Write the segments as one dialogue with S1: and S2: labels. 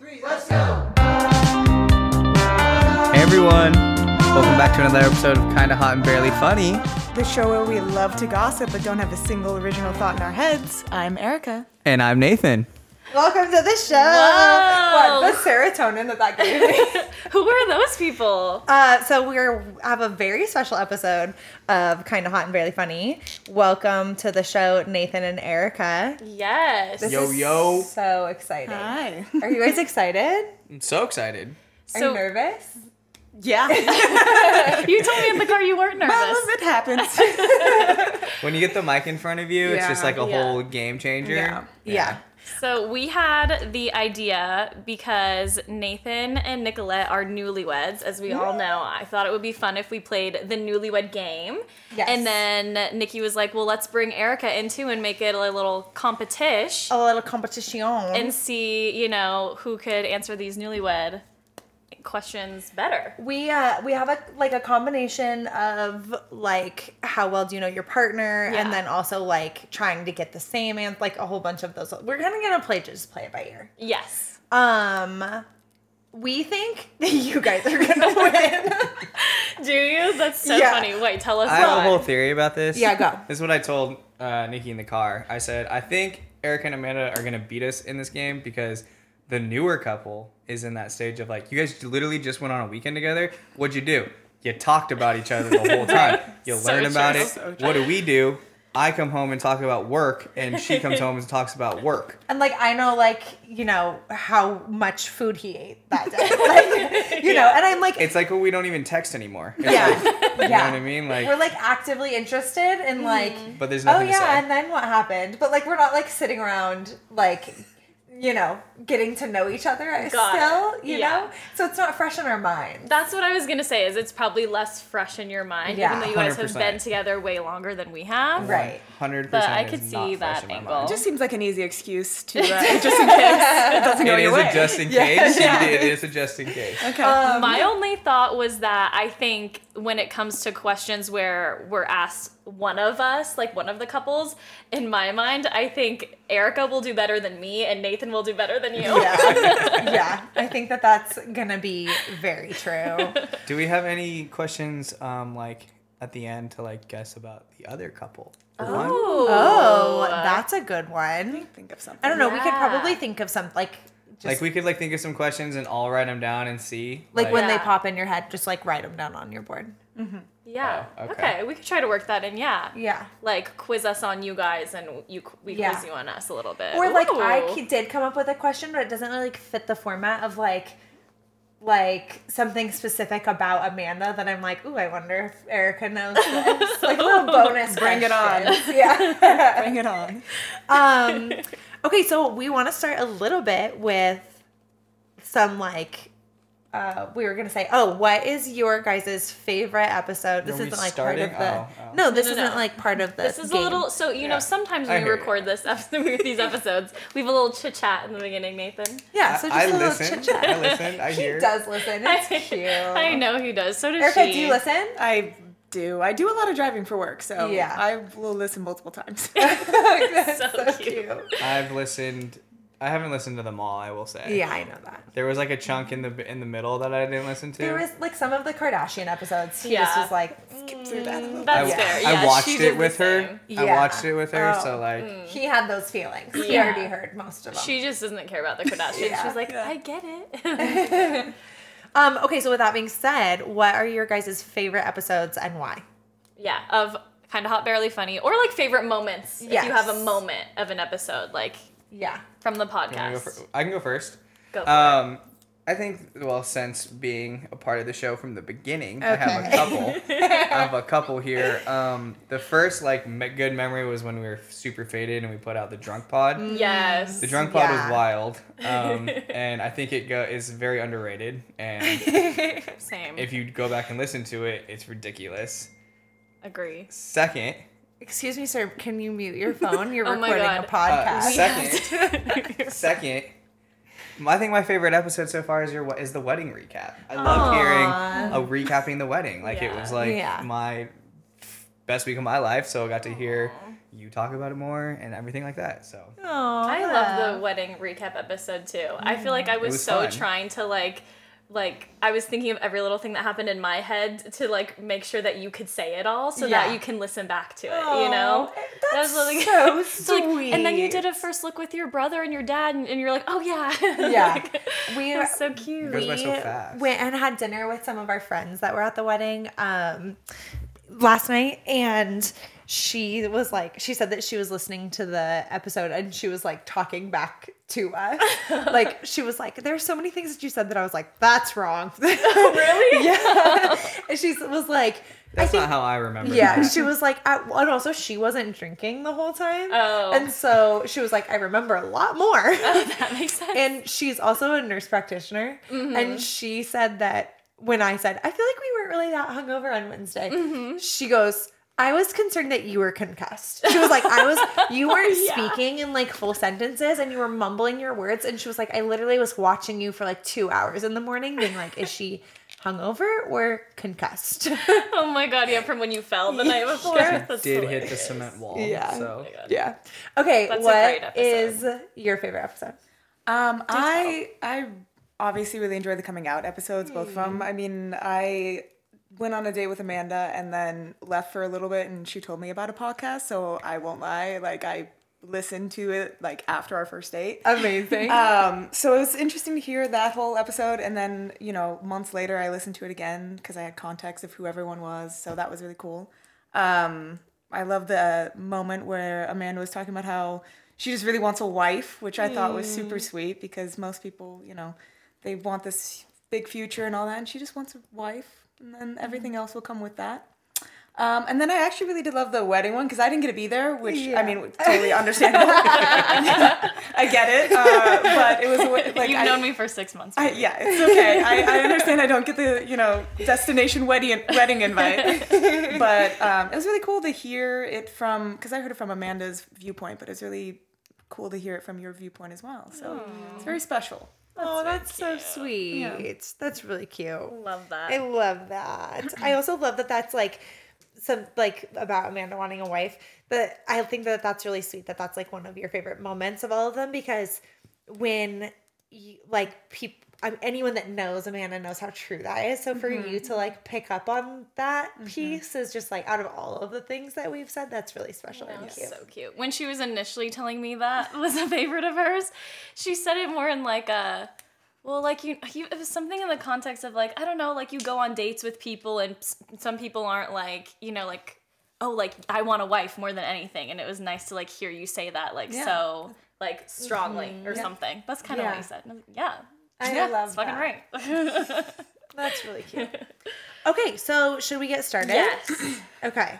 S1: three, let's go.
S2: Hey everyone, welcome back to another episode of Kinda Hot and Barely Funny.
S3: The show where we love to gossip but don't have a single original thought in our heads. I'm Erica.
S2: And I'm Nathan.
S3: Welcome to the show.
S4: Whoa.
S3: What the serotonin that that gave me.
S4: Who are those people?
S3: uh, so we are have a very special episode of Kind of Hot and Barely Funny. Welcome to the show, Nathan and Erica.
S4: Yes.
S3: This
S2: Yo,
S3: is
S2: yo.
S3: So exciting. Hi. Are you guys excited?
S2: I'm so excited.
S3: Are
S4: So-
S3: you nervous?
S4: you told me in the car you weren't nervous.
S3: it happens.
S2: When you get the mic in front of you, it's just
S3: Yeah.
S2: like a
S4: Yeah.
S2: whole game changer.
S3: Yeah. yeah.
S4: So we had the idea because Nathan and Nicolette are newlyweds, as we all know. I thought it would be fun if we played the newlywed game.
S3: Yes.
S4: And then Nikki was like, well, let's bring Erica in too and make it a little competition
S3: A little competition.
S4: and see, you know, who could answer these newlywed questions better.
S3: We uh we have a like a combination of like how well do you know your partner
S4: Yeah.
S3: and then also like trying to get the same and like a whole bunch of those. We're kind of gonna play just play it by ear.
S4: Yes.
S3: Um, we think that you guys are gonna win.
S4: Do you? That's so
S3: Yeah.
S4: funny. Wait, tell us
S2: I have a
S4: why.
S2: whole theory about this.
S3: Yeah, go.
S2: This is what I told uh, Nikki in the car. I said, I think Eric and Amanda are going to beat us in this game because the newer couple is in that stage of like, you guys literally just went on a weekend together. What'd you do? You talked about each other the whole time. You
S4: So
S2: learn about
S4: true.
S2: it. what do we do? I come home and talk about work, and she comes home and talks about work.
S3: and like I know like you know how much food he ate that day, like, you know. And I'm like,
S2: It's like, well, we don't even text anymore. It's
S3: yeah,
S2: like-
S3: yeah.
S2: you know what I mean? Like,
S3: We're like actively interested and
S4: Mm-hmm.
S3: like.
S2: but there's
S3: Oh
S2: nothing to say.
S3: yeah, and then what happened? But like we're not like sitting around like you know getting to know each other
S4: Got
S3: still,
S4: it.
S3: you
S4: Yeah.
S3: know. So it's not fresh in our minds.
S4: That's what I was gonna say. Is it's probably less fresh in your mind,
S3: Yeah.
S4: even though you guys have
S2: 100%.
S4: been together way longer than we have.
S3: Right.
S2: 100%.
S4: But I could
S2: is not
S4: see
S2: fresh
S4: that
S2: in my
S4: angle.
S2: mind.
S5: Just seems like an easy excuse to uh, just in case it doesn't go
S2: It
S5: your
S2: is
S5: way.
S2: a just in
S5: Yeah.
S2: case.
S5: Yeah.
S2: It is a just in case.
S5: Okay.
S4: My only thought was that I think when it comes to questions where we're asked one of us, like one of the couples, in my mind, I think Erica will do better than me and Nathan will do better than you.
S3: Yeah, yeah. I think that that's gonna be very true.
S2: Do we have any questions um, like at the end to like guess about the other couple? For one?
S4: Ooh.
S3: Oh, that's a good one.
S5: think of something.
S3: I don't know. We could
S4: Yeah.
S3: probably think of some like just
S2: Like
S3: like,
S2: we could like think of some questions and I'll write them down and see.
S3: when
S4: Yeah.
S3: they pop in your head, just like write them down on your board.
S4: Yeah.
S2: Oh, okay.
S4: okay. we could try to work that in. Yeah.
S3: Yeah.
S4: Like quiz us on you guys, and you we
S3: Yeah.
S4: quiz you on us a little bit.
S3: Or like I
S4: Ooh.
S3: c- did come up with a question, but it doesn't really like, fit the format of like like something specific about Amanda that I'm like, ooh, I wonder if Erica knows this. like little bonus.
S5: Bring it on.
S3: questions. Yeah.
S5: Bring it on.
S3: um, okay, so we want to start a little bit with some like. Uh, we were gonna say, oh, what is your guys' favorite episode? This
S2: we
S3: isn't like
S2: starting?
S3: part of the.
S2: Oh, oh.
S3: No, this
S4: No, no,
S3: isn't
S4: no.
S3: like part of the.
S4: This is a
S3: game.
S4: little. So you
S2: Yeah.
S4: know, sometimes
S2: I
S4: when we
S2: hear you.
S4: record this episode, these episodes, we have a little chit chat in the beginning, Nathan.
S3: Yeah, so just
S2: I,
S3: a
S2: I
S3: little
S2: listen.
S3: chit chat.
S2: I listen. I hear.
S3: He does listen. It's cute.
S4: I know he does. So does
S3: Erica,
S4: she.
S3: do you listen?
S5: I do. I do a lot of driving for work, so
S3: Yeah.
S5: I will listen multiple times.
S3: That's
S4: So cute.
S2: I've listened. I haven't listened to them all. I will say.
S3: Yeah, I know that.
S2: There was like a chunk in the in the middle that I didn't listen to.
S3: There was like some of the Kardashian episodes. He just
S4: Yeah.
S3: was like,
S5: Skip through
S3: Mm,
S5: that. a little
S4: That's
S2: I,
S4: fair.
S2: I
S4: Yeah,
S2: watched
S4: she
S2: it
S4: did
S2: with
S4: the
S2: her.
S4: same. mm,
S2: I
S3: Yeah.
S2: watched it with her.
S5: Oh.
S2: So like,
S3: he had those feelings. He
S4: Yeah.
S3: already heard most of them.
S4: She just doesn't care about the Kardashians.
S3: Yeah.
S4: She's like, I get it.
S3: um, okay, so with that being said, what are your guys' favorite episodes and why?
S4: yeah, of kind of hot, barely funny, or like favorite moments. If
S3: Yes.
S4: you have a moment of an episode, like
S3: Yeah.
S4: from the
S2: you wanna
S4: podcast,
S2: go fir- I can go first.
S4: Go for
S2: Um, I think well, since being a part of the show from the beginning, I have a
S3: Okay.
S2: couple. I have a couple here. Um, the first like me- good memory was when we were super faded and we put out the drunk pod.
S4: it. Yes.
S2: The drunk pod
S3: Yeah.
S2: was wild, um, and I think it go- is very underrated. And
S4: Same.
S2: if you go back and listen to it, it's ridiculous.
S4: Agree.
S2: Second,
S3: Excuse me, sir. Can you mute your phone? You're
S4: Oh my
S3: recording a
S4: God.
S2: uh,
S3: podcast.
S2: second, second. I think my favorite episode so far is your we- is the wedding recap. I love
S3: Aw.
S2: hearing a recapping the wedding. Like it
S4: Yeah.
S2: was like
S3: Yeah.
S2: my best week of my life. So I got to hear you talk about it more and everything like that. So
S3: Oh,
S4: I love the wedding recap episode too. I feel
S3: Mm.
S4: like I was,
S2: was
S4: so
S2: fun.
S4: trying to like like I was thinking of every little thing that happened in my head to like make sure that you could say it all so
S3: Yeah. Oh,
S4: that you can listen back to it, you know? That
S3: That's
S4: was really
S3: so
S4: So, like, and then you did
S3: sweet.
S4: a first look with your brother and your dad, and, and you're like, oh yeah,
S3: Yeah.
S4: Like,
S3: We
S4: it
S3: are-
S4: was so cute.
S2: Goes by so
S3: we
S2: fast.
S3: went and had dinner with some of our friends that were at the wedding um, last night, and she was like, she said that she was listening to the episode, and she was like talking back to us, like she was like, "There's so many things that you said that I was like, that's wrong." really? yeah. and she was like,
S2: that's
S3: I think
S2: not how I remember.
S3: yeah,
S2: that.
S3: she was like, I, and also she wasn't drinking the whole time.
S4: Oh.
S3: And so she was like, I remember a lot more.
S4: that makes sense. Mm-hmm.
S3: and she's also a nurse practitioner. And she said that when I said, I feel like we weren't really that hungover on Wednesday,
S4: Mm-hmm.
S3: she goes, I was concerned that you were concussed. She was like, I was, you weren't speaking in like full sentences and you were mumbling your words. And she was like, I literally was watching you for like two hours in the morning, being like, is she hungover or concussed?
S4: oh my god, yeah, from when you fell the night before. That's Oh
S2: did hit the
S4: hilarious.
S2: cement wall.
S3: Yeah.
S2: So
S3: Yeah. Okay.
S4: That's a great
S3: what is
S4: episode.
S3: your favorite episode?
S5: Um, I I obviously really enjoy the coming out episodes, both of them. I mean, I went on a date with Amanda and then left for a little bit, and she told me about a podcast, so I won't lie. Like I listened to it like after our first date.
S3: Amazing.
S4: Uh,
S5: Um, so it was interesting to hear that whole episode, and then you know months later I listened to it again because I had context of who everyone was, so that was really cool. Um, I love the moment where Amanda was talking about how she just really wants a wife, which I thought was super sweet because most people, you know, they want this big future and all that, and she just wants a wife, and then everything else will come with that. Um, and then I actually really did love the wedding one because I didn't get to be there, which I mean, totally understandable. I get it, uh, but it was a way- like
S4: You've
S5: I,
S4: known me for six months.
S5: I- yeah, it's okay. I, I understand. I don't get the you know destination wedding wedding invite, but um, it was really cool to hear it from because I heard it from Amanda's viewpoint, but it's really cool to hear it from your viewpoint as well. So
S4: Hmm.
S5: it's very special.
S3: oh, that's so sweet. That's really cute.
S4: love that.
S3: I love that. I also love that that's like some like about Amanda wanting a wife. But I think that that's really sweet that that's like one of your favorite moments of all of them because when you like people um, anyone that knows Amanda knows how true that is. So for you
S4: Mm-hmm.
S3: to like pick up on that piece is just like out of all of the things that we've said, that's really special and
S4: That's
S3: cute.
S4: so cute. When she was initially telling me that was a favorite of hers, she said it more in like a, well, like you, you it was something in the context of like I don't know, like you go on dates with people and s- some people aren't like you know like oh like I want a wife more than anything, and it was nice to like hear you say that like
S5: Yeah.
S4: so like strongly or something. That's kind of what
S3: Yeah.
S4: you said. And I was like, Yeah,
S3: I
S4: yeah, that's
S3: love
S4: fucking
S3: that.
S4: right.
S3: That's really cute. Okay, so should we get started?
S4: yes.
S3: Okay.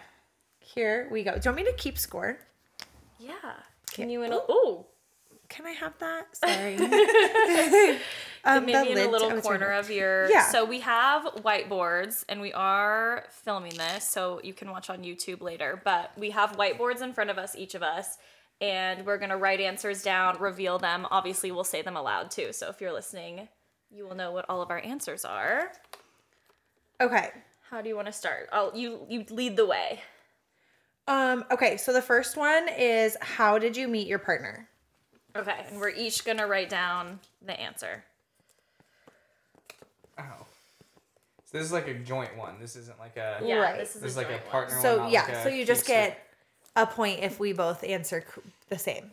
S3: Here we go. Do you want me to keep score?
S4: Yeah. Can you in a oh
S3: Can I have that? Sorry. um,
S4: maybe in a little
S3: oh, it's right
S4: corner
S3: here.
S4: of your
S3: Yeah.
S4: so we have whiteboards and we are filming this so you can watch on youtube later but we have whiteboards in front of us each of us and we're going to write answers down reveal them obviously we'll say them aloud too so if you're listening you will know what all of our answers are
S3: Okay.
S4: how do you want to start i you you lead the way
S3: Um, okay, so the first one is how did you meet your partner?
S4: okay and we're each going to write down the answer
S3: Oh.
S2: Ow. So this is like a joint one. This isn't like a
S4: yeah
S3: Right.
S4: this is,
S2: this is
S4: a
S2: like a
S4: joint one.
S2: partner
S3: So
S2: one. not
S3: yeah,
S2: like a
S3: so you just
S2: keepsake.
S3: get a point if we both answer c- the same.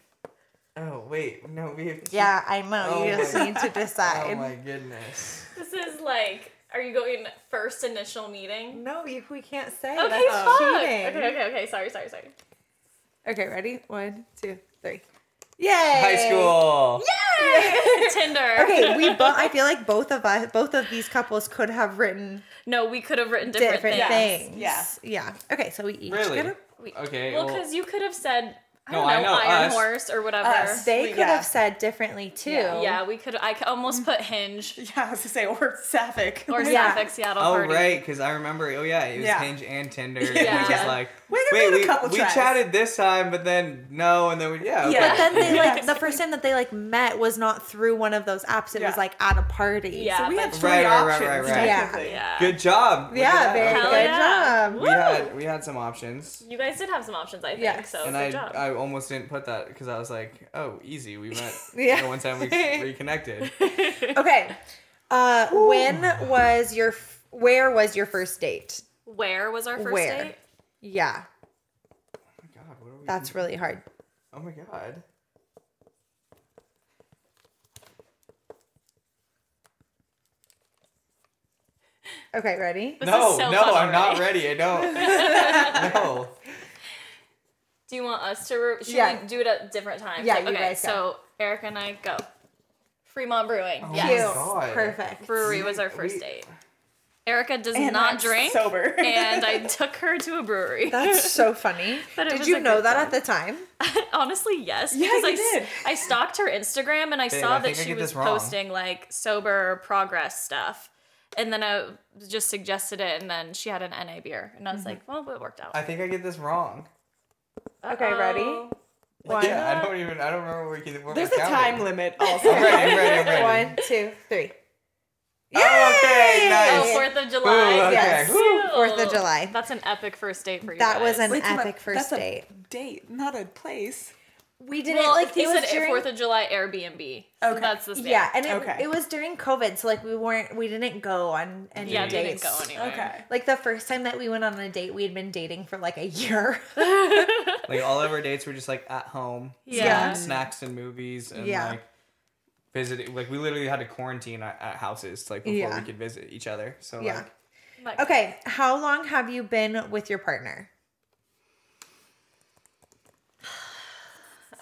S2: Oh wait, no, we have to
S3: Yeah, I know.
S2: Oh
S3: you just
S2: my-
S3: need to decide.
S2: Oh my goodness.
S4: this is like are you going first initial meeting
S3: no, you, we can't say.
S4: Okay,
S3: That's uh,
S4: fuck.
S3: cheating.
S4: Okay, okay, okay. Sorry, sorry, sorry.
S3: Okay, ready? One, two, three. Yay!
S2: High school.
S4: Tinder.
S3: Okay, we both. I feel like both of us, both of these couples, could have written
S4: No, we could have written different,
S3: different
S4: things.
S3: things.
S5: yeah.
S3: Yeah. Okay, so we each
S2: Really?
S3: get a
S4: We-
S2: Okay.
S4: Well, because you could have said I
S2: No,
S4: don't know,
S2: I know,
S4: Iron
S2: us.
S4: Horse or whatever.
S5: Us.
S3: They
S5: We-
S3: could
S5: yeah.
S3: have said differently too.
S4: yeah, we could. I could almost put Hinge
S5: Yeah, I was to say, or Sapphic.
S4: or
S3: Yeah.
S4: Sapphic Seattle
S2: Oh
S4: Party.
S2: right, because I remember. Oh yeah, it was
S5: Yeah.
S2: Hinge and Tinder. Yeah.
S4: Yeah.
S2: It was just like,
S5: We could
S2: wait,
S5: give it a
S2: we,
S5: couple
S2: we
S5: tries.
S2: chatted this time, but then no, and then we yeah. Okay.
S3: But
S5: Yeah.
S3: then they like the first time that they like met was not through one of those apps. It
S5: Yeah.
S3: was like at a party.
S4: Yeah.
S5: So we
S4: but-
S5: had three
S2: Right, right, right,
S5: options.
S2: right, right.
S3: Yeah.
S5: technically.
S4: Yeah.
S2: Good job. Look
S3: Yeah,
S2: at
S3: very
S2: that.
S4: Hell
S3: good
S4: yeah.
S3: job.
S2: We had we had some options.
S4: You guys did have some options, I think.
S3: Yes.
S4: So
S2: and
S4: good
S2: I,
S4: job.
S2: I almost didn't put that because I was like, oh, easy. We met
S3: Yeah.
S2: the one time we reconnected. Oh
S3: Okay. Uh, when was your f- where was your first date?
S4: Where was our first
S3: Where?
S4: date?
S3: Yeah,
S2: Oh my god, what are we?
S3: that's really hard.
S2: oh my god.
S3: Okay, ready?
S4: This
S2: no,
S4: is so
S2: no,
S4: fun
S2: I'm not
S4: already.
S2: ready. I don't. no.
S4: Do you want us to? Re- should
S3: Yeah.
S4: we do it at different times?
S3: Yeah,
S4: Like,
S3: you
S4: okay,
S3: guys go.
S4: so Erica and I go. Fremont Brewing.
S2: Oh
S4: yes.
S2: my god.
S3: Perfect.
S4: Brewery was our first
S2: We-
S4: date. Erica does
S5: And
S4: not
S5: I'm
S4: drink.
S5: Sober.
S4: and I took her to a brewery.
S3: That's so funny.
S4: But it
S3: Did
S4: was
S3: you
S4: a
S3: know
S4: good
S3: that
S4: one.
S3: at the time?
S4: Honestly, yes.
S5: Yeah,
S4: because
S5: you
S4: I, s-
S5: did.
S4: I stalked her Instagram and I
S2: Babe,
S4: saw
S2: I
S4: that
S2: think I
S4: she
S2: get
S4: was
S2: this wrong.
S4: posting like sober progress stuff. And then I just suggested it, and then she had an NA beer. And I was like, well, it worked out.
S2: I think I get this wrong.
S3: Okay, ready?
S4: Uh-oh.
S3: One.
S2: Yeah, I don't even. I don't remember what, we- what
S5: There's a
S2: we're
S5: time
S2: counting.
S5: limit also.
S2: I'm ready. I'm ready. I'm ready.
S3: One, two, three.
S2: Oh, okay,
S3: Yay!
S2: nice.
S4: Oh, 4th of July.
S2: okay.
S3: Yes.
S4: Woo.
S3: Fourth of July.
S4: That's an epic first date for you.
S3: That
S4: guys.
S3: was an
S5: Wait, so
S3: epic
S5: that-
S3: first
S5: that's a
S3: date.
S5: Date, not a place.
S3: We did
S4: Well,
S3: it like
S4: he
S3: it was
S4: said
S3: during-
S4: Fourth of July Airbnb. So
S5: Okay.
S4: that's the
S3: yeah, and it,
S5: Okay.
S3: it was during COVID, so like we weren't, we didn't go on any
S4: yeah,
S3: dates.
S4: didn't go anywhere.
S5: Okay.
S3: Like the first time that we went on a date, we had been dating for like a year.
S2: Like all of our dates were just like at home.
S4: Yeah.
S2: snacks and movies and
S3: Yeah.
S2: like visiting. Like we literally had to quarantine at, at houses like before
S3: Yeah.
S2: we could visit each other. So
S3: Yeah.
S2: like
S4: Like,
S3: okay, how long have you been with your partner?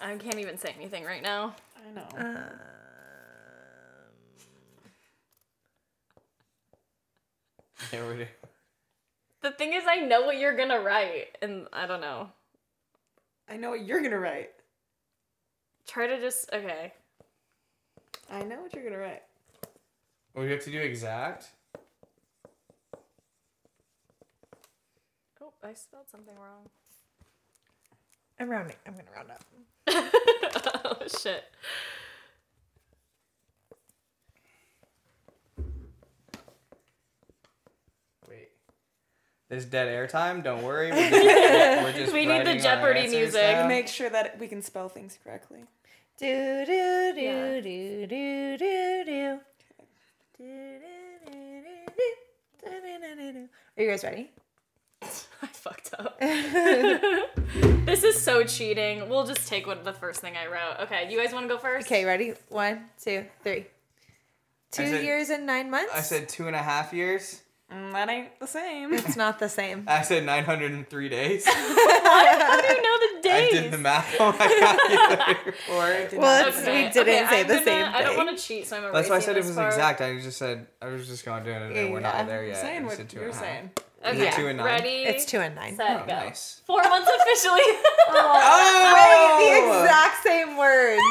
S4: I can't even say anything right now.
S5: I know.
S2: yeah, we-
S4: The thing is, I know what you're gonna write, and I don't know.
S5: I know what you're gonna write.
S4: Try to just okay.
S5: I know what you're gonna write.
S2: we have to do exact.
S4: Oh, I spelled something wrong.
S3: I'm rounding. I'm gonna round up.
S4: oh shit.
S2: Wait. There's dead air time. Don't worry. We're just, we're just
S4: We need the
S2: writing our
S4: Jeopardy
S2: answers
S4: music.
S2: down.
S5: Make sure that we can spell things correctly.
S3: Do do do
S4: Yeah.
S3: do do do do. Do, do, do, do, do. Da, da, da, da, da. Are you guys ready?
S4: I fucked up. this is so cheating. We'll just take what the first thing I wrote. Okay, you guys want to go first?
S3: Okay, ready? One, two, three. Two
S2: said-
S3: years and nine months.
S2: I said two and a half years.
S5: Mm, that ain't the same.
S3: it's not the same.
S2: I said 903 days.
S4: How do you know the
S2: I
S4: days?
S2: did the math on my calculator for it.
S3: Well, it's,
S4: Okay,
S3: we didn't
S4: okay,
S3: say
S4: I'm
S3: the
S4: gonna-
S3: same thing.
S4: I don't want to cheat, so I'm erasing
S2: That's why I said it
S4: this
S2: was
S4: part.
S2: exact. I just said I was just going to do it, and we're
S3: Yeah.
S2: not there yet.
S5: saying
S2: I
S5: what
S2: said two and
S5: you're
S2: a half.
S5: saying.
S4: Okay.
S2: two and nine?
S4: Ready?
S3: It's two Oh, and nine.
S4: Set,
S2: Oh,
S4: go.
S2: nice.
S4: Four months officially.
S3: Right, the
S2: Oh!
S3: exact same words.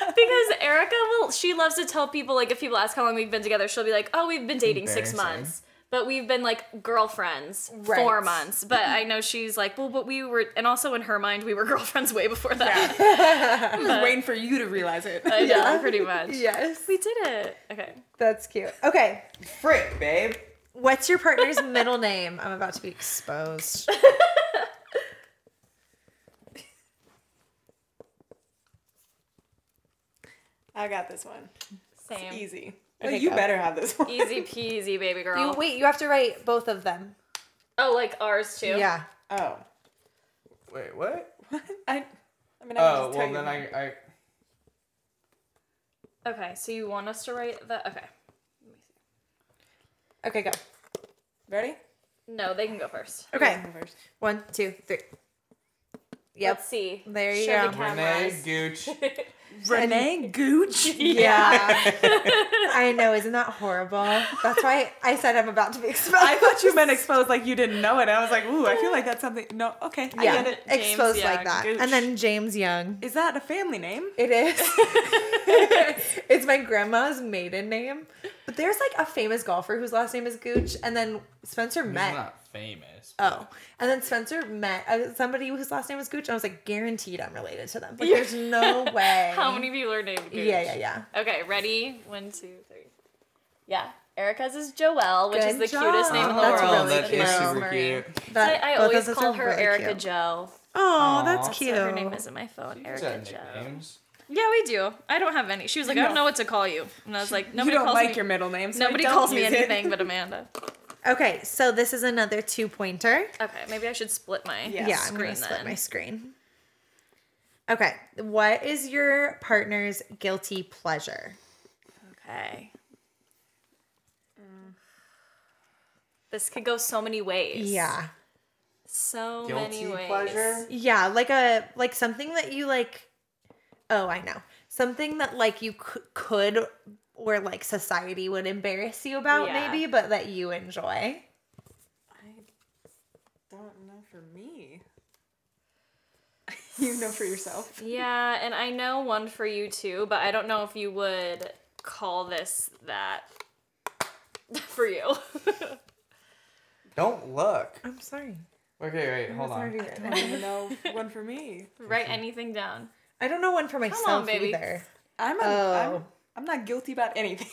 S4: because Erica will, she loves to tell people, like, if people ask how long we've been together, she'll be like, oh, we've been dating six
S2: Embarrassing.
S4: months. But we've been like girlfriends four
S3: Right.
S4: months. But I know she's like, well, but we were, and also in her mind, we were girlfriends way before that.
S5: I was waiting for you to realize it.
S4: I know, pretty much.
S3: yes,
S4: We did it. Okay.
S3: that's cute. Okay,
S2: Frick, babe.
S3: what's your partner's middle name? I'm about to be exposed.
S5: I got this one.
S4: Same. Easy.
S5: Easy.
S3: Okay,
S5: you
S3: go.
S5: better have this one.
S4: peasy, baby girl.
S3: You wait. You have to write both of them.
S4: oh, like ours too?
S3: Yeah.
S5: Oh.
S2: Wait, what?
S5: I, I mean, I can
S2: Oh,
S5: just tell
S2: well,
S5: you.
S2: then I, I.
S4: Okay, so you want us to write the. Okay.
S3: Okay, go.
S5: Ready?
S4: No, they can go first.
S3: Okay,
S5: You go first.
S3: one, two, three.
S4: Let's
S3: Yep.
S4: see.
S3: There you
S4: Show
S3: go.
S4: The
S2: Renee
S4: cameras.
S2: Gooch.
S5: Renee Gooch.
S3: Yeah. I know. Isn't that horrible? That's why I said I'm about to be exposed.
S5: I thought you meant exposed like you didn't know it. I was like, ooh, I feel like that's something. No, okay, I
S3: yeah,
S5: get it.
S4: James
S3: exposed like
S4: Young,
S3: that.
S5: gooch.
S3: And then James Young.
S5: Is that a family name?
S3: It is. it's my grandma's maiden name. But there's like a famous golfer whose last name is Gooch, and then Spencer met.
S6: not famous.
S3: Oh, and then Spencer met uh, somebody whose last name was Gooch, and I was like, guaranteed I'm related to them. Like, there's no way.
S4: How many people are named Gooch?
S3: Yeah, yeah, yeah.
S4: Okay, ready? One, two, three. Yeah. Erica's is Joelle, which is
S3: Good
S4: the cutest
S3: job.
S4: name in the
S3: That's
S4: world.
S3: really
S4: That
S2: that is
S4: is
S3: cute.
S2: super
S4: Marine.
S2: cute.
S3: That-
S4: I, I
S3: both
S4: always
S3: those
S4: call
S3: are
S4: her
S3: really
S4: Erica
S3: cute.
S4: Jo.
S3: Oh,
S2: Aw.
S3: that's
S2: That's
S4: That's
S3: cute.
S4: what her name is in my phone.
S6: Guys
S4: Erica
S6: have
S4: Jo.
S6: nicknames.
S4: Yeah, we do. I don't have any. She was like, I don't know what to call you, and I was like, nobody
S5: you don't
S4: calls
S5: like
S4: me.
S5: your middle name. So
S4: nobody
S5: don't
S4: calls me
S5: use it.
S4: anything but Amanda.
S3: Okay, so this is another two pointer.
S4: Okay, maybe I should split my
S5: Yeah,
S3: yeah, I'm
S4: screen
S3: gonna split
S4: then.
S3: my screen. Okay, what is your partner's guilty pleasure?
S4: Okay. This could go so many ways.
S3: Yeah,
S4: So
S6: Guilty
S4: many ways.
S6: pleasure.
S3: yeah, like a like something that you like. Oh, I know something that like you c- could or like society would embarrass you about
S4: Yeah.
S3: maybe, but that you enjoy.
S5: Don't know for me. you know for yourself.
S4: Yeah, and I know one for you too, but I don't know if you would call this that for you.
S2: Don't look.
S3: I'm sorry.
S2: Okay, wait, hold on.
S5: I don't even know one for me.
S4: Write anything down.
S3: I don't know one for myself
S4: baby.
S3: either.
S5: I'm a, I'm,
S3: Oh.
S5: I'm not guilty about anything.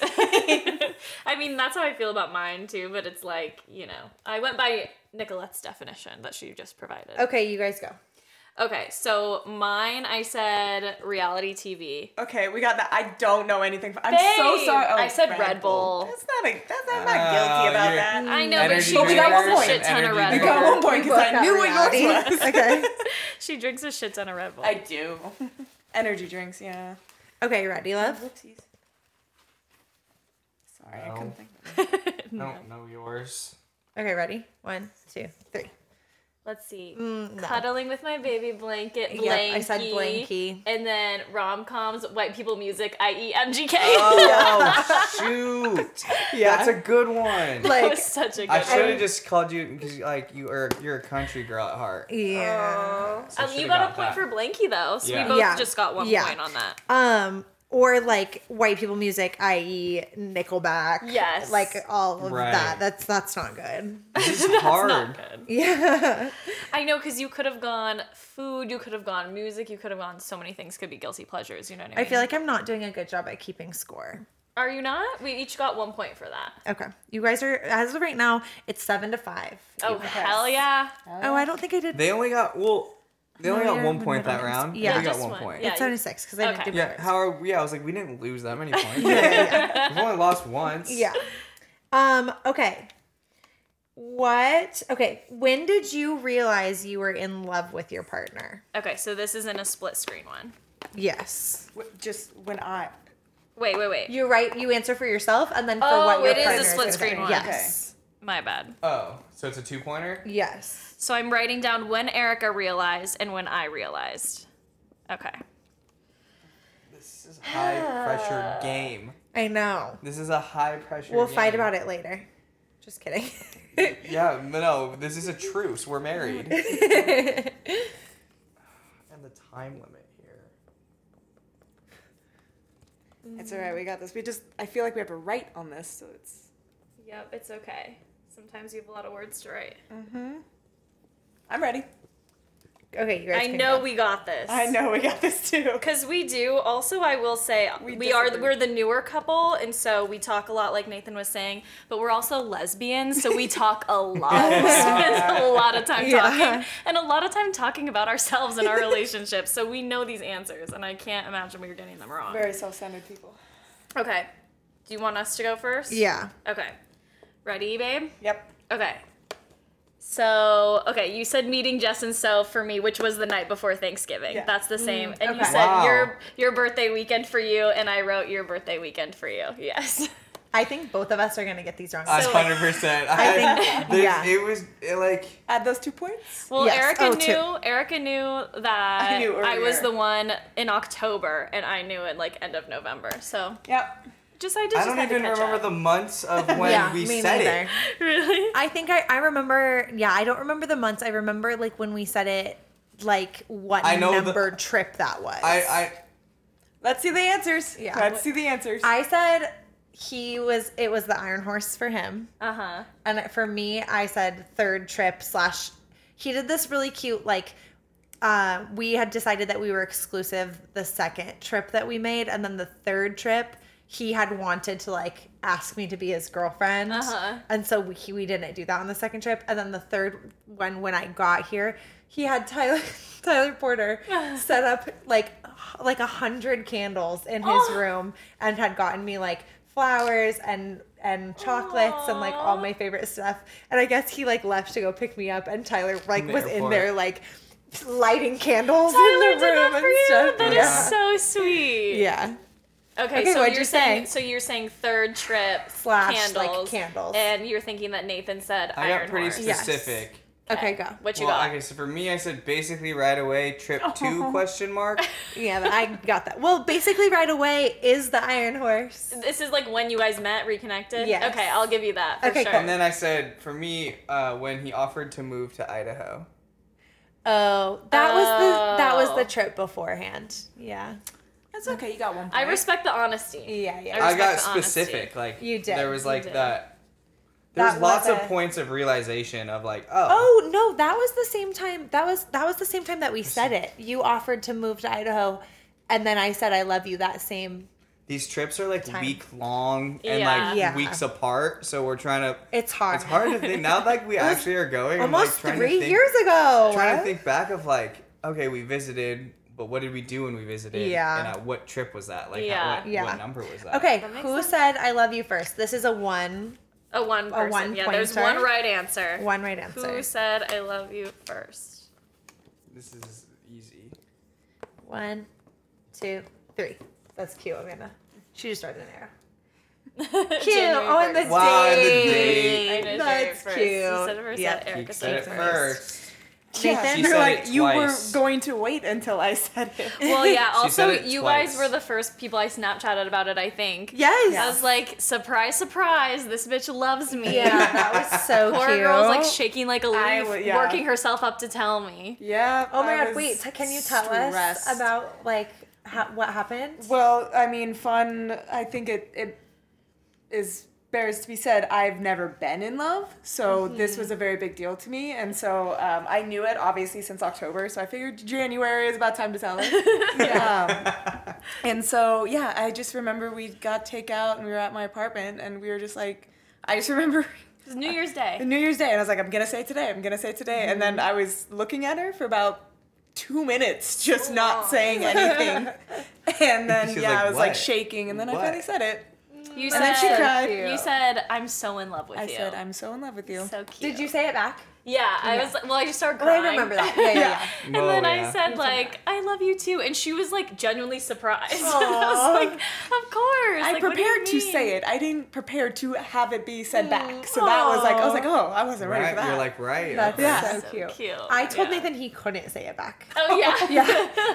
S4: I mean, that's how I feel about mine too, but it's like, you know, I went by Nicolette's definition that she just provided.
S3: Okay, you guys go.
S4: Okay, so mine, I said reality TV.
S5: okay, we got that. I don't know anything. For, I'm
S4: Babe,
S5: so sorry. Oh,
S4: I said Red Bull.
S5: That's not a. That's I'm not
S2: Oh,
S5: guilty about
S2: you're-
S5: that.
S4: I know, but
S2: Energy
S4: she drinks
S5: drinker,
S4: a
S5: some
S4: shit ton
S2: energy
S4: of Red
S5: You
S2: drinker.
S4: Bull.
S5: got one point
S3: We
S5: because
S3: both
S5: I
S3: got
S5: knew what
S3: reality.
S5: yours was.
S3: okay.
S4: She drinks a shit ton of Red Bull.
S5: I do. Energy drinks, yeah.
S3: Okay, ready, love?
S5: Oh, Whoopsies. Sorry, I
S2: No.
S5: couldn't think. Of
S2: Don't know yours.
S3: Okay, ready? One, two, three.
S4: Let's see.
S3: Mm, no.
S4: Cuddling with my baby blanket. Blanky.
S3: Yep, I said blanky.
S4: And then rom coms, white people music, E i.e., MGK.
S2: Oh shoot!
S5: Yeah.
S2: That's a good one.
S4: that
S3: Like,
S4: was such a good
S2: I should
S4: one. Um,
S2: have just called you because like you are you're a country girl at heart.
S3: yeah.
S2: So I
S4: Um, you
S2: should've
S4: got, a
S2: got
S4: point
S2: that.
S4: for blanky though, so
S2: Yeah.
S4: we both
S3: Yeah.
S4: just got one
S3: Yeah.
S4: point on that.
S3: Um, or like white people music, i.e., Nickelback.
S4: Yes.
S3: Like all of
S2: Right.
S3: that. That's that's not good.
S2: This is hard.
S4: Not good.
S3: Yeah.
S4: I know because you could have gone food, you could have gone music, you could have gone so many things. Could be guilty pleasures. You know what I mean?
S3: I feel like I'm not doing a good job at keeping score.
S4: Are you not? We each got one point for that.
S3: Okay. You guys are as of right now, it's seven to five.
S4: Oh hell yeah!
S3: Oh, I don't think I did
S2: They only got well. They only
S3: No,
S2: got
S3: they're in
S2: one
S3: the
S2: point that
S3: middle.
S2: round.
S3: Yeah.
S2: we got
S4: Just
S2: one
S4: one,
S2: point.
S4: yeah.
S3: it's seven to six because I didn't
S4: Okay.
S3: do my
S2: Yeah,
S3: words.
S2: how are yeah, I was like, we didn't lose that many points.
S3: yeah,
S2: We've only lost once.
S3: yeah. Um, okay. What okay, when did you realize you were in love with your partner?
S4: Okay, so this isn't a split screen one.
S3: Yes.
S5: w- just when I.
S4: Wait, wait, wait.
S3: You write you answer for yourself and then for
S4: Oh,
S3: what your
S4: it is a
S3: partner
S4: split
S3: gonna
S4: screen
S3: say.
S4: one.
S3: Yes.
S4: My bad.
S2: Oh, so it's a two pointer?
S3: Yes.
S4: So I'm writing down when Erica realized and when I realized. Okay.
S2: This is a high pressure
S4: Oh.
S2: game.
S3: I know.
S2: This is a high pressure
S3: We'll fight about it later. Just kidding.
S2: Yeah, no, this is a truce. We're married. and the time limit here.
S5: It's all right. We got this. We just. I feel like we have to write on this, so it's.
S4: Yep, it's okay. Sometimes you have a lot of words to write.
S5: Mm-hmm. I'm ready.
S3: okay, you guys.
S4: I
S3: can
S4: know
S3: go.
S4: we got this.
S5: I know we got this too.
S4: Because we do. Also, I will say we,
S5: We
S4: are
S5: disagree.
S4: we're the newer couple, and so we talk a lot, like Nathan was saying. But we're also lesbians, so we talk a lot. we spend a lot of time
S3: Yeah.
S4: talking, and a lot of time talking about ourselves and our relationships. So we know these answers, and I can't imagine we were getting them wrong.
S5: Very self-centered people.
S4: Okay. Do you want us to go first?
S3: Yeah.
S4: Okay. Ready, babe?
S5: Yep.
S4: Okay. So, okay, you said meeting Jess and So for me, which was the night before Thanksgiving.
S5: Yeah.
S4: That's the same. and you
S3: okay.
S4: said
S2: Wow.
S4: your your birthday weekend for you, and I wrote your birthday weekend for you. Yes.
S3: I think both of us are gonna get these wrong.
S2: A
S4: So-
S2: hundred percent.
S3: I think-
S2: there's-
S3: yeah.
S2: It was it, like
S5: Add those two points.
S4: Well,
S3: Yes.
S4: Erica
S3: Oh,
S4: knew.
S3: two.
S4: Erica knew that
S5: I
S4: I,
S5: knew
S4: was
S5: earlier.
S4: the one in October, and I knew it like end of November. So
S5: Yep.
S4: just I just
S2: I don't
S4: had to
S2: even
S4: catch
S2: remember
S4: up.
S2: the months of when
S3: yeah,
S2: we
S3: me
S2: said
S3: neither.
S2: it.
S4: really.
S3: I think I, I remember. Yeah, I don't remember the months. I remember like when we said it, like what
S2: I know the-
S3: number trip that was.
S2: I, I
S5: Let's see the answers.
S3: Yeah.
S5: Let's see the answers.
S3: I said he was. It was the Iron Horse for him.
S4: Uh huh.
S3: and for me i said third trip slash he did this really cute like uh, we had decided that we were exclusive the second trip that we made and then the third trip he had wanted to like ask me to be his girlfriend
S4: Uh-huh.
S3: and so we, he, we didn't do that on the second trip and then the third one when i got here he had tyler tyler porter set up like like a hundred candles in his
S4: Oh.
S3: room and had gotten me like flowers and and chocolates and like all
S4: Aw.
S3: my favorite stuff. And I guess he like left to go pick me up, and Tyler like
S2: the
S3: was in
S2: airport.
S3: there like lighting candles
S4: Tyler
S3: in the
S4: did
S3: room
S4: that
S3: and
S4: for you.
S3: stuff.
S4: That is
S3: yeah.
S4: so sweet.
S3: yeah.
S4: Okay,
S3: Okay,
S4: so
S3: what'd
S4: you're
S3: you
S4: saying
S3: say?
S4: so you're saying third trip
S3: Slash, like,
S4: candles,
S3: candles.
S4: and you're thinking that Nathan said
S2: I
S4: iron
S2: got pretty
S4: horse.
S3: Yeah. Yes.
S2: specific.
S3: Okay, go.
S4: What you
S2: Well,
S4: got?
S2: okay, so for me, I said basically right away. Trip
S3: Oh.
S2: two question mark.
S3: Yeah, but I got that. Well, basically right away is the Iron Horse.
S4: This is like when you guys met, reconnected.
S3: Yes.
S4: Okay, I'll give you that. For
S3: Okay,
S4: sure.
S3: cool.
S2: And then I said for me uh, when he offered to move to Idaho.
S3: Oh, that was the that was
S4: Oh.
S3: the trip beforehand. Yeah.
S5: That's okay. You got one point.
S4: I respect the honesty.
S3: Yeah, yeah.
S4: I
S2: I, got
S4: respect the honesty.
S2: specific. Like
S3: You did,
S2: There was
S4: you
S2: like
S4: did.
S2: that. There's
S3: That was
S2: lots
S3: a-
S2: of points of realization of like oh,
S3: Oh no, that was the same time. That was that was the same time that we said it. You offered to move to Idaho, and then I said I love you that same.
S2: these trips are like
S3: Time.
S2: week long and
S4: Yeah.
S2: like
S3: Yeah.
S2: weeks apart. So we're trying to.
S3: It's hard.
S2: It's hard to think now. Like we actually are going. I'm, like,
S3: Almost
S2: trying to
S3: three
S2: think-
S3: years ago.
S2: trying to think back of like okay we visited but what did we do when we visited
S3: Yeah.
S2: and uh, what trip was that like how-
S4: Yeah.
S2: what,
S3: Yeah.
S2: what number was that
S3: Okay,
S4: makes
S3: who
S4: sense.
S3: said I love you first? This is a one,
S4: A one person.
S3: one
S4: yeah, there's
S3: pointer.
S4: one right answer.
S3: one right
S4: Who
S3: answer.
S4: said I love you first?
S2: this is easy
S3: One, two, three. That's cute. I'm gonna. She just started an arrow. Cute.
S4: January
S3: Oh, and the
S4: 1st.
S2: Wow, and the
S3: date.
S2: date.
S4: I did January
S3: That's
S4: 1st.
S3: cute.
S4: You said it first,
S3: Yep.
S4: said Erica
S2: He said it first
S5: Yeah,
S3: Nathan?
S2: She
S5: you're
S2: said
S5: like
S2: it
S5: you were
S2: twice.
S5: going to wait until I said it.
S4: Well, yeah.
S2: She said
S4: Also,
S2: it
S4: you guys
S2: twice.
S4: were the first people I Snapchatted about it. I think.
S3: Yes.
S4: I was like, surprise, surprise, this bitch loves me.
S3: Yeah, that was so
S4: Poor
S3: cute.
S4: girl's like shaking like a
S5: I
S4: leaf,
S5: would- yeah.
S4: working herself up to tell me.
S5: Yeah.
S3: Oh my
S5: I
S3: god!
S5: was
S3: Wait, t- can you tell
S5: stressed.
S3: us about like ha- what happened?
S5: Well, I mean, fun. I think it it is bears to be said. I've never been in love, so this was a very big deal to me, and so um, I knew it obviously since October. So I figured January is about time to tell it. Um, and so yeah, I just remember we got takeout and we were at my apartment, and we were just like, I just remember.
S4: It was New Year's
S5: The
S4: Day.
S5: New Year's Day, and I was like, I'm gonna say today, I'm gonna say today. And then I was looking at her for about two minutes, just not saying anything. and then,
S2: She was
S5: yeah,
S2: like,
S5: I was like
S2: "What?
S5: shaking, and then I
S2: What?"
S5: finally said it.
S4: You
S5: And then she
S4: said,
S5: cried.
S4: you said, I'm so in love with
S5: I
S4: you.
S5: said, I'm so in love with you.
S4: so cute.
S3: Did you say it back?
S4: Yeah, I was. Well, I just started
S3: Oh, I
S4: crying.
S3: remember that. Yeah, yeah, yeah.
S4: And
S2: Well,
S4: then I
S2: yeah.
S4: said like, "I love you too," and she was like genuinely surprised. and I was like, "Of course."
S5: I
S4: like, what do you
S5: prepared to
S4: mean?"
S5: say it. I didn't prepare to have it be said back. So that was like, I was like, oh, I wasn't ready
S2: right
S5: for that.
S2: you're like right
S3: That's
S2: okay.
S5: Yeah.
S3: so
S4: So
S3: cute.
S4: cute.
S3: I told
S4: yeah.
S3: Nathan he couldn't say it back.
S4: Oh yeah.
S3: Yeah.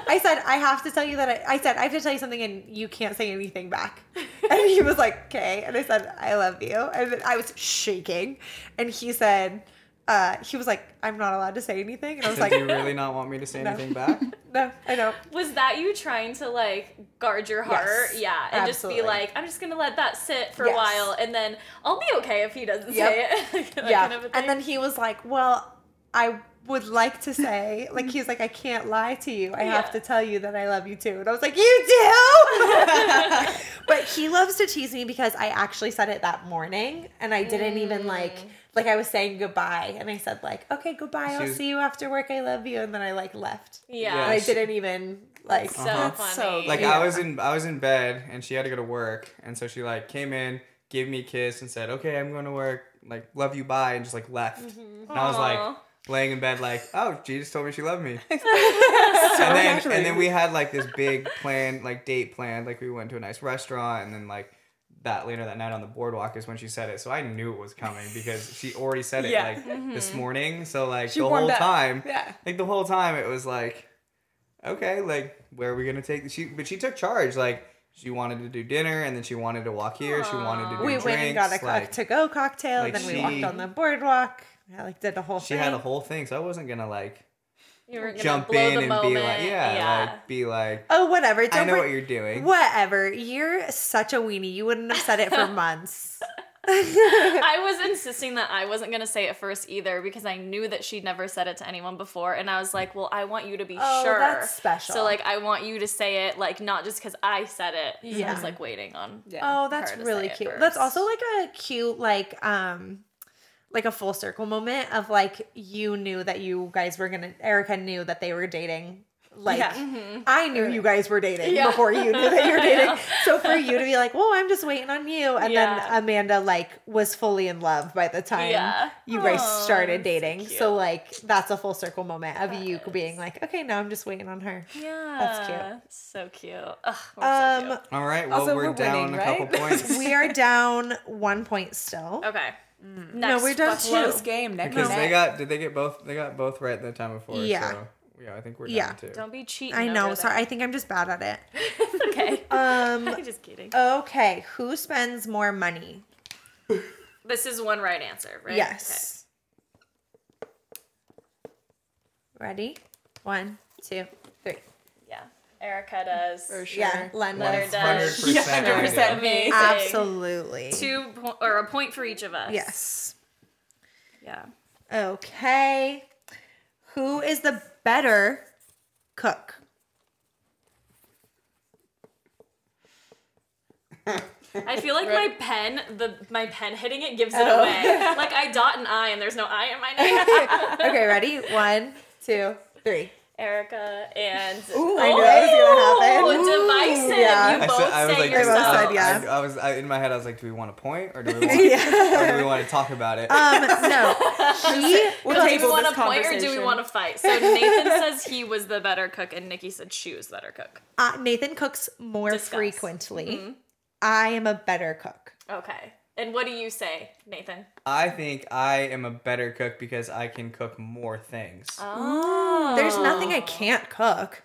S3: I said, I have to tell you that I, I said, I have to tell you something and you can't say anything back. And he was like, okay. And I said, I love you. And then I was shaking. And he said, uh, he was like, I'm not allowed to say anything. And I was
S2: Did
S3: like,
S2: you really not want me to say
S3: No.
S2: anything back
S3: no, I don't.
S4: Was that you trying to like guard your heart?
S3: Yes,
S4: yeah, and
S3: absolutely.
S4: just be like, I'm just gonna let that sit for
S3: Yes.
S4: a while, and then I'll be okay if he doesn't
S3: Yep.
S4: say it. That
S3: yeah.
S4: kind of a
S3: and
S4: thing.
S3: then he was like, well, I would like to say, like, he's like, I can't lie to you. I have
S4: Yeah.
S3: to tell you that I love you too. And I was like, you do? but he loves to tease me because I actually said it that morning and I didn't even like,
S4: Mm.
S3: like I was saying goodbye and I said like, okay, goodbye. I'll
S2: She was-
S3: see you after work. I love you. And then I like left.
S4: yeah,
S3: And I
S2: Yes.
S3: didn't even like,
S4: so
S2: Uh-huh.
S4: funny.
S5: That's so
S2: like
S3: Yeah.
S2: I was in I was in bed and she had to go to work and so she like came in gave me a kiss and said okay I'm going to work like love you bye and just like left
S5: Mm-hmm.
S2: and I was like
S4: Aw.
S2: laying in bed like oh she just told me she loved me and then and then we had like this big plan like date planned like we went to a nice restaurant and then like that later that night on the boardwalk is when she said it. So I knew it was coming because she already said it
S5: Yeah. Mm-hmm.
S2: like this morning. So like
S5: She
S2: the
S5: warmed
S2: whole
S5: up.
S2: time,
S5: Yeah.
S2: like the whole time it was like, okay, like where are we gonna take? She but she took charge. Like she wanted to do dinner and then she wanted to walk here. She wanted to do
S3: we
S2: drinks.
S3: went and got a
S2: like,
S3: to go cocktail,
S2: like
S3: then we
S2: she-
S3: walked on the boardwalk. I like did the whole
S2: she
S3: thing.
S2: had a whole thing, so I wasn't gonna like
S4: You were gonna
S2: jump
S4: blow
S2: in
S4: the
S2: and
S4: moment.
S2: be like, yeah, like be like,
S3: oh, whatever.
S2: I
S3: Don't
S2: know
S3: pre-
S2: what you're doing.
S3: Whatever. You're such a weenie. You wouldn't have said it for months.
S4: I was insisting that I wasn't gonna say it first either because I knew that she'd never said it to anyone before, and I was like, "Well, I want you to be
S3: Oh,
S4: sure."
S3: that's special.
S4: So like, I want you to say it, like not just because I said it. Yeah. I
S3: Yeah.
S4: was like waiting on.
S3: Oh, that's
S4: her to
S3: really
S4: say it
S3: cute. That's
S4: first.
S3: also like a cute like um like a full circle moment of like you knew that you guys were gonna Erica knew that they were dating. Like
S5: Yeah.
S3: I knew you guys were dating
S4: mm-hmm. Yeah.
S3: before you knew that you were dating.
S4: Yeah.
S3: So for you to be like, "Well, I'm just waiting on you," and
S4: Yeah.
S3: then Amanda like was fully in love by the time
S4: Yeah.
S3: you guys
S4: Aw,
S3: started
S4: that's so
S3: dating. So,
S4: cute.
S3: like that's a full circle moment of you being like, "Okay, now I'm just waiting on her."
S4: Yeah.
S3: That's cute.
S4: So cute. Ugh, we're so
S3: Um,
S4: cute.
S2: All right, well
S5: Also,
S2: we're,
S5: we're
S2: down
S5: winning,
S2: a couple
S5: right?
S2: points.
S3: we are down one point still.
S4: Okay. Next
S3: Um, we're done
S4: Buffalo.
S3: too.
S5: Close game. Neck
S2: Because
S5: and
S2: they
S5: neck.
S2: got did they get both they got both right the time before.
S3: Yeah.
S2: So yeah, I think we're
S3: Yeah.
S2: down too.
S4: Don't be cheating.
S3: I know.
S4: over
S3: Sorry, I
S4: there.
S3: think I'm just bad at it.
S4: It's okay.
S3: Um.
S4: I'm just kidding.
S3: Okay. Who spends more money?
S4: This is one right answer, right?
S3: Yes. Ready? One, two, three.
S4: Okay. Yeah. Erica does.
S5: For sure.
S3: Yeah, Linda.
S4: Leonard does.
S2: 100% Yeah, Erica.
S5: 100% me.
S4: Amazing.
S3: Absolutely.
S4: Two po- or a point for each of us.
S3: Yes.
S4: Yeah.
S3: Okay. Who is the better cook?
S4: I feel like my pen, the my pen hitting it gives it
S3: Oh.
S4: away. Like I dot an I and there's no I in my name.
S3: okay, ready? One, two, three.
S4: Erica and Oh,
S3: Ooh, I knew that was gonna happen.
S4: Ooh, divisive.
S3: Ooh, yeah.
S4: You
S3: I
S4: both
S2: said- I was
S4: say
S2: like, uh,
S3: They both
S4: yourself.
S3: said yeah.
S2: I, I was I, in my head. I was like, do we want a point or do we want,
S3: Yeah.
S2: or do we want to talk about it?
S3: Um, no. He
S5: We'll
S4: Do we
S5: table
S4: want
S5: this
S4: to point or do we
S5: conversation.
S4: want to fight? So Nathan says he was the better cook, and Nikki said she was the better cook.
S3: uh, Nathan cooks more
S4: Discuss. Mm-hmm.
S3: frequently. I am a better cook.
S4: Okay. And what do you say, Nathan?
S2: I think I am a better cook because I can cook more things.
S4: Oh.
S3: There's nothing I can't cook.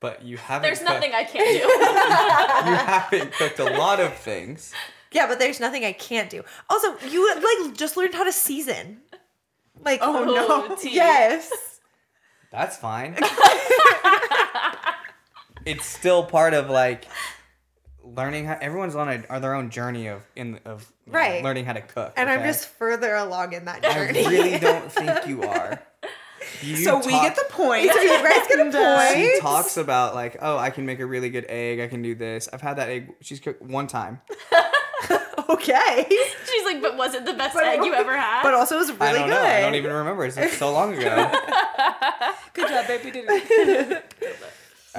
S2: but you haven't.
S4: There's
S2: cooked,
S4: nothing I can't do.
S2: you haven't cooked a lot of things.
S3: Yeah, but there's nothing I can't do. Also, you like just learned how to season. Like, oh,
S4: no. tea.
S3: yes.
S2: That's fine. it's still part of like learning how everyone's on a, on their own journey of in of you know,
S3: Right.
S2: learning how to cook.
S3: And I'm
S2: okay?
S3: just further along in that
S2: I
S3: journey.
S2: really don't think you are. You
S5: So we
S2: talk-
S5: get the point.
S3: so you guys get a
S2: She
S3: point.
S2: talks about like, oh, I can make a really good egg. I can do this. I've had that egg. She's cooked one time.
S3: Okay.
S4: She's like, but was it the best
S3: But-
S4: egg you ever had?
S3: But also, it was really
S2: I don't
S3: good.
S2: know. I don't even remember. It's like so long ago.
S5: Good job, babe. We did it.
S2: I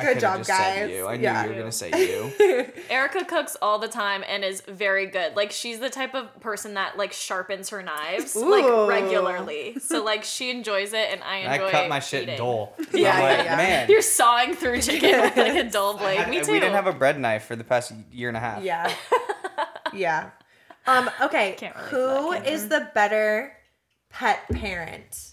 S3: Good
S2: could've
S3: job,
S2: just said
S3: guys.
S2: you. I knew
S3: Yeah.
S2: you were gonna say you.
S4: Erica cooks all the time and is very good. Like she's the type of person that like sharpens her knives
S3: Ooh.
S4: like regularly. So like she enjoys it and I
S2: And
S4: enjoy.
S2: I cut my shit
S4: eating.
S2: dull.
S3: Yeah,
S2: I'm
S3: yeah,
S2: like,
S3: yeah.
S2: man.
S4: You're sawing through chicken with like a dull blade.
S2: I-
S4: Me too.
S2: We didn't have a bread knife for the past year and a half.
S3: Yeah. yeah. Um, okay.
S4: Can't relate to that,
S3: Who is the better pet parent?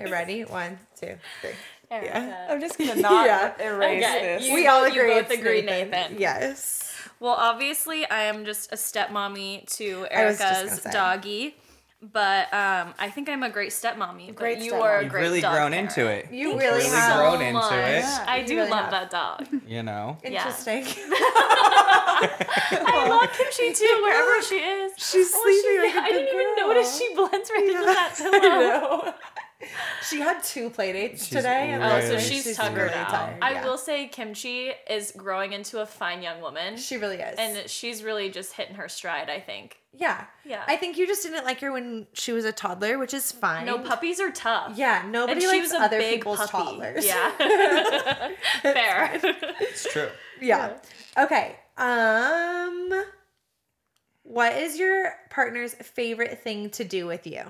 S3: Okay, ready? One, two, three.
S4: Erica.
S5: I'm just gonna not
S3: Yeah.
S5: erase
S4: Okay,
S5: this.
S4: you-
S3: we all agree.
S4: both
S3: it's
S4: agree, Nathan.
S3: Yes.
S4: Well, obviously, I am just a stepmommy to
S3: I was just gonna
S4: Erica's
S3: say.
S4: doggy, but um, I think I'm a great stepmommy.
S5: Great
S4: but you are a
S2: You've
S4: great
S2: really
S4: dog
S2: grown
S4: parent.
S2: into it.
S3: You
S2: You've
S3: really
S2: really
S3: have.
S2: grown into
S4: much.
S2: it.
S4: I
S3: You
S4: do
S3: really
S4: love that
S3: have.
S4: dog.
S2: You know.
S4: Yeah.
S3: Interesting.
S4: I love Kimchi too, wherever she is.
S3: Oh. She's
S4: Oh,
S3: sleeping
S4: she-
S3: like a
S4: I didn't
S3: good
S4: even
S3: girl.
S4: notice she blends right into
S3: Yeah,
S4: that
S3: I
S4: pillow.
S3: know. she had two play dates
S2: She's
S3: today. and
S2: really-
S4: Oh,
S3: I
S4: so
S3: think
S4: she's, tuckered
S3: really
S4: out.
S3: tired,
S4: I
S3: yeah.
S4: will say Kimchi is growing into a fine young woman.
S3: She really is.
S4: and she's really just hitting her stride, I think.
S3: yeah.
S4: Yeah.
S3: I think you just didn't like her when she was a toddler, which is fine.
S4: No, puppies are tough.
S3: Yeah, nobody
S4: And she was
S3: likes
S4: a
S3: other
S4: big
S3: people's
S4: puppy.
S3: toddlers.
S4: Yeah. Fair.
S2: It's true.
S3: Yeah. Okay. Um what is your partner's favorite thing to do with you?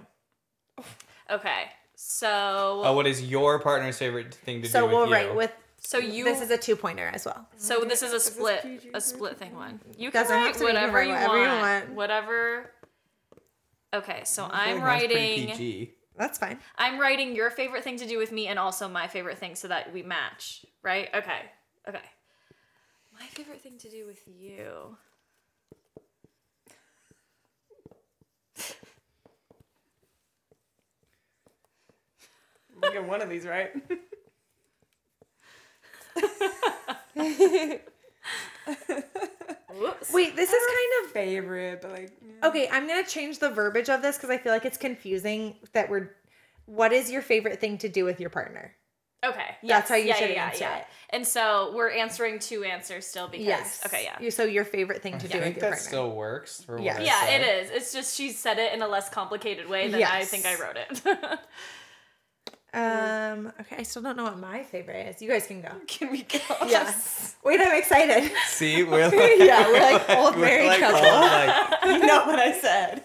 S4: Okay. So
S2: Oh, what is your partner's favorite thing to
S3: so
S2: do with
S3: we'll
S2: you?
S3: write with
S4: So you
S3: This is a two pointer as well.
S4: so this is a split a split thing one. You can
S3: Doesn't have
S4: write
S3: to be, you can
S4: whatever
S3: write
S4: you
S3: whatever you
S4: want.
S3: want.
S4: Whatever. Okay, so I'm
S2: Mine's pretty
S4: writing
S2: PG.
S3: That's fine.
S4: I'm writing your favorite thing to do with me and also my favorite thing so that we match, right? Okay. Okay. My favorite thing to do with you.
S5: You get one of these, right?
S4: Whoops.
S3: Wait, this is kind of
S5: Favorite, but like, yeah.
S4: Um,
S3: Okay, I'm gonna change the verbiage of this because I feel like it's confusing that we're. What is your favorite thing to do with your partner?
S4: Okay.
S3: That's
S4: yes,
S3: how you should answer it.
S4: And so we're answering two answers still because okay, yeah.
S3: You- So your favorite thing to
S2: I
S3: do with
S2: think
S3: your
S2: that
S3: partner.
S2: still works for
S3: Yeah.
S2: what I
S4: yeah,
S2: said.
S4: it is. It's just she said it in a less complicated way than I
S3: Yes.
S4: think I wrote it.
S3: um. Okay, I still don't know what my favorite is. You guys can go.
S4: Can we go?
S3: Yes. Wait, I'm excited.
S2: See, we're like,
S3: yeah, we're like old
S2: we're
S3: married
S2: like "Oh."
S3: couple.
S2: all like-
S5: you know what I said.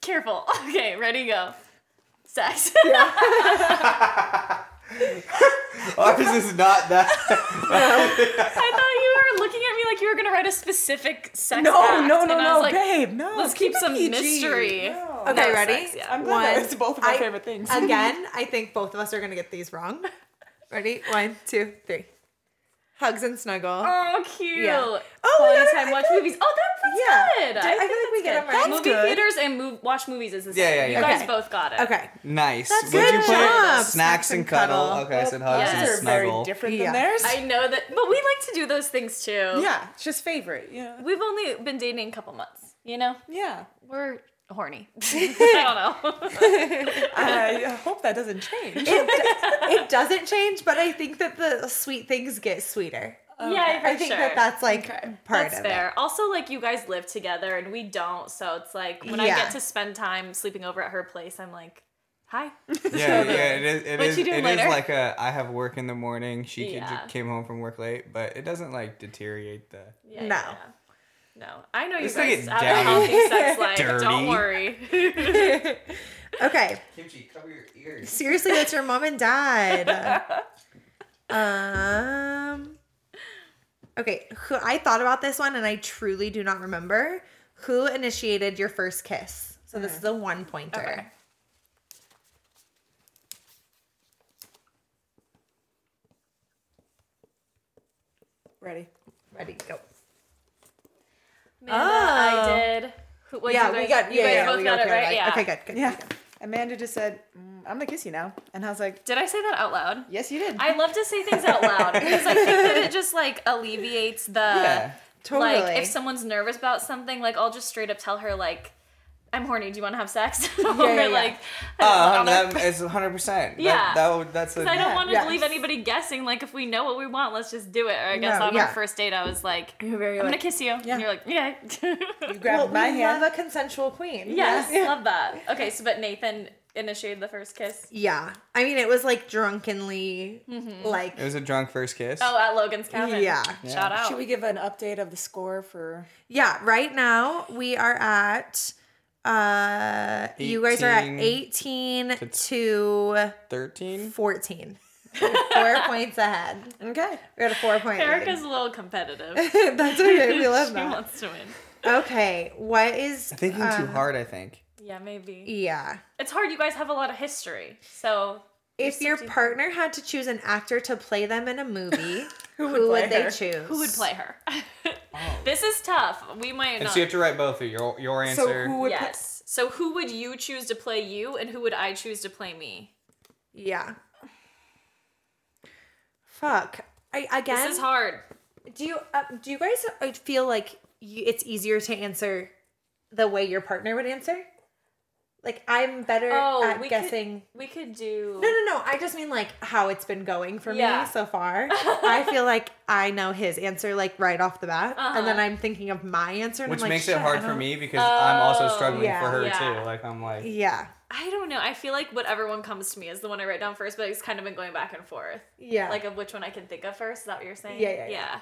S4: Careful. Okay, ready, go. Sex.
S2: ours is not that.
S4: I thought you were looking at me like you were gonna write a specific sex.
S5: No,
S4: act,
S5: no, no,
S4: and I
S5: no,
S4: was like,
S5: babe. No.
S4: Let's keep
S5: it
S4: some
S5: PG.
S4: mystery.
S5: No.
S3: Okay,
S4: No,
S3: ready?
S4: sex, yeah.
S5: I'm glad that
S3: One.
S5: it's both of our
S3: I-
S5: favorite things.
S3: Again, I think both of us are gonna get these wrong. Ready? One, two, three. Hugs and snuggle.
S4: Oh, cute.
S3: Yeah.
S4: Oh,
S3: Oh, we
S4: Quality
S3: got it.
S4: time
S3: I
S4: watch
S3: feel like-
S4: movies. Oh, that, that's
S3: Yeah.
S4: good.
S3: Do- I feel
S4: think
S3: like we get
S4: that's
S3: them right.
S4: good.
S3: That's
S4: Movie
S5: good.
S4: theaters and move, watch movies is the same.
S2: Yeah, yeah, yeah.
S4: You guys
S3: Okay.
S4: both got it.
S3: okay.
S2: nice.
S3: That's
S2: Would
S3: good
S2: you play
S3: job.
S2: snacks and cuddle? Okay, I said hugs
S4: Yes.
S2: and
S5: Ours are very
S2: snuggle.
S5: different
S3: Yeah.
S5: than theirs.
S4: I know that, but we like to do those things too.
S5: yeah, it's just favorite. Yeah.
S4: We've only been dating a couple months. You know,
S5: Yeah.
S4: we're horny. I don't know.
S5: I hope that doesn't change.
S3: It, do- it doesn't change, but I think that the sweet things get sweeter.
S4: Yeah, for
S3: I think
S4: sure.
S3: that that's like part
S4: That's
S3: of
S4: fair.
S3: it.
S4: Also, like you guys live together and we don't, so it's like when I
S3: Yeah.
S4: get to spend time sleeping over at her place, I'm like, hi.
S2: Yeah, yeah, it is. It
S4: What
S2: is.
S4: you doing
S2: It is
S4: later?
S2: like a. I have work in the morning. She ca-
S4: Yeah.
S2: came home from work late, but it doesn't like deteriorate the.
S4: Yeah,
S3: No.
S4: yeah. No, I know you
S2: Let's not
S4: guys
S2: get
S4: have a
S2: down
S4: healthy sex life.
S2: dirty.
S4: Don't worry.
S3: Okay,
S2: Kimchi, cover your ears.
S3: seriously, that's your mom and dad. Um. Okay, who I thought about this one and I truly do not remember who initiated your first kiss. So this is a one pointer.
S4: Okay.
S5: Ready.
S3: Ready? Go.
S4: Amanda, I
S3: Oh.
S4: did. Who, what,
S3: yeah,
S4: you guys,
S3: we got.
S4: You
S3: yeah,
S4: guys
S3: yeah,
S4: both
S3: we
S4: got it
S3: okay,
S4: right.
S3: right?
S4: Yeah.
S3: Okay, good. good
S5: Yeah.
S3: good.
S5: Amanda just said, mm, I'm gonna kiss you now. And I was like,
S4: Did I say that out loud?
S5: yes, you did.
S4: I love to say things out loud because I think that it just like alleviates the
S2: Yeah.
S3: Totally.
S4: like if someone's nervous about something, like I'll just straight up tell her like. I'm horny. Do you want to have sex? or
S3: yeah, Oh, yeah.
S4: like,
S2: Uh,
S4: I'm like-
S2: that, it's 100. percent
S4: Yeah.
S2: That, that would, that's a.
S4: I don't want to
S5: yes.
S4: leave anybody guessing. Like, if we know what we want, let's just do it. Or I guess
S3: No,
S4: on
S3: yeah.
S4: our first date, I was like,
S3: You're very
S4: I'm
S3: like-
S4: gonna kiss you, and you're like, yeah,
S5: you grabbed
S3: well,
S5: my
S3: we
S5: hand.
S3: love a consensual queen.
S4: yes, love that. Okay, so but Nathan initiated the first kiss.
S3: Yeah. I mean, it was like drunkenly, like,
S2: It was a drunk first kiss.
S4: Oh, at Logan's cabin.
S3: Yeah.
S4: shout out.
S5: Should we give an update of the score for?
S3: yeah. Right now, we are at, uh, you guys are at 18 to
S2: 13.
S3: 14. four points ahead.
S5: Okay.
S3: We're at a four point.
S4: Erica's a
S3: lead.
S4: little competitive.
S3: That's okay. We love
S4: she
S3: that.
S4: wants to win.
S3: Okay. What is.
S2: Thinking too
S3: um,
S2: hard, I think.
S4: Yeah, maybe.
S3: Yeah.
S4: It's hard. You guys have a lot of history, so
S3: If your
S4: such a-
S3: partner had to choose an actor to play them in a movie, who would,
S5: play
S3: they
S5: her?
S3: choose?
S4: who would play her? This is tough. We might
S2: And
S4: not.
S2: so you have to write both of your your answer.
S5: So who would?
S4: yes. So who would you choose to play you, and who would I choose to play me?
S3: Yeah. Fuck. I again.
S4: This is hard.
S3: Do you uh, do you guys uh, feel like you, it's easier to answer the way your partner would answer? Like I'm better
S4: Oh,
S3: at
S4: we
S3: guessing.
S4: Could, we could do.
S3: No, no, no. I just mean like how it's been going for
S4: Yeah.
S3: me so far. I feel like I know his answer like right off the bat, and
S4: Uh-huh.
S3: then I'm thinking of my answer, and
S2: Which
S3: I'm like,
S2: makes
S3: "Shit,
S2: it
S3: I
S2: hard for
S3: don't-"
S2: me because I'm also
S4: Oh,
S2: struggling
S3: yeah.
S2: for her
S4: Yeah.
S2: too. Like I'm like
S3: Yeah,
S4: I don't know. I feel like whatever one comes to me is the one I write down first, but it's kind of been going back and forth.
S3: yeah.
S4: Like of which one I can think of first. Is that what you're saying?
S3: Yeah, yeah, yeah.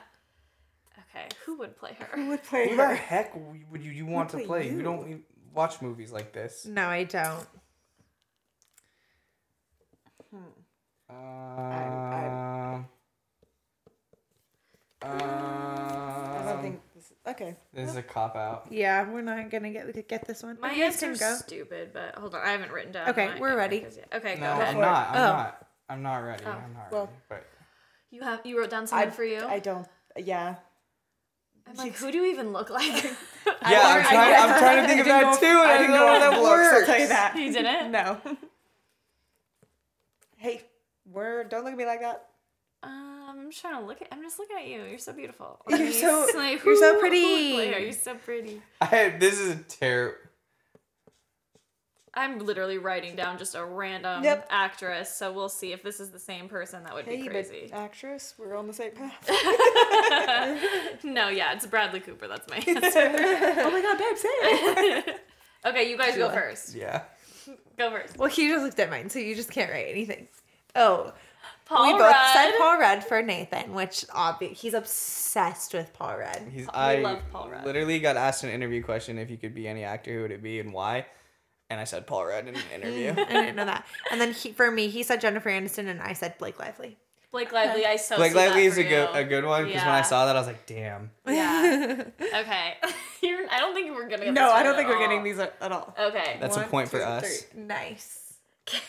S4: Okay. Who would play
S5: Who
S4: her?
S5: would play
S2: Who the
S5: her?
S2: heck would you, you want to
S5: play
S2: play? You
S5: you?
S2: don't even watch movies like this.
S3: no, I don't.
S2: Uh,
S5: I don't
S2: Um,
S5: think this okay.
S2: this is um, a cop out.
S3: Yeah, we're not gonna get get this one.
S4: My
S3: You guys can
S4: answer's stupid, but hold on, I haven't written down.
S3: Okay,
S4: my
S3: we're ready.
S4: answers yet. Okay, go
S2: No,
S4: ahead.
S2: I'm not. I'm
S3: Oh.
S2: not. I'm not ready.
S4: Oh,
S2: I'm not
S5: Well-
S2: ready. But
S4: You have you wrote down something for you.
S5: I don't. Yeah.
S4: am like, who do you even look like?
S2: yeah, I'm
S5: learned- I
S2: trying,
S5: learned-
S2: I'm trying to think of that too, and I didn't know how that works.
S5: I'll tell you that.
S4: you didn't.
S5: No. hey, we're don't look at me like that.
S4: Um, I'm trying to look at. I'm just looking at you. You're so beautiful.
S5: You're so-
S4: like,
S3: you're so
S4: who- who would
S3: pretty.
S4: play her? You're so pretty.
S2: I, this is terrible.
S4: I'm literally writing down just a random
S5: Yep.
S4: actress, so we'll see if this is the same person. That would
S5: Hey,
S4: be
S5: but
S4: crazy.
S5: actress, we're on the same path.
S4: no, yeah, it's Bradley Cooper. That's my answer.
S5: oh my god, babe, say it.
S4: okay, you guys go first.
S2: Yeah.
S4: Go first.
S3: Well, he just looked at mine, so you just can't write anything. Oh,
S4: Paul
S3: we both said
S4: Rudd.
S3: Paul Rudd for Nathan, which obvious he's obsessed with Paul Rudd.
S2: He's,
S4: Paul- we
S2: I
S4: love Paul Rudd.
S2: literally got asked an interview question if you could be any actor, who would it be and why? And I said Paul Rudd in an interview.
S3: I didn't know that. And then he, for me, he said Jennifer Aniston, and I said Blake Lively.
S4: Blake Lively. I so
S2: Blake
S4: see that
S2: Lively is
S4: for
S2: a good,
S4: you.
S2: a good one because when
S4: Yeah.
S2: I saw that, I was like, damn.
S4: Yeah. okay. You're, I don't think we're gonna. Get
S5: No,
S4: this
S5: I
S4: right
S5: don't
S4: at
S5: think we're getting
S4: all.
S5: these at at all.
S4: Okay.
S2: That's a
S5: One,
S2: point for
S5: two,
S2: us.
S5: three.
S3: Nice.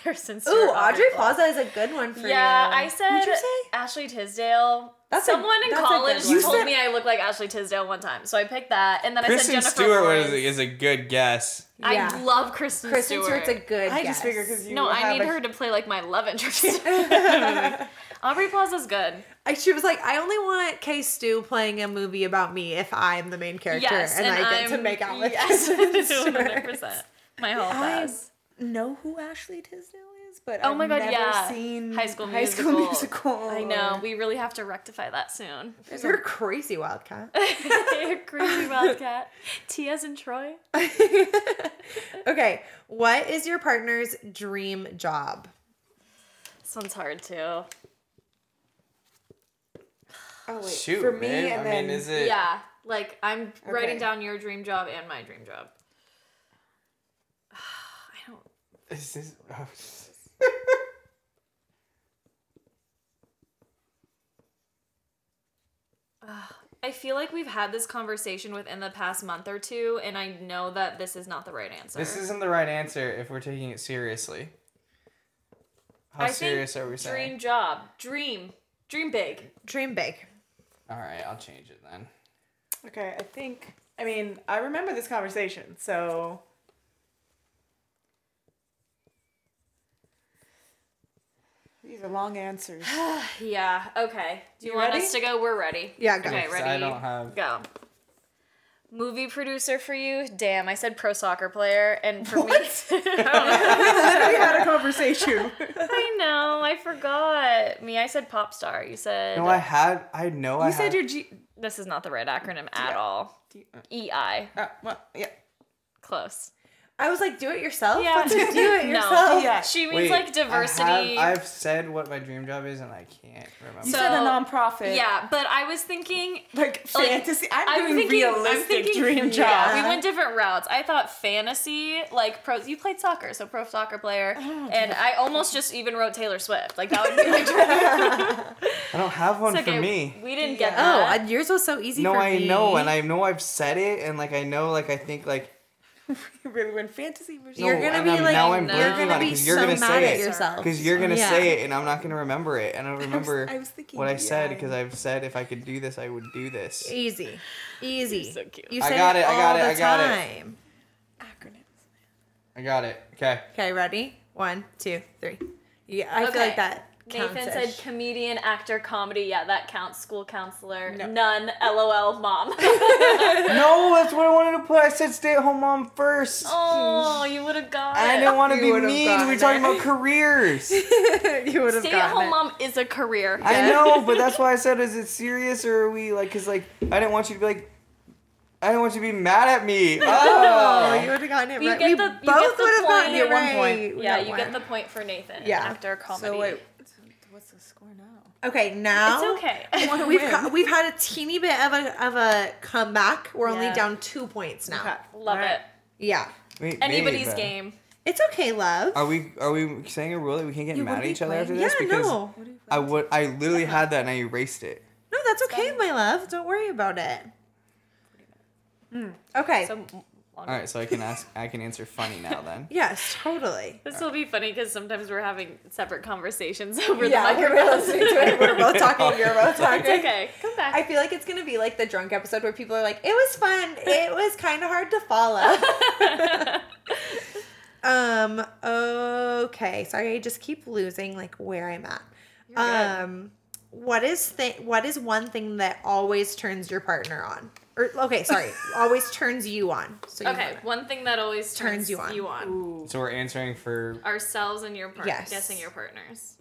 S4: Kirsten Stewart.
S3: Ooh, Audrey
S4: Plaza.
S3: Plaza is a good one for you.
S4: Yeah, I said
S3: What'd you say?
S4: Ashley Tisdale.
S3: That's a-
S4: Someone in
S3: that's a good
S4: college
S3: one. You
S4: told
S5: said-
S4: me I look like Ashley Tisdale one time, so I picked that, and then I
S2: Kristen
S4: said Jennifer
S2: Stewart
S4: Lawrence.
S2: was, is a good guess.
S4: I
S3: Yeah.
S4: love Kristen,
S3: Kristen
S4: Stewart.
S3: Stewart's a good.
S5: I just
S3: guess.
S5: figured because you
S4: no, I
S5: have
S4: need
S5: a-
S4: her to play like my love interest. Aubrey Plaza's good.
S3: I- she was like, I only want K. Stu playing a movie about me if I'm the main character,
S4: Yes,
S3: and,
S4: and,
S3: I get
S4: am
S3: to make out with
S4: yes,
S3: Kristen
S4: 100%.
S3: Stewart.
S4: My whole
S5: I
S4: pass.
S5: know who Ashley Tisdale is, but
S4: Oh
S5: I've
S4: my god,
S5: never
S4: yeah.
S5: seen
S4: High School
S5: High
S4: Musical.
S5: School Musical.
S4: I know.
S5: or-
S4: We really have to rectify that soon.
S3: You're crazy, Wildcat.
S4: Crazy Wildcat. Tia's and Troy.
S3: okay, what is your partner's dream job?
S4: This one's hard too.
S5: Oh, wait.
S2: Shoot,
S5: for me,
S2: man.
S5: and
S2: I mean,
S5: then
S2: is it?
S4: Yeah, like I'm writing
S5: Okay.
S4: down your dream job and my dream job. I don't.
S2: Is this? Oh,
S4: I feel like we've had this conversation within the past month or two, and I know that this is not the right answer.
S2: this isn't the right answer if we're taking it seriously. How
S4: I think
S2: serious are we
S4: dream
S2: saying?
S4: job, dream, dream big.
S3: Dream big.
S2: All right, I'll change it then.
S5: Okay, I think. I mean, I remember this conversation, so. These are long answers.
S4: Yeah. Okay. Do you,
S5: You
S4: want
S5: ready?
S4: us to go? We're ready.
S3: Yeah, go.
S4: Okay.
S2: Because
S4: Ready.
S2: I don't have-
S4: Go. Movie producer for you? Damn, I said pro soccer player, and for me, I don't know.
S5: we had a conversation.
S4: I know. I forgot. Me, I said pop star. You said
S2: No, I had. I know I
S5: You said
S2: had-
S5: your G.
S4: this is not the right acronym at all. EI.
S5: Uh, well, yeah.
S4: Close.
S3: I was like, do it yourself.
S4: Yeah.
S3: Let's just Oh, do it
S4: No.
S3: yourself.
S5: Yeah.
S4: She means
S2: Wait,
S4: like diversity.
S2: I have, I've said what my dream job is, and I can't remember.
S5: You
S4: So-
S5: said a nonprofit.
S4: yeah, but I was thinking.
S5: Like fantasy. I'm,
S4: I'm
S5: doing
S4: thinking,
S5: realistic
S4: I'm thinking,
S5: dream job.
S4: Yeah, we went different routes. I thought fantasy, like pro. You played soccer, so pro soccer player, and I almost just even wrote Taylor Swift. Like that would be my dream.
S2: I don't have one
S4: It's okay,
S2: for me.
S4: we didn't get
S3: Oh,
S4: that.
S3: and yours was so easy.
S2: No,
S3: for
S2: I
S3: me.
S2: know, and I know I've said it, and like I know, like I think, like
S5: You really went fantasy versus.
S2: no,
S3: You're gonna
S2: and
S3: be
S2: I'm-
S3: like-
S2: now I'm
S4: no.
S2: blanking
S4: You're gonna
S2: on it
S3: be
S2: 'cause you're
S3: so
S2: gonna
S3: mad
S2: say
S3: at
S2: it
S3: yourself.
S2: because you're gonna
S3: Yeah.
S2: say it, and I'm not gonna remember it, and I don't remember
S5: I was thinking
S2: what I said
S5: EI.
S2: because I've said if I could do this, I would do this.
S3: Easy, easy.
S4: You're so cute.
S3: You
S2: I
S3: say
S2: got it, I got
S3: all
S2: it,
S3: the
S2: I got it.
S3: time.
S5: Acronyms.
S2: I got it. Okay.
S3: Okay, ready? One, two, three. Yeah, I feel
S4: Okay.
S3: like that.
S4: Nathan
S3: counts-ish.
S4: said comedian, actor, comedy. Yeah, that counts. School counselor, none. LOL, mom.
S2: No, that's what I wanted to put. I said stay at home mom first.
S4: oh, you would have got
S2: I didn't want to
S3: You
S2: be
S3: would've
S2: mean.
S3: gotten
S2: We're talking
S3: it.
S2: about careers.
S3: you would have
S4: Stay at
S3: gotten
S4: home
S3: it.
S4: mom is a career.
S2: I know, but that's why I said, is it serious or are we like? Because like, I didn't want you to be like, I didn't want you to be mad at me.
S3: Oh,
S2: Oh,
S3: you would have gotten it
S4: You
S3: right.
S4: get
S3: We
S4: the- you get
S3: both
S4: the
S3: would have gotten
S4: point.
S3: it
S4: You get
S5: one
S3: right.
S5: point.
S3: We
S4: Yeah,
S3: got
S4: you get
S3: one.
S4: the point for Nathan.
S3: Yeah.
S4: Actor, comedy.
S5: So wait, what's the score now?
S3: Okay, now
S4: It's okay.
S3: We've ca- we've had a teeny bit of a of a comeback. We're only
S4: Yeah.
S3: down two points now.
S5: Okay.
S4: Love
S5: Alright.
S4: it.
S3: Yeah,
S2: Wait,
S4: Anybody's
S2: babe.
S4: game.
S3: it's okay, love.
S2: Are we are we saying a rule that we can't get mad at
S5: wouldn't
S2: each
S5: be
S2: other after
S5: playing-
S3: yeah,
S2: this? because
S3: no,
S2: I would I literally had that and I erased it.
S3: no, that's okay, my love. Don't worry about it. Mm, Okay.
S4: So m-
S2: All right, so I can ask. I can answer funny now then.
S3: yes, totally.
S4: this will be funny because sometimes we're having separate conversations over
S3: yeah,
S4: the
S3: we're both
S4: microphones.
S3: listening to it. We're both talking. You're both talking.
S4: it's okay. Come back.
S3: I feel like it's gonna be like the drunk episode where people are like, "It was fun. It was kind of hard to follow." um. Okay. Sorry, I just keep losing like where I'm at.
S4: good.
S3: um. What is thi- What is one thing that always turns your partner on? Or okay, sorry, always turns you on. So you
S4: okay,
S3: know
S4: one thing that always turns,
S3: Turns you on.
S2: So we're answering for
S4: ourselves and your partner,
S3: Yes.
S4: guessing your partners.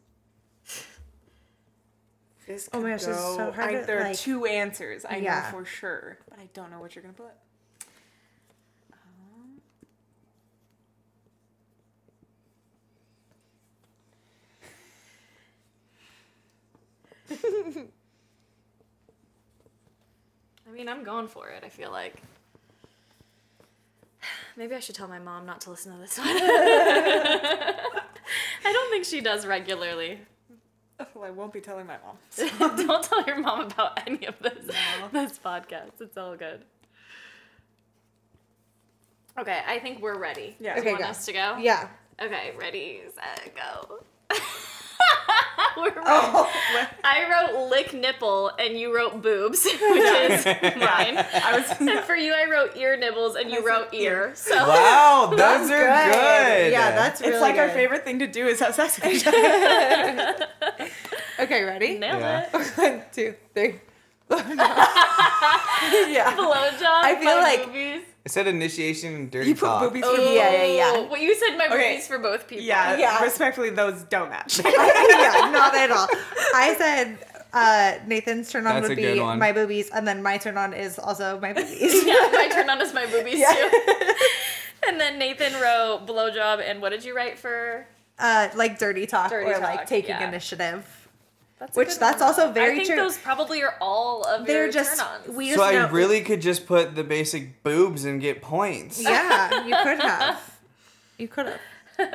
S5: This
S3: Oh my
S5: could
S3: gosh, this is so
S5: go-
S3: hard
S5: I,
S3: to,
S5: there are
S3: like-
S5: two answers. I
S3: Yeah.
S5: know for sure, but I don't know what you're gonna put.
S4: I mean, I'm going for it. I feel like maybe I should tell my mom not to listen to this one. I don't think she does regularly.
S5: Well, Oh, I won't be telling my mom.
S4: don't tell your mom about any of this this podcast. It's all good. Okay, I think we're ready.
S5: Yeah.
S4: Do
S3: Okay,
S4: you want
S3: go.
S4: us to go?
S3: it. Yeah.
S4: Okay, ready, set, go. We're ready.
S3: Oh.
S5: Well,
S4: I wrote lick nipple and you wrote boobs, which is mine.
S5: I was.
S4: And for you, I wrote ear nibbles and you wrote ear. So
S2: Wow, those are good.
S3: Yeah, that's really
S5: it's like our
S3: good.
S5: favorite thing to do is have sex with each other.
S3: Okay, ready?
S4: nailed
S2: Yeah.
S4: it.
S3: One, two, three. yeah.
S4: Blowjob.
S3: I feel
S4: my
S3: like-
S4: boobies.
S2: It said initiation and dirty
S5: You put
S2: talk.
S5: boobies
S3: Oh.
S5: for
S3: Yeah, yeah, yeah.
S4: Ooh, Well, you said my
S5: Okay.
S4: boobies for both people.
S5: Yeah,
S3: Yeah.
S5: Respectfully, those don't match.
S3: yeah, not at all. I said uh, Nathan's turn on
S2: That's
S3: would
S2: a good
S3: be
S2: one.
S3: my boobies, and then my turn on is also my boobies.
S4: yeah, my turn on is my boobies
S3: Yeah.
S4: too. and then Nathan wrote blowjob, and what did you write for?
S3: uh, like dirty talk
S4: Dirty
S3: or
S4: talk,
S3: like taking
S4: yeah.
S3: initiative.
S4: That's
S3: Which that's also very
S4: I think
S3: true.
S4: those probably are all of
S3: They're
S4: your
S3: just
S4: turn-ons.
S3: we just
S2: So I
S3: know,
S2: really could just put the basic boobs and get points.
S3: yeah. You could have. You could have.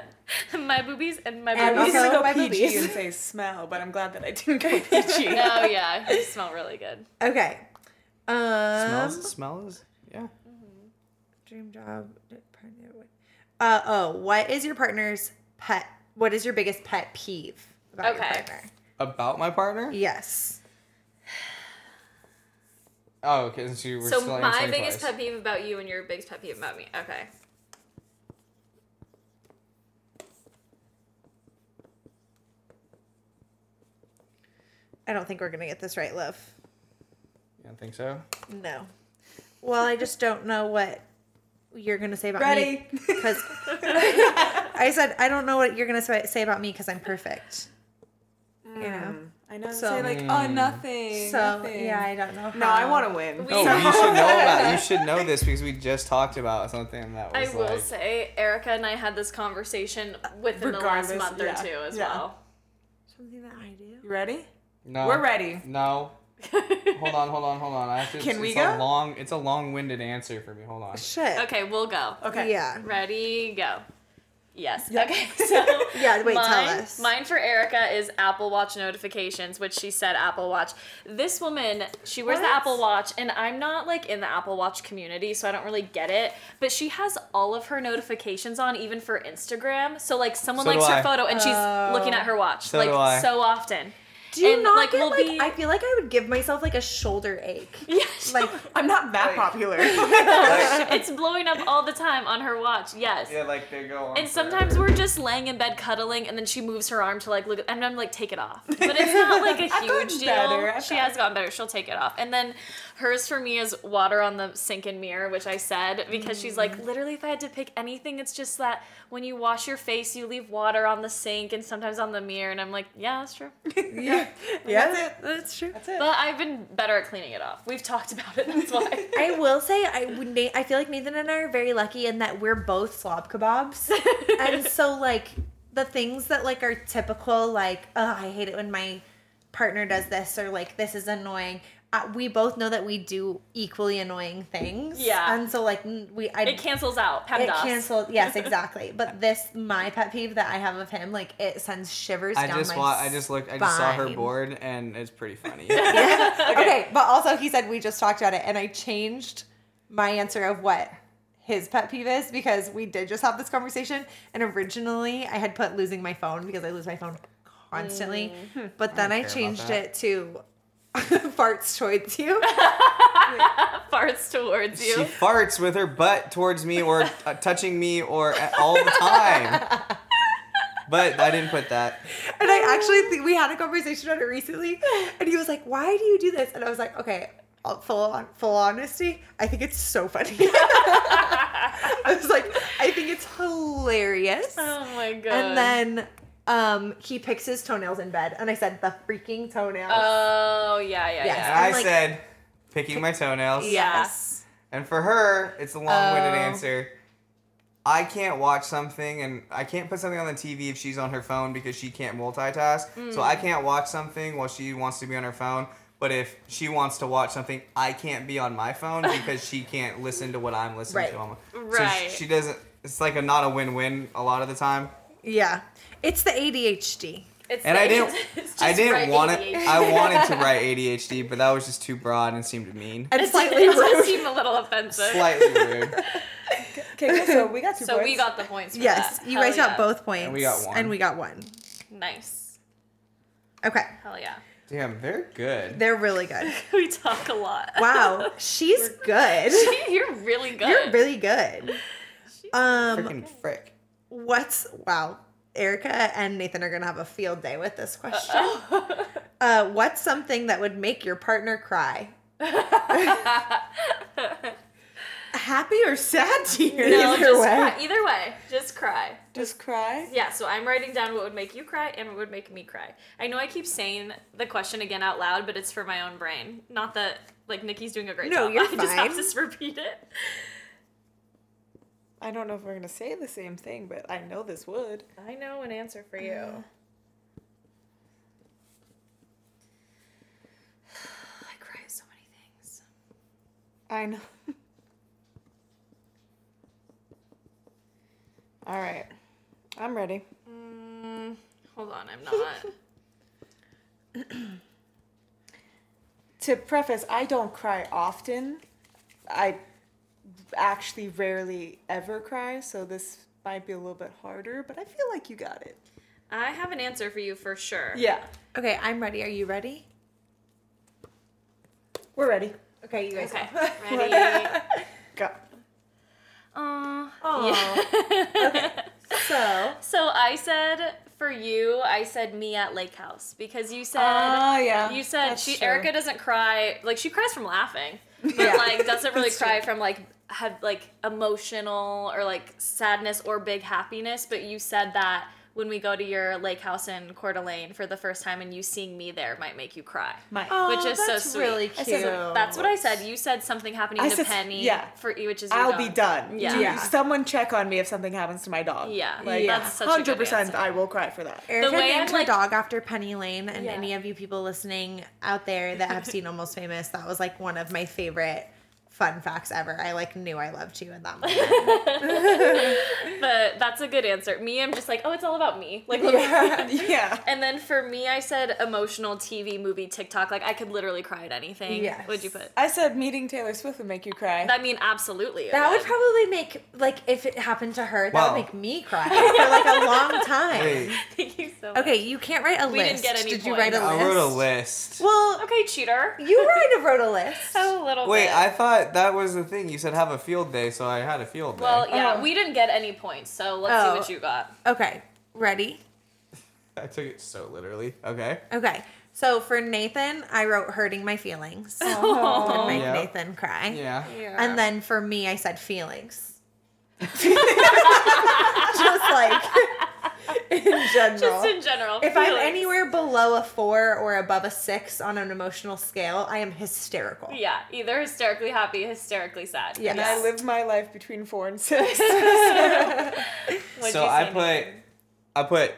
S4: my boobies and my
S3: And
S5: I was
S4: boobies.
S5: gonna
S3: also
S5: go
S3: my
S5: PG
S3: boobies.
S5: and say smell, but I'm glad that I didn't go PG.
S4: oh yeah, you smell really good.
S3: Okay. Um,
S2: Smells, smells, yeah.
S3: dream job partner. what- Uh oh. What is your partner's pet? What is your biggest pet peeve about your
S4: Okay.
S3: partner?
S2: About my partner?
S3: Yes.
S2: Oh, okay. So you were
S4: so
S2: still
S4: my
S2: answering
S4: biggest
S2: twice.
S4: pet peeve about you and your biggest pet peeve about me. Okay.
S3: I don't think we're gonna get this right, love.
S2: You don't think so?
S3: No. Well, I just don't know what you're gonna say about
S5: Ready?
S3: Because I said I don't know what you're gonna say say about me because I'm perfect. You know.
S5: I know.
S3: So-
S5: So, say like, oh, nothing.
S3: So
S5: Mm, nothing.
S3: yeah, I don't know.
S5: No, I want to win. Oh.
S4: We-
S2: No,
S4: So-
S2: Oh, you should know about. You should know this because we just talked about something that
S4: I
S2: was
S4: will
S2: like.
S4: say, Erica and I had this conversation within the last
S5: Regardless,
S4: month
S5: yeah,
S4: or two as
S5: yeah.
S4: well.
S3: something that I do.
S5: You ready?
S2: no,
S5: We're ready.
S2: No, hold on, hold on, hold on. I have to,
S5: Can
S2: it's,
S5: we
S2: it's A
S5: go?
S2: long, it's a long-winded answer for me. Hold on.
S3: Shit.
S4: Okay, we'll go.
S5: Okay.
S3: Yeah.
S4: Ready, go. Yes.
S5: Yeah.
S4: Okay. So
S3: Yeah, wait, tell
S4: mine,
S3: us.
S4: Mine for Erica is Apple Watch notifications, which she said Apple Watch. This woman, she wears the
S3: What?
S4: Apple Watch, and I'm not like in the Apple Watch community, so I don't really get it. But she has all of her notifications on, even for Instagram. So like someone
S2: So
S4: likes
S2: do
S4: her
S2: I.
S4: photo, and
S3: Oh.
S4: she's looking at her watch
S2: So
S4: like
S2: do I.
S4: so often.
S3: Do you
S4: And,
S3: not
S4: like,
S3: get
S4: we'll
S3: like?
S4: be-
S3: I feel like I would give myself like a shoulder ache.
S4: Yeah.
S3: Like
S5: I'm not that popular.
S4: it's blowing up all the time on her watch. Yes.
S2: Yeah, like they go on.
S4: And sometimes we're just laying in bed cuddling, and then she moves her arm to like look, and I'm like, take it off. But it's not like a
S5: I've gotten
S4: huge deal.
S5: better, I've
S4: she has gotten better. She'll take it off. And then hers for me is water on the sink and mirror, which I said because she's like,
S3: Mm.
S4: literally, if I had to pick anything, it's just that when you wash your face, you leave water on the sink and sometimes on the mirror. And I'm like, yeah, that's true.
S5: yeah. Yeah, that's it.
S3: that's true.
S5: That's it.
S4: But I've been better at cleaning it off. We've talked about it. That's why.
S3: I will say I would. Na- I feel like Nathan and I are very lucky in that we're both slob kebabs, and so like the things that like are typical, like oh, I hate it when my partner does this, or like this is annoying. uh, we both know that we do equally annoying things.
S4: Yeah.
S3: And so like n- we I
S4: It cancels out.
S3: it
S4: PEMDAS.
S3: canceled. Yes, exactly. but this my pet peeve that I have of him, like it sends shivers
S2: I
S3: down
S2: just
S3: my
S2: wa- I just looked. I just saw her
S3: spine.
S2: board, and it's pretty funny.
S3: okay. but also he said we just talked about it, and I changed my answer of what his pet peeve is because we did just have this conversation, and originally I had put losing my phone because I lose my phone constantly, but then I,
S2: care about
S3: changed
S2: that.
S3: it to farts towards you.
S4: farts towards
S2: she
S4: you.
S2: farts with her butt towards me, or uh, touching me, or at- all the time. But I didn't put that.
S3: And I actually think we had a conversation on it recently, and he was like, "Why do you do this?" And I was like, "Okay, uh, full on, full honesty, I think it's so funny." I was like, "I think it's hilarious."
S4: oh my god.
S3: and then um, he picks his toenails in bed, and I said, "The freaking toenails."
S4: Oh yeah, yeah,
S3: Yes.
S2: And
S4: yeah.
S2: I
S3: I'm like-
S2: said, picking my toenails.
S3: yes.
S2: And for her, it's a long-winded
S4: Oh.
S2: answer. I can't watch something and I can't put something on the TV if she's on her phone because she can't multitask.
S4: Mm.
S2: So I can't watch something while she wants to be on her phone. But if she wants to watch something, I can't be on my phone because she can't listen to what I'm listening
S3: Right.
S2: to. on my- So
S4: Right.
S2: she doesn't. It's like a not a win-win a lot of the time.
S3: Yeah, it's the ADHD.
S4: It's
S2: And I
S4: like-
S2: didn't.
S4: it's just
S2: I didn't
S4: right
S2: want it.
S4: ADHD.
S2: I wanted to write ADHD, but that was just too broad and seemed mean.
S3: And
S4: It's
S3: slightly
S4: it does
S3: rude.
S4: seem a little offensive.
S2: Slightly rude.
S5: Okay, cool. so we got two
S4: So
S5: points.
S4: we got the points. For
S3: Yes,
S4: that.
S3: you
S4: Hell
S3: guys
S4: yeah.
S3: got both points,
S2: we got one.
S3: and we got one.
S4: Nice.
S3: Okay,
S4: Hell yeah.
S2: Damn, they're good.
S3: they're really good.
S4: We talk a lot.
S3: Wow, she's good.
S4: You're really good.
S3: You're really good. Um,
S2: Freaking frick.
S3: What's wow? Erica and Nathan are gonna have a field day with this question. Uh, what's something that would make your partner cry?
S5: happy or sad tears.
S4: No,
S3: Either
S4: just
S3: way.
S4: Cry. Either way, just cry.
S5: Just cry.
S4: Yeah, so I'm writing down what would make you cry and what would make me cry. I know I keep saying the question again out loud, but it's for my own brain. Not that like Nikki's doing a great
S3: No,
S4: job.
S3: you're
S4: I just have
S3: fine.
S4: to s- repeat it.
S5: I don't know if we're gonna say the same thing, but I know this would.
S4: I know an answer for you. I cry at so many things.
S5: I know. All right, I'm ready.
S4: Mm, hold on, I'm not.
S5: To preface, I don't cry often. I actually rarely ever cry, so this might be a little bit harder, but I feel like you got it.
S4: I have an answer for you for sure.
S5: Yeah,
S3: Okay, I'm ready. Are you ready?
S5: we're ready.
S3: Okay, you guys.
S4: Okay. Ready? Uh,
S5: Go.
S4: Aw.
S3: So
S4: So I said for you, I said me at Lake House because you said
S5: Oh, yeah.
S4: you said
S5: That's
S4: she
S5: true.
S4: Erica doesn't cry like she cries from laughing, but
S3: Yeah.
S4: like doesn't really cry from like have like emotional or like sadness or big happiness. But you said that when we go to your lake house in Coeur d'Alene for the first time and you seeing me there might make you cry.
S5: My.
S4: Which is so
S3: that's
S4: sweet.
S3: Really
S5: I
S3: cute.
S5: said,
S4: That's what I said. You said something happening
S5: I
S4: to
S5: said-
S4: Penny
S5: yeah.
S4: for you, which is you
S5: I'll
S4: going.
S5: be done.
S4: Yeah.
S5: Do-
S3: Yeah.
S5: Someone check on me if something happens to my dog.
S4: Yeah,
S5: Like,
S3: Yeah.
S4: that's such a good
S5: 100%
S4: answer.
S5: I will cry for that.
S3: Erica
S4: The way
S3: named
S4: I'm,
S3: her
S4: like-
S3: dog after Penny Lane, and
S4: Yeah.
S3: any of you people listening out there that have seen Almost Famous, that was like one of my favorite fun facts ever. I like knew I loved you in that moment.
S4: But that's a good answer. Me, I'm just like, oh, it's all about me. Like, let me-
S5: Yeah. yeah.
S4: And then for me, I said emotional TV, movie, TikTok. Like I could literally cry at anything.
S3: Yes.
S4: Would you put?
S5: I said meeting Taylor Swift would make you cry.
S4: I mean, absolutely. it
S3: That would probably make like if it happened to her, that
S2: Wow.
S3: would make me cry for like a long time.
S2: Wait.
S4: Thank you so much.
S3: Okay, you can't write a
S4: We didn't
S3: list.
S4: get any
S3: Did you
S4: points.
S3: write a list?
S2: I wrote a list.
S3: Well,
S4: Okay, cheater.
S3: you kind of wrote a list.
S4: a little.
S2: Wait,
S4: bit.
S2: I thought that was the thing. You said have a field day, so I had a field day.
S4: Well, yeah,
S5: Oh.
S4: we didn't get any points, so let's see
S3: Uh-huh. Oh.
S4: what you got.
S3: Okay, ready?
S2: I took it so literally. Okay.
S3: Okay. So for Nathan, I wrote hurting my feelings.
S4: Oh.
S3: Would make
S2: Yeah.
S3: Nathan cry.
S2: Yeah.
S3: And then for me, I said feelings. Just like in general.
S4: Just in general.
S3: if I'm
S4: feelings.
S3: anywhere below a four or above a six on an emotional scale, I am hysterical.
S4: Yeah, either hysterically happy, hysterically sad.
S3: Yes.
S5: and I lived my life between four and six.
S4: What'd
S2: so
S4: you
S2: I
S4: say,
S2: put,
S4: Nathan?
S2: I put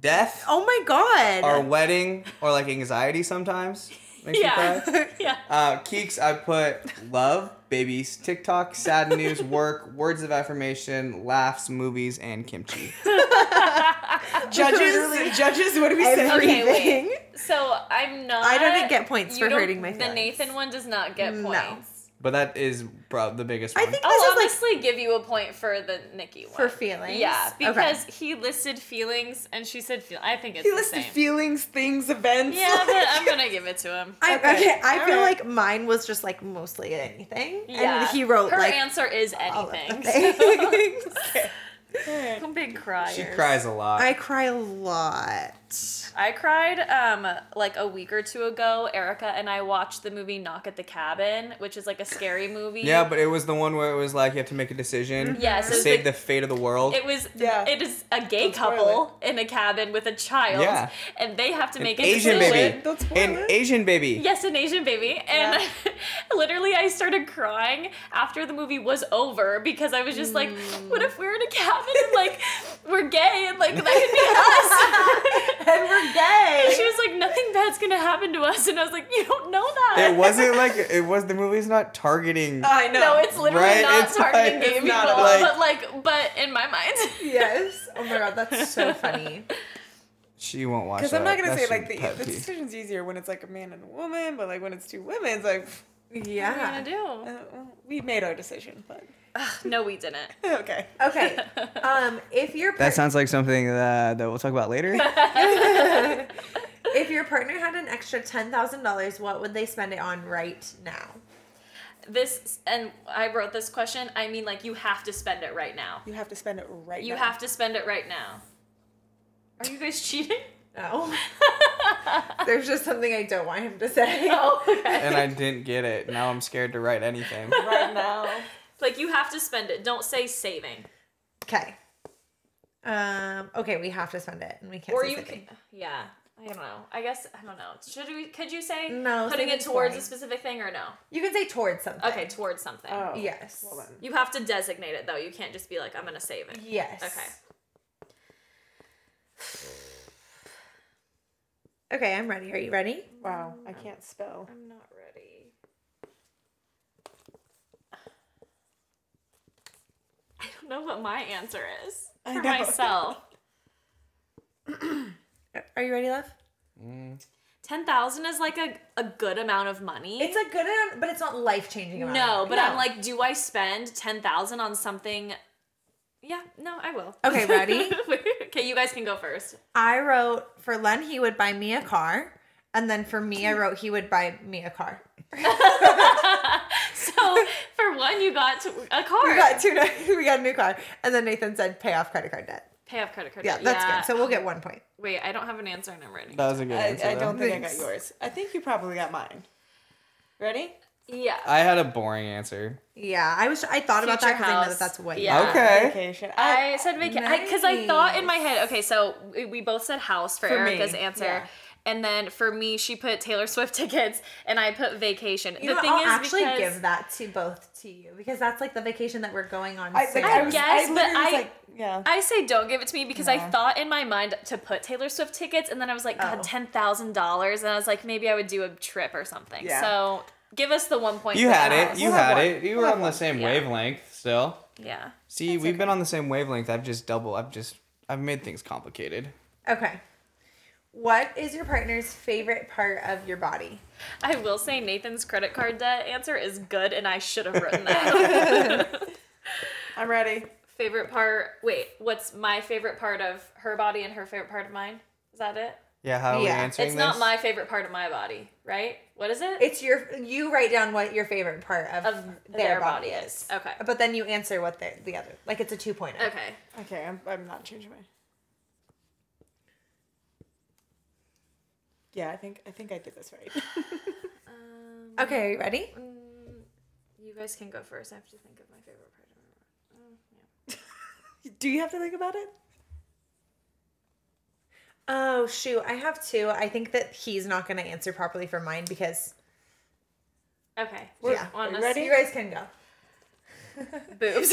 S2: death
S3: Oh my god.
S2: or wedding or like anxiety sometimes. makes me cry.
S4: yeah. yeah.
S2: Uh, Keeks, I put love, babies, TikTok, sad news, work, words of affirmation, laughs, movies, and kimchi.
S5: Judges, judges, what do we say?
S4: Okay,
S3: Everything.
S4: wait. So I'm not.
S3: I don't get points
S4: you
S3: for
S4: don't-
S3: hurting my
S4: The
S3: feelings.
S4: Nathan one does not get
S3: No.
S4: points.
S2: But that is probably the biggest
S3: I
S2: one.
S3: think
S4: I'll
S3: this is
S4: honestly give you a point for the Nikki one
S3: For feelings?
S4: Yeah,
S3: Okay.
S4: because he listed feelings and she said feel. I think it's
S5: He
S4: the
S5: listed
S4: same.
S5: feelings, things, events.
S4: yeah, but I'm gonna give it to him.
S3: like I,
S5: Okay,
S3: okay, I feel
S5: alright.
S3: like mine was just like mostly anything,
S4: Yeah,
S3: and he wrote
S4: her
S3: like
S4: answer is
S3: all of
S4: anything.
S3: them.
S4: I'm a big crier.
S2: she cries a lot.
S3: I cry a lot.
S4: I cried um like a week or two ago. Erica and I watched the movie Knock at the Cabin, which is like a scary movie.
S2: yeah, but it was the one where it was like you have to make a decision.
S4: Yes, it was
S2: Save
S4: like-
S2: the fate of the world.
S4: It was
S5: Yeah.
S4: it is a gay
S5: Don't spoil
S4: couple in a cabin with a child
S2: Yeah.
S4: and they have to
S2: An
S4: make a
S2: Asian
S4: decision.
S2: baby.
S5: Don't spoil
S2: An
S5: it.
S2: Asian baby.
S4: Yes, an Asian baby. And literally I started crying after the movie was over because I was just like, what if we're in a cabin and like we're gay and like that could be us?
S5: And we're gay.
S4: And she was like, nothing bad's gonna happen to us. And I was like, you don't know that.
S2: It wasn't like it was the movie's not targeting.
S5: I know.
S4: No, it's literally
S2: Right?
S4: not
S2: It's
S4: targeting
S2: like-
S4: gay
S2: it's
S4: people,
S2: not at all.
S4: but like, but in my mind,
S3: Yes. Oh my god, that's so funny.
S2: she won't watch.
S5: Because I'm not
S2: that.
S5: gonna
S2: That's
S5: say
S2: your
S5: like the,
S2: pet
S5: the
S2: peeve.
S5: decision's easier when it's like a man and a woman, but like when it's two women, it's like pff,
S4: what are
S3: Yeah.
S4: you gonna
S5: uh, we made our decision, but
S4: do? No, we didn't.
S5: okay.
S3: Okay. Um, if your
S2: That
S3: par-
S2: sounds like something that, that we'll talk about later.
S3: if your partner had an extra ten thousand dollars, what would they spend it on right now?
S4: this and i wrote this question i mean like you have to spend it right now
S5: You have to spend it right.
S4: you
S5: now.
S4: have to spend it right now are you guys cheating
S3: No. There's just something I don't want him to say.
S4: oh okay.
S2: and I didn't get it. Now I'm scared to write anything.
S5: right now.
S4: like you have to spend it don't say saving
S3: Okay. Um. Okay, we have to spend it, and we can't.
S4: or
S3: say
S4: you
S3: something.
S4: can yeah i don't know i guess i don't know should we could you say
S3: No,
S4: putting it
S3: saving's
S4: towards a
S3: boring.
S4: specific thing or no
S3: you can say towards something.
S4: okay towards something
S5: Oh.
S3: Yes.
S5: Well then.
S4: you have to designate it though you can't just be like i'm gonna save it
S3: Yes.
S4: okay
S3: Okay, I'm ready. Are you ready?
S5: Wow, I can't spell.
S4: i'm not ready i don't know what my answer is
S5: I
S4: for
S5: know.
S4: myself
S3: Are you ready, love?
S4: Ten thousand is like a, a good amount of money.
S3: It's a good amount, but it's not life changing amount.
S4: no, but I'm like, do I spend ten thousand on something? Yeah, no, I will.
S3: Okay, ready?
S4: okay, you guys can go first.
S3: I wrote for Len he would buy me a car, and then for me I wrote he would buy me a car.
S4: So for one, you got t- a car.
S3: We got two. We got a new car, and then Nathan said pay off credit card debt.
S4: Pay off credit card.
S3: Yeah,
S4: debt.
S3: that's good. So we'll get one point.
S4: wait, I don't have an answer, and I'm ready.
S2: That was a good
S5: I,
S2: answer.
S5: I don't
S2: though.
S5: think I
S3: Thanks.
S5: got yours. I think you probably got mine. Ready?
S4: yeah.
S2: I had a boring answer.
S3: Yeah, I was. I thought about that
S4: Future
S3: because I know
S4: house.
S3: that that's what.
S4: Yeah.
S2: Okay.
S5: Vacation. I,
S4: I said vacation because I thought in my head. Okay, so we- we both said house for,
S5: For me,
S4: Erica's answer,
S5: yeah.
S4: and then for me, she put Taylor Swift tickets, and I put vacation.
S3: You
S4: the
S3: know,
S4: thing
S3: I'll
S4: is,
S3: actually
S4: because
S3: give that to both to you because that's like the vacation that we're going on.
S5: I,
S3: soon.
S5: like, I, was, I
S4: guess, but
S5: literally was
S4: I-
S5: like, yeah.
S4: I say don't give it to me because I thought in my mind to put Taylor Swift tickets, and then I was like, God,
S3: Oh.
S4: ten thousand dollars, and I was like, maybe I would do a trip or something.
S5: Yeah.
S4: So give us the one point.
S2: You
S4: for
S2: had
S4: that.
S2: it. You
S5: We'll have
S2: had
S5: one.
S2: it. You
S5: We'll
S2: were
S5: have
S2: on the
S5: one.
S2: same
S4: Yeah.
S2: wavelength still.
S4: Yeah.
S2: See, we've been on the same wavelength. I've just double. I've just. I've made things complicated.
S3: okay. What is your partner's favorite part of your body?
S4: I will say Nathan's credit card debt answer is good, and I should have written that.
S5: I'm ready.
S4: favorite part. Wait, what's my favorite part of her body and her favorite part of mine? Is that it?
S2: Yeah. How are we
S3: Yeah.
S2: answering
S4: it's
S2: this?
S4: not my favorite part of my body, right? What is it?
S3: It's your. You write down what your favorite part of,
S4: Of
S3: their, body, is.
S4: Okay.
S3: But then you answer what the the other. Like it's a two pointer.
S4: okay.
S5: Okay, I'm, I'm not changing my. Yeah, I think I think I did this right.
S4: Um,
S3: Okay, are you ready?
S4: you guys can go first. I have to think of my favorite part of my body.
S5: Do you have to think about it?
S3: Oh shoot, I have two. I think that he's not going to answer properly for mine because
S4: Okay.
S3: Yeah.
S4: On
S5: Are you
S4: us.
S5: ready?
S3: you guys can go.
S4: boobs.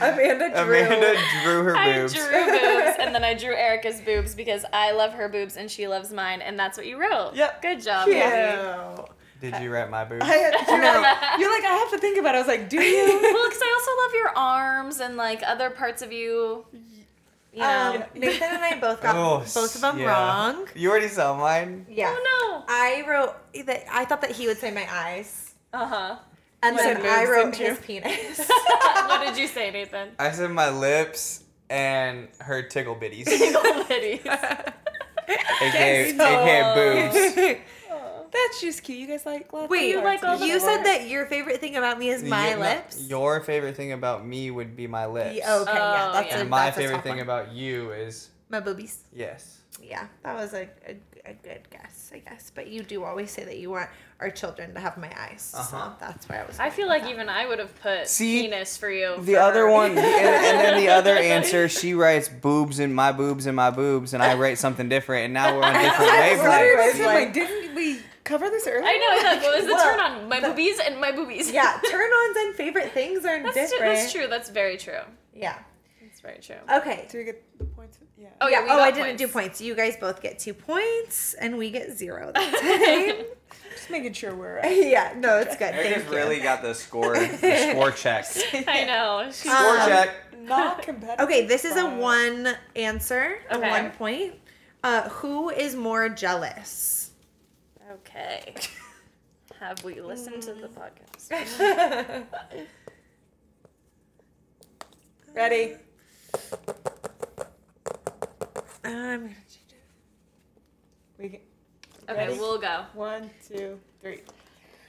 S3: Amanda drew.
S2: Amanda drew her
S4: I
S2: boobs.
S4: drew boobs, and then I drew Erica's boobs because I love her boobs and she loves mine, and that's what you wrote.
S5: Yep.
S4: Good job.
S5: Cute.
S4: Andy.
S2: Did you write my boobs?
S5: I had, you're, like, you're like, I have to think about it. I was like, do you?
S4: Well, because I also love your arms and like other parts of you. You know.
S3: Um, Nathan and I both got both of them
S2: Oh, yeah.
S3: wrong.
S2: You already saw mine.
S3: Yeah.
S4: Oh
S3: I wrote that. I thought that he would say my eyes,
S4: no. Uh huh.
S3: and
S5: You
S3: then
S5: said
S3: I
S5: boobs,
S3: wrote
S5: didn't
S3: his penis.
S4: what did you say, Nathan?
S2: I said my lips and her tickle bitties,
S4: Tickle bitties.
S2: aka,
S5: so-
S2: aka boobs.
S5: That's just cute. You guys like love
S3: Wait,
S4: You
S5: cards.
S4: like all the
S3: you said
S4: words.
S3: that your favorite thing about me is my
S2: Your- no,
S3: lips.
S2: your favorite thing about me would be my lips.
S3: Y- okay, yeah,
S4: Oh,
S3: that's
S4: yeah.
S3: A,
S2: And my
S3: that's a
S2: favorite
S3: tough
S2: thing
S3: one.
S2: about you is
S3: my boobies.
S2: yes.
S3: Yeah, that was a, a, a good guess, I guess. But you do always say that you want our children to have my eyes.
S2: Uh-huh.
S3: So that's why I was.
S4: I feel like even I would have put
S2: See,
S4: penis for you.
S2: The
S4: for
S2: other
S4: her.
S2: one, and, and then the other answer, she writes boobs and my boobs and my boobs, and I write something different, and now we're on different
S5: Literally, I
S2: wavelengths.
S5: said, like, didn't we cover this earlier?
S4: I know. I thought, what was the
S3: Well,
S4: turn on? My boobies and my boobies.
S3: yeah, turn ons and favorite things are
S4: That's, ju-
S3: different.
S4: that's true. That's very true.
S3: Yeah.
S4: That's very true.
S3: Okay.
S5: Do we get the points? Yeah.
S4: Oh yeah.
S3: yeah.
S4: we
S3: Oh,
S4: got
S3: I didn't
S4: points.
S3: do points. You guys both get two points, and we get zero that time.
S5: Just making sure we're.
S3: yeah. No, it's good.
S2: Erica's
S3: Thank you.
S2: really got the score, the score check. Score
S4: I know. She's
S3: Um,
S2: check.
S5: Not competitive.
S3: Okay, this is a
S5: but-
S3: one answer, a
S4: Okay.
S3: one point. Uh, who is more jealous?
S4: okay. Have we listened to the podcast?
S5: Ready?
S3: I'm gonna change it.
S5: We get
S4: Okay,
S5: Ready?
S4: we'll go.
S5: one, two, three.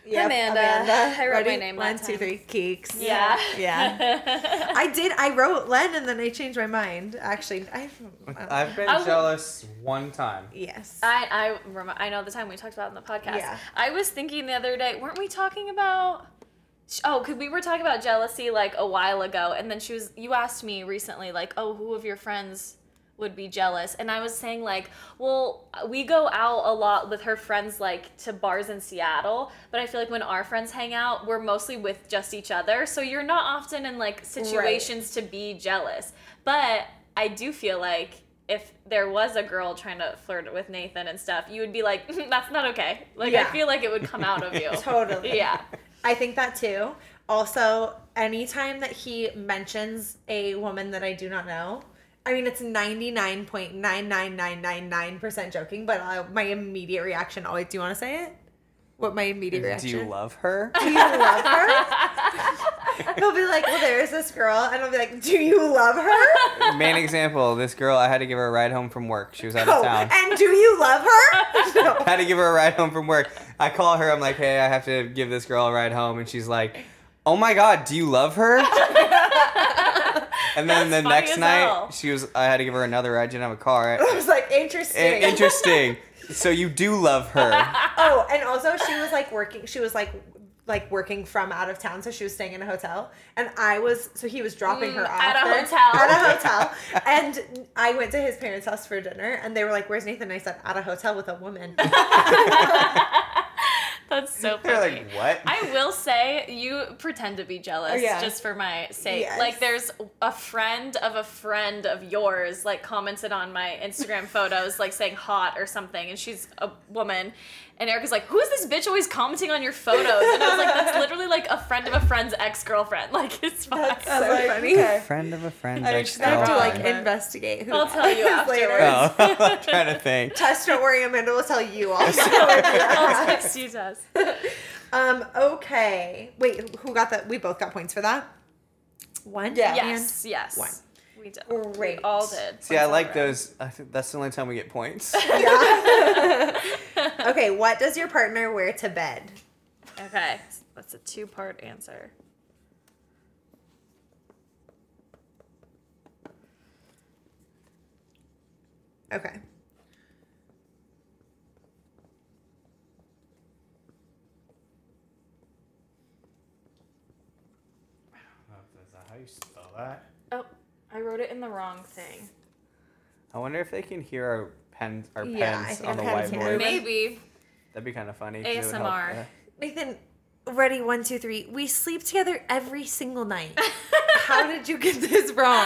S3: Yep,
S4: Amanda. I wrote my name
S3: One,
S4: that
S3: two,
S4: time.
S3: three, Geeks.
S4: Yeah.
S3: Yeah. I did. I wrote Len, and then I changed my mind. Actually, I. um, I
S2: I've been
S4: I will-
S2: jealous one time.
S3: yes.
S4: I I rem- I know the time we talked about it in the podcast.
S3: Yeah.
S4: I was thinking the other day, weren't we talking about? sh- Oh, because we were talking about jealousy like a while ago, and then she was. You asked me recently, like, oh, who of your friends would be jealous? And I was saying like, well, we go out a lot with her friends, like to bars in Seattle. But I feel like when our friends hang out, we're mostly with just each other. So you're not often in like situations to be jealous. But I do feel like if there was a girl trying to flirt with Nathan and stuff, you would be like, "Hmm, that's not okay. Like, I
S3: Yeah.
S4: feel like it would come out of you.
S3: totally.
S4: Yeah.
S3: I think that too. Also, anytime that he mentions a woman that I do not know, I mean, it's 99.99999% joking, but uh, my immediate reaction always, do you want to say it? What my immediate
S2: Do
S3: reaction?
S2: you love her?
S3: do you love her? He'll be like, well, there's this girl. And I'll be like, do you love her?
S2: Main example: This girl, I had to give her a ride home from work. She was out of
S3: Oh,
S2: town.
S3: and do you love her? No.
S2: had to give her a ride home from work. I call her. I'm like, hey, I have to give this girl a ride home, and she's like, oh my god, do you love her? and then
S4: That's
S2: the
S4: funny
S2: next
S4: as
S2: night,
S4: hell.
S2: she was. I had to give her another ride. She didn't have a car.
S3: I was like, interesting.
S2: I- interesting. So you do love her.
S3: Oh, and also she was like working. She was like like working from out of town, so she was staying in a hotel. And I was so he was dropping her
S4: Mm,
S3: off
S4: at a
S3: then-
S4: hotel.
S3: At a hotel. and I went to his parents' house for dinner, and they were like, "Where's Nathan?" And I said, "At a hotel with a woman."
S4: That's so
S2: They're
S4: funny.
S2: like, what?
S4: I will say you pretend to be jealous
S5: Oh, yeah.
S4: just for my sake.
S3: Yes.
S4: Like there's a friend of a friend of yours like commented on my Instagram photos like saying hot or something and she's a woman and Erica's like who's this bitch always commenting on your photos and I was like that's literally like a friend of a friend's ex-girlfriend like it's fine.
S5: I was
S3: So
S5: like,
S3: funny.
S5: okay.
S2: friend of a friend.
S5: I
S2: like,
S5: just
S3: I have to
S2: girlfriend.
S3: like
S5: Wrong.
S3: investigate. Who
S4: I'll tell you
S3: that is later.
S4: afterwards.
S2: Oh, I'm trying to think.
S3: Tess, don't worry, Amanda will tell you also.
S4: I'll text you Tess.
S3: um, okay. Wait, who got that? We both got points for that. One.
S5: Yeah.
S4: Yes, yes.
S3: one.
S4: We did.
S3: Great.
S4: We all did.
S2: See, I like those. I think that's the only time we get points.
S3: Okay. What does your partner wear to bed?
S4: Okay. That's a two-part answer.
S3: Okay.
S2: how you spell that?
S4: Oh, I wrote it in the wrong thing.
S2: I wonder if they can hear our pens, our pens
S3: Yeah, I think
S2: on the
S3: our pens can
S2: whiteboard.
S3: move.
S4: Maybe.
S2: That'd be kind of funny. 'cause it would help,
S4: ASMR.
S2: yeah.
S3: Nathan, ready, one, two, three. We sleep together every single night. How did you get this wrong?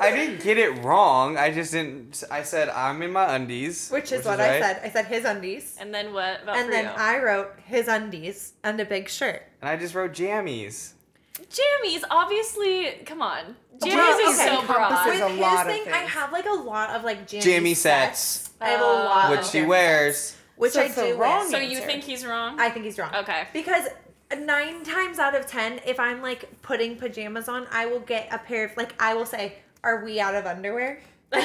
S2: I didn't get it wrong. I just didn't. I said I'm in my undies,
S3: Which is what I
S2: right.
S3: said. I said his undies.
S4: And then what about
S3: And
S4: for
S3: then
S4: you?
S3: I wrote his undies and a big shirt.
S2: and I just wrote jammies.
S4: Jammies, obviously, come on. Jammies
S3: Well,
S4: is
S3: okay.
S4: so broad.
S5: Encompasses- There's a
S3: With his
S5: lot of
S3: thing, I
S5: things.
S3: have like a lot of like jammy,
S2: Jammy
S3: sets.
S2: sets,
S3: I have a lot,
S4: Oh.
S2: which
S3: of
S2: she
S3: jammy sets,
S2: wears.
S3: which
S5: So
S3: I
S5: it's the
S3: do.
S5: wrong
S3: wear.
S4: So you
S5: Answer.
S4: think he's wrong?
S3: I think he's wrong.
S4: Okay.
S3: Because nine times out of ten, if I'm like putting pajamas on, I will get a pair of like I will say, "Are we out of underwear?" like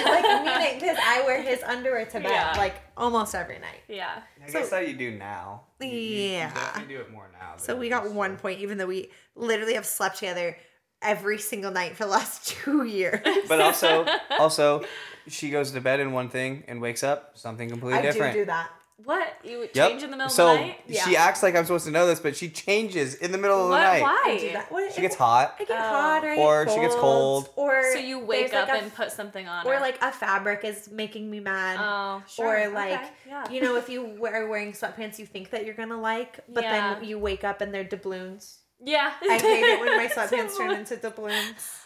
S3: meaning because I wear his underwear to bed
S4: Yeah.
S3: like almost every night.
S4: yeah.
S2: I guess how you do now. You- you-
S3: Yeah.
S2: You definitely do it more now.
S3: So we got one point, even though we literally have slept together every single night for the last two years.
S2: But also, also, she goes to bed in one thing and wakes up something completely
S3: I
S2: different.
S3: do do that.
S4: What? You would
S2: Yep.
S4: change in the middle
S2: so
S4: of the night?
S2: she
S3: Yeah.
S2: acts like I'm supposed to know this, but she changes in the middle of
S4: What?
S2: the night.
S3: I do
S4: Why?
S3: that. What-
S2: She gets hot.
S3: I get
S4: Oh.
S3: hot, or, I get
S2: Or she gets cold.
S3: or
S4: So you wake
S3: there's,
S4: up
S3: like, a
S4: and put something on.
S3: or
S4: her.
S3: like a fabric is making me mad.
S4: Oh, sure.
S3: Or
S4: Okay,
S3: like
S4: yeah.
S3: you know, if you we- are wearing sweatpants, you think that you're gonna like, but
S4: Yeah.
S3: then you wake up and they're doubloons.
S4: yeah.
S3: I hate it when my sweatpants turn into doubloons.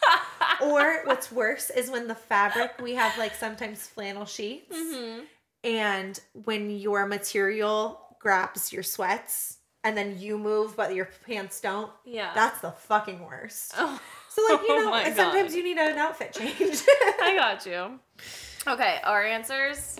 S3: or what's worse is when the fabric we have like sometimes flannel sheets,
S4: Mm-hmm. Hmm.
S3: and when your material grabs your sweats. And then you move, but your pants don't.
S4: Yeah.
S3: that's the fucking worst.
S4: Oh.
S3: So like you
S4: Oh
S3: know,
S4: my
S3: and sometimes
S4: God.
S3: you need an outfit change.
S4: I got you. Okay, our answers.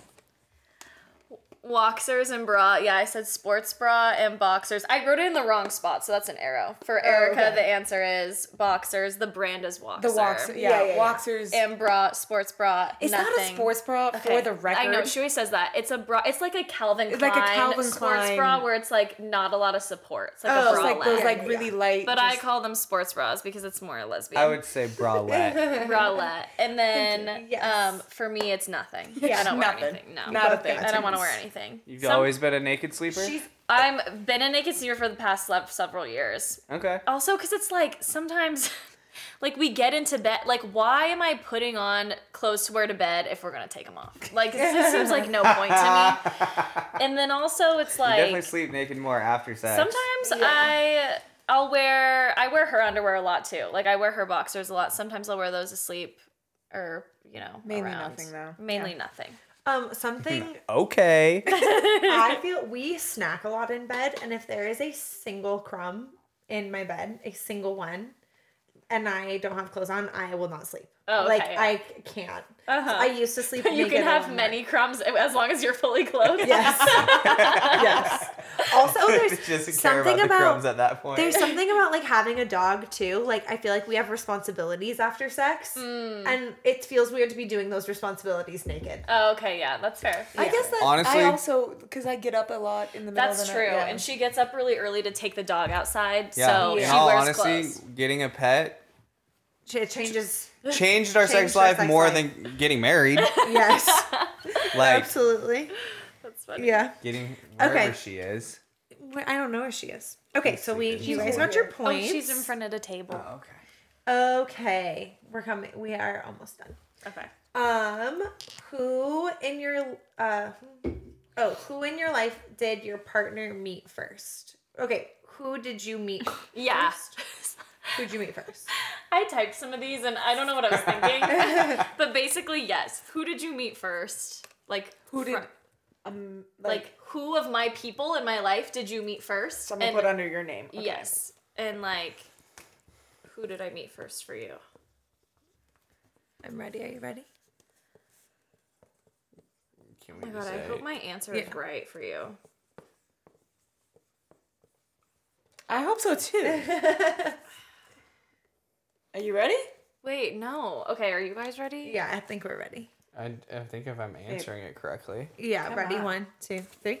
S4: Boxers and bra. Yeah, I said sports bra and boxers. I wrote it in the wrong spot, so that's an arrow. For
S5: Oh,
S4: Erica,
S3: okay.
S4: the answer is boxers. The brand is Boxer.
S5: The walks, yeah,
S3: Yeah, yeah, yeah.
S5: walkers.
S4: And bra, sports bra.
S5: It's
S4: nothing.
S5: not a sports bra for the record.
S4: I know she always says that. It's a bra. It's like a Calvin
S5: It's
S4: Klein
S5: like a Calvin
S4: sports
S5: Klein.
S4: bra where it's like not a lot of support. It's like
S5: Oh,
S4: a
S5: it's
S4: bralette.
S5: like those
S3: Yeah,
S5: like
S3: yeah,
S5: really
S3: yeah.
S5: light.
S4: but I
S5: just-
S4: call them sports bras because it's more lesbian.
S2: I would say bralette.
S4: bralette. And then
S3: you. Yes.
S4: um, for me, it's nothing.
S5: Yeah,
S4: I don't wear
S5: nothing.
S4: anything. No,
S5: Not a thing.
S4: I don't want to wear anything.
S2: You've
S4: Some-
S2: always been a naked sleeper.
S3: She's
S4: I'm been a naked singer for the past le- several years.
S2: okay.
S4: Also, because it's like sometimes, like we get into bed. Like, why am I putting on clothes to wear to bed if we're gonna take them off? Like, it just seems like no point to me. And then also, it's
S2: you definitely
S4: like
S2: sleep naked more after sex.
S4: Sometimes I I'll wear I wear her underwear a lot too. Like I wear her boxers a lot. Sometimes I'll wear those asleep or you know
S5: Mainly
S4: around.
S5: nothing, though.
S4: Mainly nothing.
S3: um something
S2: Okay.
S3: I feel we snack a lot in bed, and if there is a single crumb in my bed, a single one, and I don't have clothes on, I will not sleep.
S4: Oh, okay,
S3: like
S4: yeah.
S3: I c- can't.
S4: Uh-huh.
S3: So I used to sleep.
S4: you
S3: naked
S4: can have
S3: all night.
S4: many crumbs as long as you're fully clothed.
S3: Yes. yes. Also, there's
S2: Just care
S3: something
S2: about the
S3: about,
S2: crumbs at that point.
S3: there's something about like having a dog too. Like I feel like we have responsibilities after sex, and it feels weird to be doing those responsibilities naked.
S4: Oh, okay, yeah, that's fair.
S5: I guess that
S2: Honestly-
S5: I also because I get up a lot in the middle.
S4: That's
S5: of the
S4: true.
S5: Night, yeah.
S4: And she gets up really early to take the dog outside.
S2: yeah.
S4: So
S2: In
S4: she
S2: all
S4: wears
S2: honesty,
S4: clothes.
S2: getting a pet
S3: It changes.
S2: changed our sex
S3: Changed our
S2: life
S3: sex
S2: more
S3: life.
S2: than getting married.
S3: Yes.
S2: like
S3: Absolutely.
S4: That's funny.
S3: Yeah.
S2: getting wherever
S3: Okay.
S2: she is.
S3: Wait, I don't know where she is. Okay, so we you
S2: She's
S3: guys
S2: over
S3: got your
S4: Oh,
S3: points.
S4: she's in front of the table.
S2: Oh, Okay.
S3: Okay, we're coming. We are almost done.
S4: Okay.
S3: Um, who in your uh, oh, who in your life did your partner meet first? Okay, who did you meet?
S4: Yeah.
S3: First? Who'd you meet first?
S4: I typed some of these and I don't know what I was thinking. but basically, yes. Who did you meet first? Like
S5: Who did-
S4: fro-
S5: um,
S4: like, who of my people in my life did you meet first?
S5: someone
S4: And-
S5: put under your name. Okay.
S4: Yes. And like who did I meet first for you?
S3: I'm ready. Are you ready?
S2: Can
S4: Oh
S2: we
S4: my god,
S2: just
S4: I
S2: say-
S4: hope my answer
S3: Yeah.
S4: is right for you.
S5: I hope so too. Are you ready?
S4: Wait, no. Okay, are you guys ready?
S3: Yeah, I think we're ready.
S2: I, I think if I'm answering it correctly.
S3: Yeah, ready.
S5: on.
S3: One, two, three.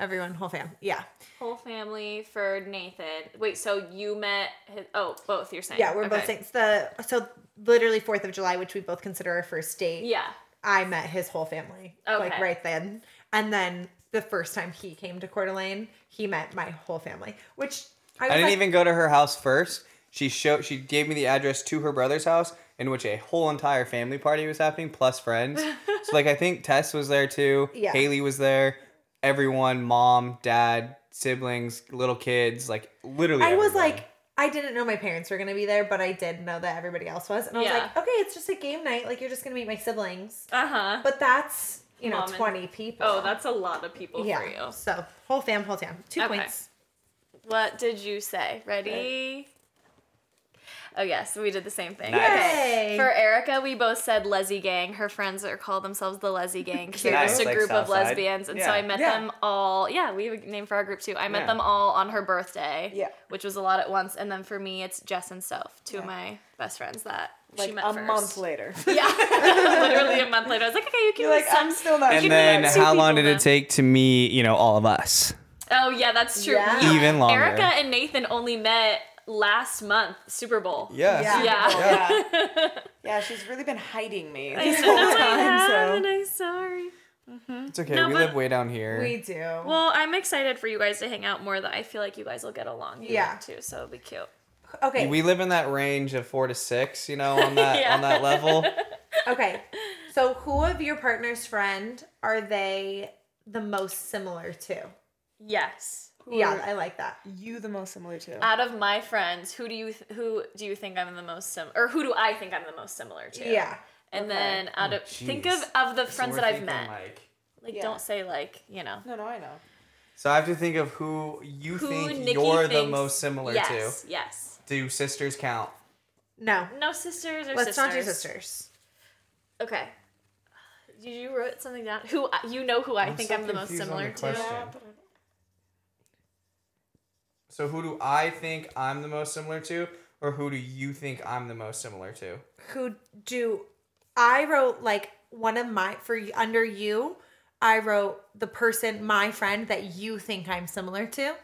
S3: Everyone, whole fam. Yeah,
S4: Whole family for Nathan. Wait, so you met his oh, both you're saying.
S3: yeah, we're both
S4: Okay.
S3: saints. The so literally Fourth of July, which we both consider our first date.
S4: Yeah.
S3: I met his whole family, like
S4: Okay.
S3: right then. And then the first time he came to Coeur d'Alene, he met my whole family, which I, was
S2: I didn't
S3: like,
S2: even go to her house first. She showed she gave me the address to her brother's house in which a whole entire family party was happening plus friends. so like I think Tess was there too.
S3: Yeah.
S2: Haley was there. Everyone, mom, dad, siblings, little kids, like literally.
S3: I was
S2: everybody.
S3: like, I didn't know my parents were gonna be there, but I did know that everybody else was, and I was
S4: Yeah.
S3: like, okay, it's just a game night. Like you're just gonna meet my siblings,
S4: Uh huh.
S3: but that's you know
S4: Mom and-
S3: twenty people.
S4: Oh, that's a lot of people
S3: yeah.
S4: for you.
S3: So whole fam, whole fam, two
S4: Okay.
S3: points.
S4: What did you say? Ready? Oh yes, we did the same thing.
S2: Nice.
S3: Yay.
S4: For Erica, we both said Leslie Gang. Her friends are call themselves the Leslie Gang because they're
S2: Nice.
S4: just a
S2: Like
S4: group of
S2: Southside.
S4: lesbians. And so
S2: Yeah.
S4: I met
S5: Yeah.
S4: them all. Yeah, we have a name for our group too. I met
S2: Yeah.
S4: them all on her birthday.
S5: Yeah.
S4: which was a lot at once. And then for me, it's Jess and Soph, two of my best friends that
S5: Like
S4: she met
S5: a
S4: first.
S5: month later.
S4: Yeah, literally a month later. I was like, okay, you can
S5: You're like,
S4: be some.
S5: I'm still not
S2: And
S5: sure.
S2: then
S4: two
S2: how long
S4: people
S2: did
S4: now.
S2: it take to meet, you know, all of us?
S4: Oh yeah, that's true.
S3: Yeah.
S4: You-
S2: Even longer.
S4: Erica and Nathan only met last month, Super Bowl.
S3: Yeah.
S4: Yeah.
S5: yeah. Yeah, she's really been hiding me this
S4: No,
S5: whole
S4: I
S5: time.
S4: haven't.
S5: So
S4: I'm sorry.
S2: It's okay.
S4: No,
S2: we
S4: but-
S2: live way down here.
S3: We do.
S4: Well, I'm excited for you guys to hang out more. That I feel like you guys will get along. here
S3: Yeah.
S4: Too, so it'll be cute.
S3: okay.
S2: we live in that range of four to six, you know, on that
S4: Yeah.
S2: on that level.
S3: okay. So who of your partner's friend are they the most similar to?
S4: Yes.
S3: Yeah, I like that.
S5: you the most similar to.
S4: Out of my friends, who do you th- who do you think I'm the most sim or who do I think I'm the most similar to?
S3: Yeah.
S4: And then out of
S2: Oh, jeez.
S4: think of of the friends
S2: So
S4: that
S2: we're
S4: I've
S2: thinking,
S4: met. Like,
S2: like-
S5: Yeah.
S4: don't say like you know.
S5: no, no, I know.
S2: so I have to think of who you
S4: Who
S2: think
S4: Nikki
S2: you're the
S4: thinks-
S2: most similar
S4: yes, Yes.
S2: to. Do sisters count?
S3: No.
S4: No sisters or sisters.
S3: Let's not do sisters.
S4: Okay. Did you wrote something down? Who I- you know who I think
S2: so
S4: I'm the most
S2: confused on
S4: similar
S2: the
S4: to?
S2: question. So who do I think I'm the most similar to, or who do you think I'm the most similar to?
S3: Who do I wrote like one of my for y- under you, I wrote the person, my friend that you think I'm similar to.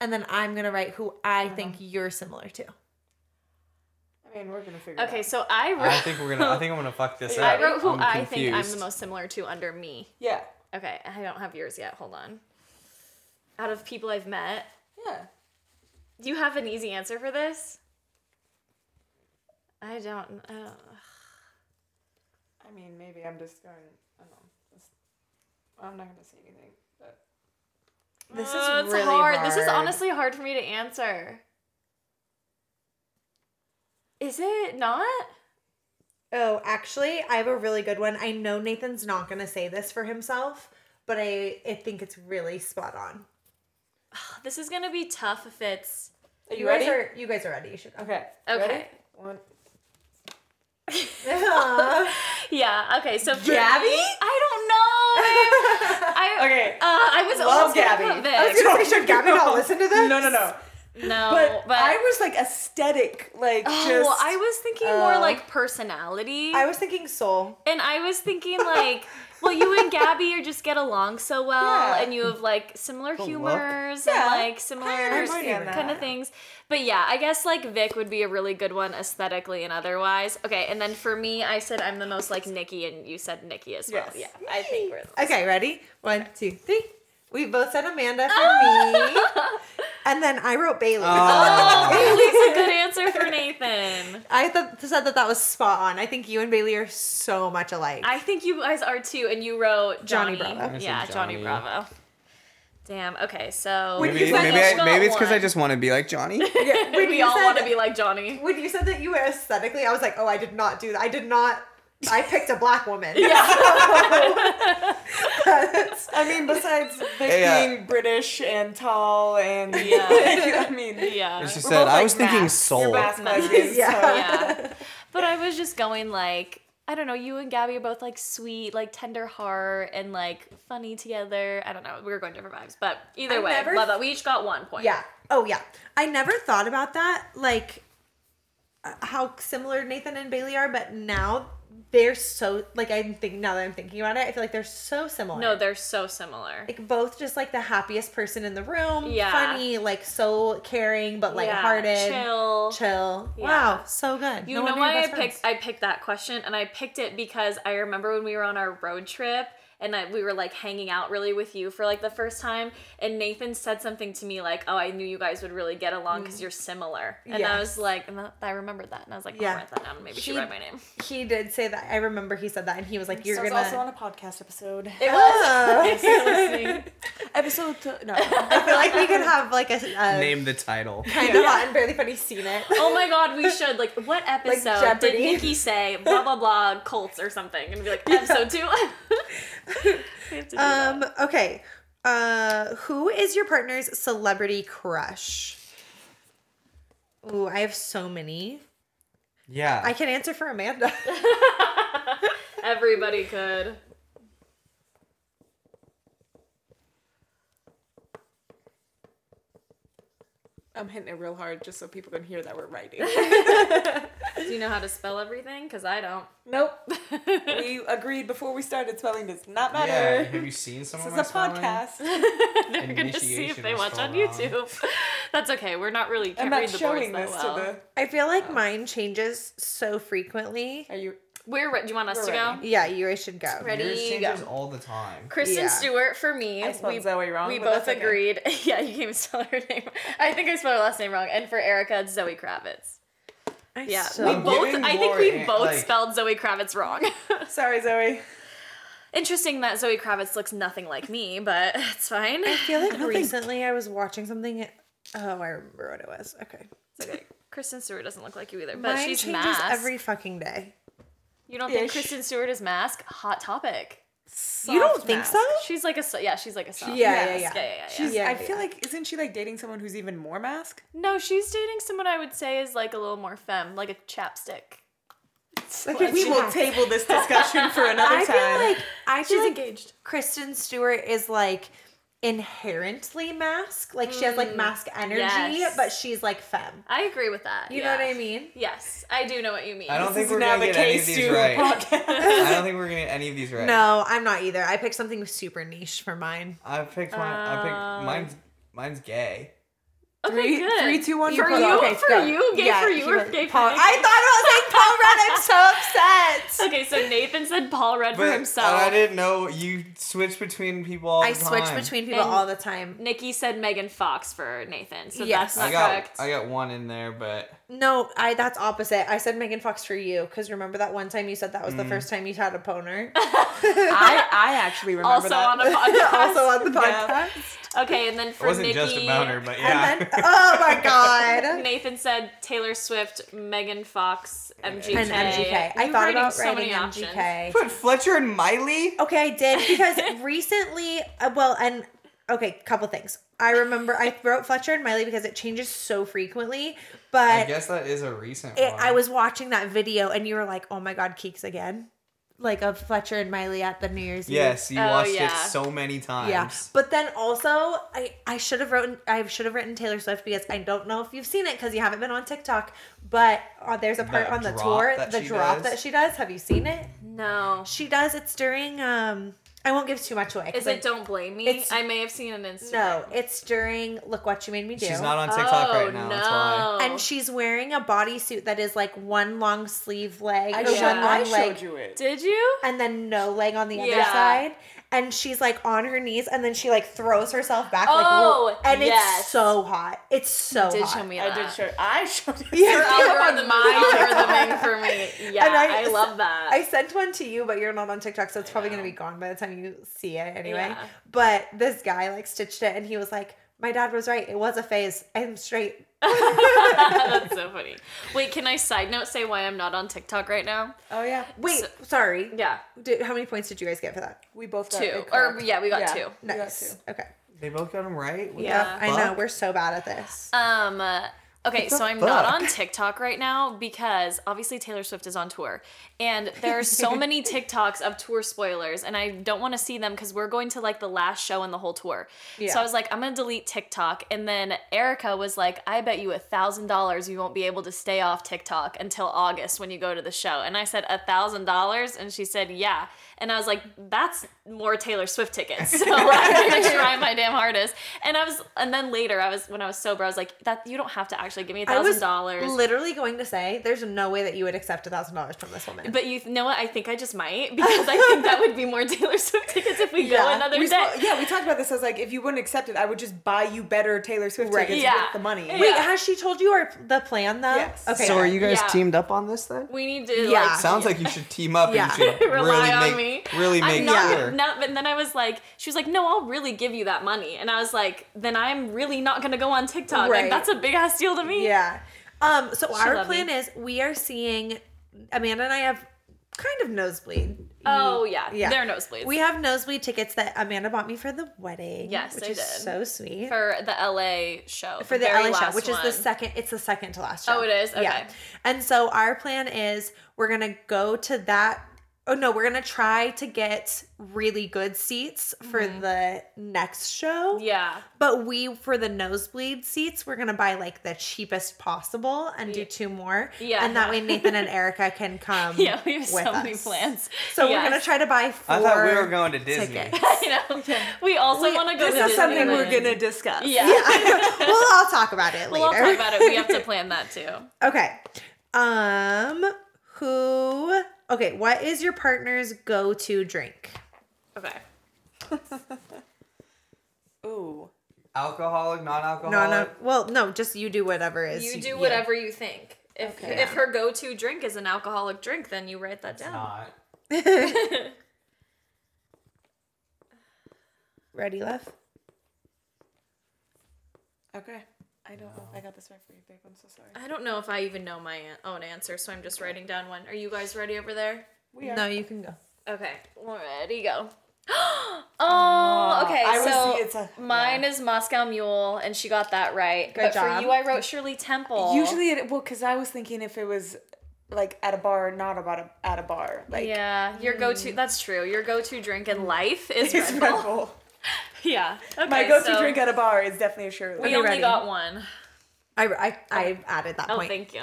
S3: And then I'm gonna write who I
S5: Uh-huh.
S3: think you're similar to.
S5: I mean, we're gonna figure. it
S4: Okay,
S5: out.
S4: so I wrote.
S2: I think we're gonna. I think I'm gonna fuck this
S4: I
S2: up.
S4: wrote who
S2: I'm
S4: i think I'm the
S2: confused.
S4: most similar to under me.
S5: yeah,
S4: Okay, I don't have yours yet. Hold on. Out of people I've met,
S5: yeah.
S4: do you have an easy answer for this? I don't. uh, I don't
S5: I mean, maybe I'm just going. I don't know. Just- I'm not gonna say anything. But
S3: This is
S4: Oh, it's
S3: really
S4: This is
S3: hard.
S4: honestly hard for me to answer. Is it not?
S3: Oh, actually, I have a really good one. I know Nathan's not gonna say this for himself, but I, I think it's really spot on.
S4: This is gonna be tough if it's.
S5: are you, ready?
S3: guys are you guys are ready. You should go.
S5: Okay.
S4: Okay.
S5: Ready? One.
S4: Yeah. Okay. So for
S3: Gabby?
S4: me- I don't know. I,
S5: Okay.
S4: Uh, I was
S5: Love
S4: almost
S5: Gabby.
S4: Gonna put Vic.
S3: I was gonna say, should Gabby not listen to this?
S5: No, no, no.
S4: no,
S5: But,
S4: but,
S5: I was like aesthetic, like
S4: Oh,
S5: just.
S4: I was thinking more
S5: uh,
S4: like personality,
S3: I was thinking soul.
S4: and I was thinking like, well, you and Gabby are just get along so well,
S5: Yeah.
S4: and you have like similar
S2: look.
S4: humors
S5: Yeah,
S4: and like similar
S5: understand
S4: kind of
S5: that.
S4: things. But yeah, I guess like Vic would be a really good one aesthetically and otherwise. Okay, and then for me, I said I'm the most like Nikki, and you said Nikki as well.
S5: Yes.
S4: Yeah, I think we're. the-
S3: Okay, ready? One, two, three. We both said Amanda for
S4: Ah!
S3: me. And then I wrote Bailey.
S2: Oh.
S4: Bailey's a good answer for Nathan.
S3: I th- said that that was spot on. I think you and Bailey are so much alike.
S4: I think you guys are too, and you wrote Johnny,
S3: Johnny Bravo.
S2: I said
S4: Yeah, Johnny.
S2: Johnny.
S4: Bravo. Damn. Okay, so
S3: Would
S2: Maybe,
S3: you guys
S2: maybe,
S3: each
S2: I,
S4: got
S2: maybe it's because I
S4: one.
S2: just want to be like Johnny.
S3: yeah, when
S4: we
S3: you
S4: all
S3: said-
S4: want to be like Johnny.
S3: When you said that you were aesthetically, I was like, oh, I did not do that. I did not. I picked a black woman. That's-
S5: I mean, besides Vic
S2: Hey, uh,
S5: being British and tall and
S4: Yeah.
S5: I mean,
S4: Yeah.
S2: she
S5: we're
S2: said,
S5: both
S2: I
S5: like
S2: was thinking
S5: Max.
S2: soul.
S5: You're both
S4: Max.
S5: lesbians,
S3: Yeah.
S5: so-
S4: yeah. But I was just going like I don't know, you and Gabby are both like sweet, like tender heart and like funny together. I don't know. We were going different vibes. But either
S3: I
S4: way,
S3: never-
S4: love that. We each got one point.
S3: yeah. Oh, yeah. I never thought about that, like uh, how similar Nathan and Bailey are, but now they're so like I'm thinking now that I'm thinking about it, I feel like they're so similar.
S4: No, they're so similar.
S3: like both just like the happiest person in the room.
S4: Yeah.
S3: Funny, like so caring but
S4: Yeah,
S3: lighthearted.
S4: chill.
S3: Chill.
S4: Yeah.
S3: Wow, so good.
S4: You
S3: No
S4: know
S3: wonder you're
S4: why I
S3: best
S4: picked
S3: friends.
S4: I picked that question and I picked it because I remember when we were on our road trip and I, we were like hanging out really with you for like the first time and Nathan said something to me like, "Oh, I knew you guys would really get along
S3: Mm.
S4: because you're similar," and I was like, and I remembered that, and I was like,
S3: Yeah.
S4: "I'll write that down. Maybe she
S3: He-
S4: write my name."
S3: He did say that. I remember he said that, and he was like, "You're
S5: was
S3: gonna."
S5: also on a podcast episode.
S4: It was.
S3: Uh,
S5: episode two, no.
S3: I feel like we could have like a, a
S2: Name the title.
S3: kind of hot and barely funny scene. It.
S4: Oh my god, we should like what episode did
S3: Jeopardy.
S4: Nikki say blah blah blah Colts or something and be like episode two. We have to do
S3: Um.
S4: that.
S3: Okay. Uh, who is your partner's celebrity crush? Ooh, I have so many.
S2: Yeah.
S3: I can answer for Amanda.
S4: Everybody could.
S5: I'm hitting it real hard just so people can hear that we're writing.
S4: Do you know how to spell everything? Cause I don't.
S5: nope. we agreed before we started spelling does not
S2: yeah.
S5: matter.
S2: Have you seen some of
S5: This
S2: my
S5: is a
S2: spelling?
S5: podcast.
S4: They're gonna see if
S2: Initiation
S4: they
S2: was
S4: watch
S2: spelled
S4: on
S2: wrong.
S4: YouTube. That's okay. We're not really
S5: I'm
S4: can't read
S5: not
S4: the boards
S5: showing
S4: that
S5: this
S4: well.
S5: to
S3: I feel like mine changes so frequently.
S5: the. Are you?
S4: Where do you want us
S5: We're
S4: to go?
S5: ready.
S3: Yeah, you I should go.
S4: Ready,
S2: Yours
S4: go.
S2: changes all the time.
S4: Kristen
S3: Yeah.
S4: Stewart for me.
S5: I spelled Zoe wrong,
S4: We
S5: but
S4: both
S5: that's okay.
S4: agreed. yeah, you can't even spell her name. I think I spelled her last name wrong. And for Erica, it's Zoe Kravitz.
S3: I
S4: Yeah,
S3: so-
S4: we
S2: I'm
S4: both.
S2: giving
S4: I think
S2: Lori
S4: we
S2: an-
S4: both
S2: eh, like-
S4: spelled Zoe Kravitz wrong.
S5: Sorry, Zoe.
S4: Interesting that Zoe Kravitz looks nothing like me, but it's fine.
S3: I feel like recently I was watching something. Oh, I remember what it was. Okay.
S4: It's okay. Kristen Stewart doesn't look like you either, but
S3: Mine
S4: she's
S3: changes
S4: masked.
S3: every fucking day.
S4: you don't think
S5: Ish.
S4: Kristen Stewart is mask? Hot topic.
S3: you don't think so?
S4: She's like a so- yeah. She's like a soft
S3: Yeah,
S4: mask.
S3: yeah, yeah.
S4: yeah, yeah, yeah.
S5: She's,
S3: Yeah,
S5: I feel
S3: yeah.
S5: like isn't she like dating someone who's even more mask?
S4: No, she's dating someone I would say is like a little more femme, like a chapstick.
S3: Like if
S5: We will
S3: yeah.
S5: table this discussion for another
S3: I
S5: time.
S3: feel like I feel
S4: She's
S3: like
S4: engaged.
S3: Kristen Stewart is like inherently mask. Like she has like mask energy,
S4: yes.
S3: but she's like femme.
S4: I agree with that.
S3: You
S4: yeah.
S3: know what I mean?
S4: Yes, I do know what you mean.
S2: I don't think
S5: this
S2: we're
S5: is now
S2: gonna
S5: the
S2: get any of
S5: case
S2: these
S5: to
S2: right.
S5: podcast.
S2: I don't think we're gonna get any of these right.
S3: No, I'm not either. I picked something super niche for mine.
S2: I picked mine. I
S4: Um,
S2: picked mine's. Mine's gay.
S4: Okay,
S5: Three-
S4: good.
S5: three, two, one,
S4: For
S5: Paul.
S4: you,
S5: Okay,
S4: for
S3: go.
S4: you, gay
S3: Yeah,
S4: for you,
S3: he
S4: or
S3: was-
S4: gay for
S3: Paul,
S4: me.
S3: I thought it was like Paul Rudd. I'm so upset.
S4: Okay, so Nathan said Paul Rudd for
S2: But uh,
S4: himself.
S2: I didn't know you switch between people all
S3: I
S2: the
S3: switch
S2: time.
S3: between people
S4: And-
S3: all the time.
S4: Nikki said Megan Fox for Nathan, so
S3: Yes.
S4: that's
S2: I
S4: not
S2: got
S4: correct.
S2: I got one in there, but
S3: No, I that's opposite. I said Megan Fox for you because remember that one time you said that was the first time you had a boner.
S5: I, I actually remember
S4: also
S5: that.
S4: on a podcast.
S3: also on the
S5: Yeah.
S3: podcast.
S4: okay, and then
S2: it
S4: for
S2: wasn't
S4: Nikki,
S2: just a boner, but yeah.
S3: And then, oh my god.
S4: Nathan said Taylor Swift, Megan Fox, MGK.
S3: and MGK. I
S4: You
S3: thought
S4: writing
S3: about
S4: so
S3: writing
S4: many options.
S3: MGK.
S2: Put Fletcher and Miley.
S3: Okay, I did because recently, uh, well, and okay, couple things. I remember I wrote Fletcher and Miley because it changes so frequently,
S2: I
S3: but
S2: guess that is a recent
S3: it,
S2: one.
S3: I was watching that video and you were like, "Oh my god, Keeks again." Like of Fletcher and Miley at the New Year's Eve.
S2: Yes, you
S4: Oh,
S2: watched
S4: yeah.
S2: it so many times.
S3: Yeah, but then also I I should have written I should have written Taylor Swift because I don't know if you've seen it because you haven't been on TikTok, but uh, there's a part
S2: The
S3: on the
S2: drop
S3: tour,
S2: that
S3: the
S2: she
S3: drop
S2: does?
S3: that she does. Have you seen it?
S4: No.
S3: She does. It's during. um I won't give too much away. 'cause
S4: Is it
S3: I-
S4: Don't Blame Me?
S3: It's-
S4: I may have seen an Instagram.
S3: No, it's during. Look what you made me do.
S2: She's not on TikTok
S4: oh,
S2: right now. That's why.
S5: Oh.
S4: no.
S3: And she's wearing a bodysuit that is like one long sleeve leg,
S5: I,
S3: or
S5: showed,
S4: Yeah.
S3: one long
S5: I
S3: leg,
S5: showed you it.
S4: Did you?
S3: and then no leg on the other
S4: Yeah.
S3: side. And she's like on her knees, and then she like throws herself back.
S4: Oh,
S3: like, ro- and
S4: yes.
S3: it's so hot. It's so
S4: Did
S3: hot.
S4: show me
S5: I
S4: that.
S5: did show. I showed it.
S3: Yeah.
S4: Your algorithm, my
S3: Yeah.
S4: algorithm for me. Yeah,
S3: And
S4: I,
S3: I-
S4: love that.
S3: I sent one to you, but you're not on TikTok, so it's probably gonna be gone by the time you see it anyway.
S4: Yeah.
S3: But this guy like stitched it, and he was like, "My dad was right. It was a phase. I'm straight."
S4: That's so funny. Wait, can I side note say why I'm not on TikTok right now?
S5: Oh yeah,
S3: Wait,
S4: So-
S3: sorry.
S4: Yeah,
S3: Did, how many points did you guys get for that?
S5: we both got
S4: two
S5: it
S4: or
S5: correct.
S4: yeah, we got two.
S5: We got
S3: Nice. Okay.
S2: They both got them right. What the
S4: Yeah.
S3: Yeah, I know
S2: fuck?
S3: we're so bad at this.
S4: Um. uh, Okay,
S2: the
S4: so I'm not
S2: fuck?
S4: on TikTok right now because obviously Taylor Swift is on tour, and there are so many TikToks of tour spoilers, and I don't want to see them because we're going to like the last show in the whole tour. So
S3: Yeah.
S4: I was like, I'm gonna delete TikTok, and then Erica was like, I bet you a thousand dollars you won't be able to stay off TikTok until August when you go to the show, and I said a thousand dollars, and she said yeah, and I was like, that's more Taylor Swift tickets, so I'm gonna try my damn hardest, and I was, and then later I was when I was sober, I was like, that you don't have to actually give me a
S3: I was
S4: thousand dollars.
S3: literally going to say, there's no way that you would accept a thousand dollars from this woman.
S4: But you know what? I think I just might because I think that would be more Taylor Swift tickets if we go another
S5: we
S4: day.
S5: spo- yeah, we talked about this. I was like, if you wouldn't accept it, I would just buy you better Taylor Swift
S3: Right.
S5: tickets
S4: Yeah.
S5: with the money.
S4: Yeah.
S3: Wait, has she told you our the plan though?
S5: Yes.
S3: Okay.
S6: So are you guys
S4: Yeah.
S6: teamed up on this then?
S4: We need to.
S3: Yeah.
S4: Like,
S2: Sounds like you should team up
S3: Yeah.
S2: and you should
S4: rely
S2: really
S4: on
S2: make
S4: me.
S2: really make
S4: I'm not
S2: sure.
S4: gonna, no, but then I was like, she was like, no, I'll really give you that money, and I was like, then I'm really not gonna go on TikTok.
S3: Right.
S4: Like that's a big ass deal to me.
S3: Yeah. Um. So our
S4: love
S3: plan
S4: me.
S3: is we are seeing Amanda and I have kind of nosebleed.
S4: Oh yeah,
S3: Yeah.
S4: they're nosebleeds.
S3: We have nosebleed tickets that Amanda bought me for the wedding.
S4: Yes,
S3: which
S4: I
S3: is
S4: did.
S3: so sweet. For-
S4: for the LA show
S3: the
S4: very
S3: LA show,
S4: last
S3: which
S4: one.
S3: is the second, it's the second to last show.
S4: Oh, it is? Okay.
S3: And so our plan is we're gonna go to that. Oh no, we're gonna try to get really good seats for the next show.
S4: Mm-hmm. Yeah.
S3: But we, for the nosebleed seats, we're gonna buy like the cheapest possible and do two more.
S4: Yeah.
S3: And that way Nathan and Erica can come.
S4: Yeah, we have so
S3: with
S4: many
S3: us.
S4: plans.
S3: So
S4: Yes.
S3: we're gonna try to buy four.
S2: I thought we were going to Disney.
S3: tickets.
S4: I know. We also want to go.
S5: This
S4: to
S5: is something we're
S4: Disneyland.
S5: gonna discuss.
S4: Yeah.
S3: well, I'll talk about it
S4: We'll all
S3: later.
S4: talk about it. We have to plan that too.
S3: Okay. Um, who? Okay, what is your partner's go-to drink?
S4: Okay.
S5: Ooh.
S2: Alcoholic, non-alcoholic.
S3: No, no. Well, no, just you do whatever is.
S4: You do whatever you think. If if her go-to drink is an alcoholic drink, then you write that down.
S2: Not.
S3: Ready, left.
S5: Okay. I don't know if I got this right for you, babe. I'm so sorry.
S4: I don't know if I even know my an- own answer, so I'm just writing down one. Are you guys ready over there?
S5: We are.
S3: No, you can go.
S4: Okay, ready, go. oh, okay.
S5: I was-
S4: so
S5: it's a-
S4: mine is Moscow Mule, and she got that right.
S3: Good
S4: but
S3: job.
S4: for you, I wrote Shirley Temple.
S5: Usually, it, well, because I was thinking if it was like at a bar, not about a, at a bar. Like, hmm. Mm.
S4: yeah, your go-to. That's true. Your go-to drink in life is
S5: it's
S4: Red
S5: Red
S4: Bull.
S5: Bull.
S4: Yeah. Okay,
S5: My go to
S4: so
S5: drink at a bar is definitely a Shirley.
S4: We
S3: Okay,
S4: only
S3: ready.
S4: got one.
S3: I I, I added that
S4: Oh,
S3: point.
S4: thank you.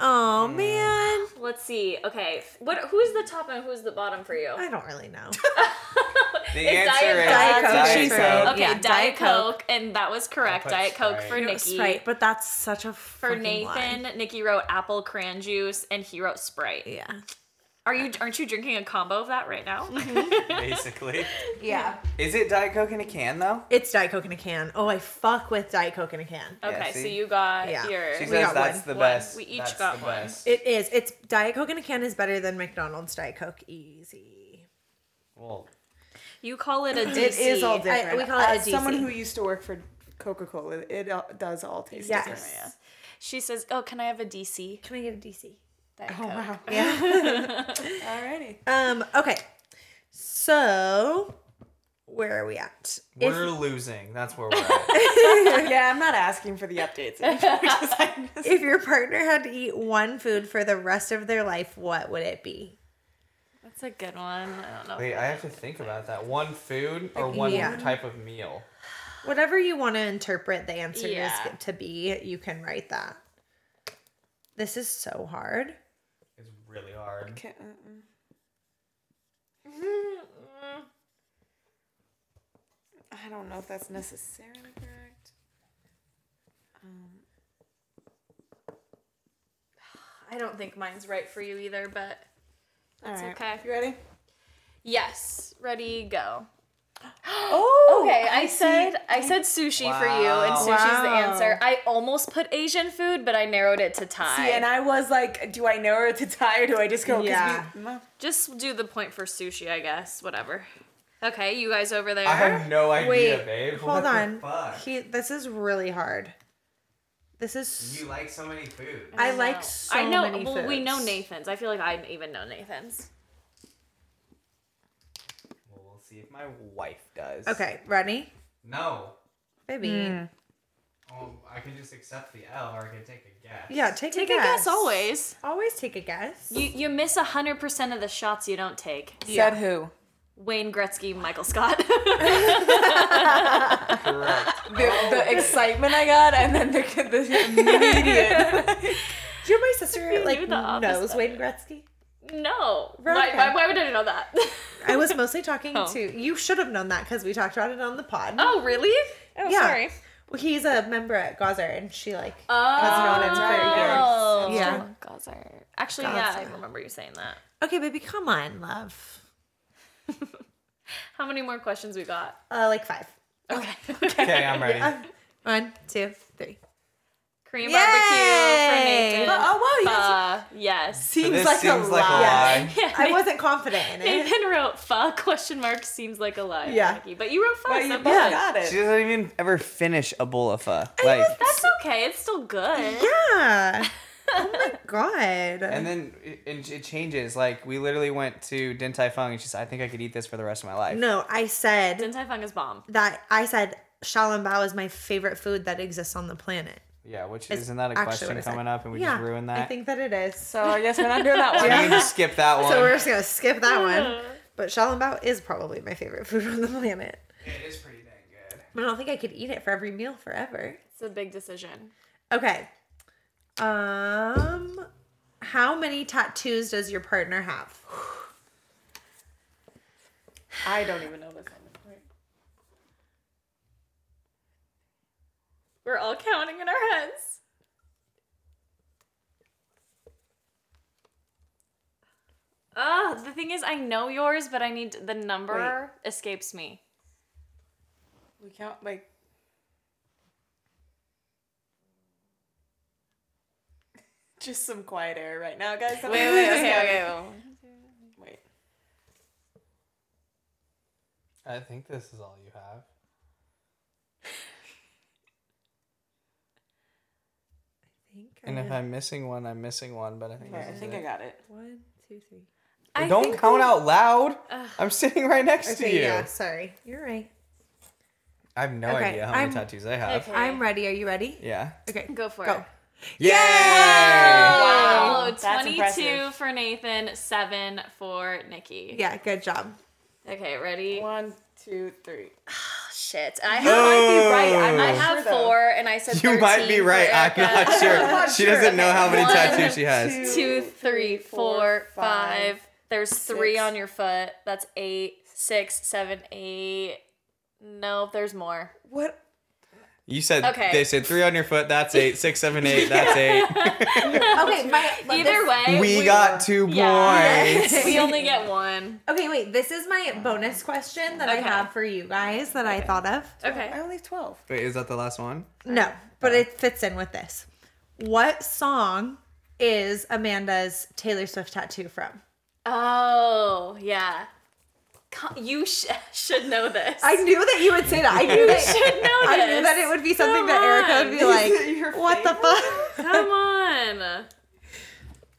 S3: oh
S2: Mm.
S3: man,
S4: Let's see. Okay, what? Who's the top and who's the bottom for you?
S3: I don't really know.
S2: The
S4: It's
S2: answer is
S4: Diet
S3: Coke. Diet Coke,
S2: Diet
S3: she
S2: Coke.
S3: said.
S4: Okay,
S3: Yeah,
S4: Diet,
S3: Diet
S4: Coke, and that was correct.
S2: put
S4: Diet Coke
S2: Sprite.
S4: for
S2: You
S3: It was
S4: Nikki.
S3: Sprite, but that's such a
S4: For Nathan, Nikki wrote apple cran juice, and he wrote Sprite.
S3: Yeah.
S4: Are you? Aren't you drinking a combo of that right now?
S2: Basically,
S3: Yeah.
S2: is it Diet Coke in a can though?
S3: It's Diet Coke in a can. Oh, I fuck with Diet Coke in a can.
S4: okay,
S2: Yeah,
S4: so
S2: see?
S4: you got
S3: Yeah.
S4: your.
S2: She
S3: We
S2: says
S3: got
S2: that's
S3: one.
S2: the
S4: One.
S2: best.
S4: We each
S2: That's
S4: got
S2: the
S4: one.
S2: best.
S3: It is. It's Diet Coke in a can is better than McDonald's Diet Coke easy.
S2: Well,
S4: you call it a DC.
S5: It is all
S3: I-
S5: different.
S3: we call it
S5: As
S3: a
S5: Someone
S3: DC.
S5: who used to work for Coca Cola, it all, does all taste
S3: Yes.
S5: different. Yeah.
S4: She says, "Oh, can I have a DC?"
S3: Can I get a DC?
S4: Diet
S5: Oh
S4: Coke.
S5: wow. Alrighty.
S3: Um. Okay. So, where are we at? If-
S2: we're losing. That's where we're at.
S5: yeah, I'm not asking for the updates. anymore, 'cause I just-
S3: if your partner had to eat one food for the rest of their life, what would it be?
S4: That's a good one. I don't know.
S2: Wait, I have to think about that. One food or one
S3: Yeah.
S2: type of meal.
S3: Whatever you want to interpret the answer
S4: Yeah.
S3: is to be, you can write that. This is so hard.
S2: It's really hard.
S5: Can't- mm-mm. uh. I don't know if that's necessarily correct.
S4: I don't think mine's right for you either, but
S5: That's
S4: okay.
S5: You ready?
S4: yes. Ready, go.
S5: Oh,
S4: Okay, I, said I said sushi for you, and
S2: Wow.
S4: sushi's the
S5: Wow.
S4: answer. I almost put Asian food, but I narrowed it to Thai.
S5: See, and I was like, do I know her to tie or do I just go? 'Cause
S3: Yeah.
S5: we- mm,
S4: Just do the point for sushi, I guess. Whatever. Okay, you guys over there.
S2: I have no idea,
S3: Wait,
S2: babe. What
S3: hold
S2: the
S3: on.
S2: fuck?
S3: He, this is really hard. This is.
S2: You like so many foods.
S3: I,
S4: No.
S3: like so
S4: I know.
S3: many
S4: well, we know
S3: foods.
S4: Nathan's. I feel like I even know Nathan's.
S2: Well, we'll see if my wife does.
S3: Okay, ready,
S2: No.
S3: baby?
S4: Mm.
S2: Oh, I can just accept the L, or I can take a guess.
S3: Yeah, take,
S4: Take
S3: a guess.
S4: a guess always.
S3: Always take a guess.
S4: You you miss hundred percent of the shots you don't take.
S5: Said who?
S4: Wayne Gretzky, Michael Scott.
S2: Correct.
S5: The, the excitement I got, and then the, the immediate.
S3: Do you know my sister like
S4: knew the opposite
S3: knows
S4: of
S3: Wayne Gretzky?
S4: no.
S3: Right,
S4: Why, why,
S3: okay.
S4: why would I know that?
S3: I was mostly talking
S4: Oh.
S3: to you. Should have known that because we talked about it on the pod.
S4: oh really? Oh
S3: Yeah.
S4: sorry.
S3: Well, He's a member at Gazer, and she like
S4: Oh.
S3: That's known as very
S4: Oh.
S3: good. Yeah.
S4: Gozart. Actually, yeah, I remember you saying that.
S3: Okay, baby, come on, love.
S4: How many more questions we got?
S3: Uh, like five. Uh,
S4: Okay.
S2: Oh, Okay, I'm ready.
S3: One, two, three.
S4: Cream
S3: Yay!
S4: barbecue for Nathan.
S5: Oh, wow. You guys-
S4: Uh, yes.
S5: seems
S2: this
S5: like
S2: seems
S5: a
S2: like a
S5: lie.
S2: lie.
S4: Yeah,
S3: I wasn't confident in it.
S4: Nathan wrote "fuck" question mark seems like a lie.
S5: Yeah.
S4: Nikki. but you wrote "fuck."
S5: Well, you
S4: so
S5: both
S4: good.
S5: got
S2: She
S5: it.
S2: doesn't even ever finish a bowl of pho. Like,
S4: That's okay. It's still good.
S3: Yeah. oh my god.
S2: and then it, it, it changes. Like, we literally went to Din Tai Fung, and she said, "I think I could eat this for the rest of my life."
S3: no, I
S4: Din
S3: said
S4: Tai Fung is bomb.
S3: that I said Shaolin Bao is my favorite food that exists on the planet.
S2: Yeah, which
S3: It's
S2: isn't that a
S3: actually what
S2: question
S3: I said.
S2: coming up, and we
S3: Yeah,
S2: just ruined
S3: I
S2: that.
S3: think that it is.
S5: So I guess we're not doing that one.
S2: We can just skip that one.
S3: So we're just gonna skip that one. But Shaolin Bao is probably my favorite food on the planet.
S2: it is pretty dang good.
S3: But I don't think I could eat it for every meal forever.
S4: It's a big decision.
S3: Okay. Um how many tattoos does your partner have?
S4: I don't even know this one. We're all counting in our heads. Uh, the thing is, I know yours, but I need the number escapes me.
S5: We count like. Just some quiet air right now, guys. Wait, wait.
S2: I think this is all you have.
S3: I think
S2: And if I'm missing one, I'm missing one. But I think
S5: Okay, I
S2: this is
S5: think
S2: it.
S5: I got it.
S3: one, two, three.
S4: I
S2: Don't
S4: think
S2: count out loud. I'm sitting right next to you.
S3: yeah, sorry. You're right.
S2: I have no
S3: Okay,
S2: idea how many
S3: I'm-
S2: tattoos I have.
S4: Okay.
S3: I'm ready. Are you ready?
S2: Yeah.
S3: Okay.
S4: Go for
S3: Go.
S4: it.
S2: Yay!
S5: Wow,
S4: Oh,
S5: that's
S4: 22
S5: impressive.
S4: for Nathan, 7 for Nikki.
S3: Yeah, good job.
S4: Okay, ready?
S5: One, two, three.
S4: Shit. I
S5: You
S4: have,
S5: might be right. I'm
S4: I
S5: not
S4: have
S5: sure, though.
S4: 4 and I said
S2: You might be
S4: 13 for
S2: right. I'm
S4: Erica.
S2: not sure. She
S5: sure.
S2: doesn't know how many
S4: One,
S2: tattoos she has.
S4: Two, three, four, five. There's three
S5: six.
S4: on your foot. That's eight, six, seven, eight. No, there's more.
S5: What?
S2: You said
S4: Okay.
S2: they said three on your foot. That's eight. Six, seven, eight. That's eight.
S3: Okay, my, my-
S4: Either
S3: this-
S4: way,
S2: we, got two
S4: Yeah.
S2: points.
S4: we only get one.
S3: Okay, wait. This is my bonus question that I
S4: Okay.
S3: have for you guys that I thought of.
S4: Okay.
S5: I only have 12.
S2: Wait, is that the last one?
S3: No, but it fits in with this. What song is Amanda's Taylor Swift tattoo from?
S4: Oh, yeah. Co- You sh- should know this.
S3: I knew that you would say that. I knew
S4: you
S3: that.
S4: should know
S3: I
S4: this.
S3: knew that it would be something
S4: Come
S3: that Erica would be
S4: on.
S5: Is it your
S3: like, "What the fuck?"
S4: Come on.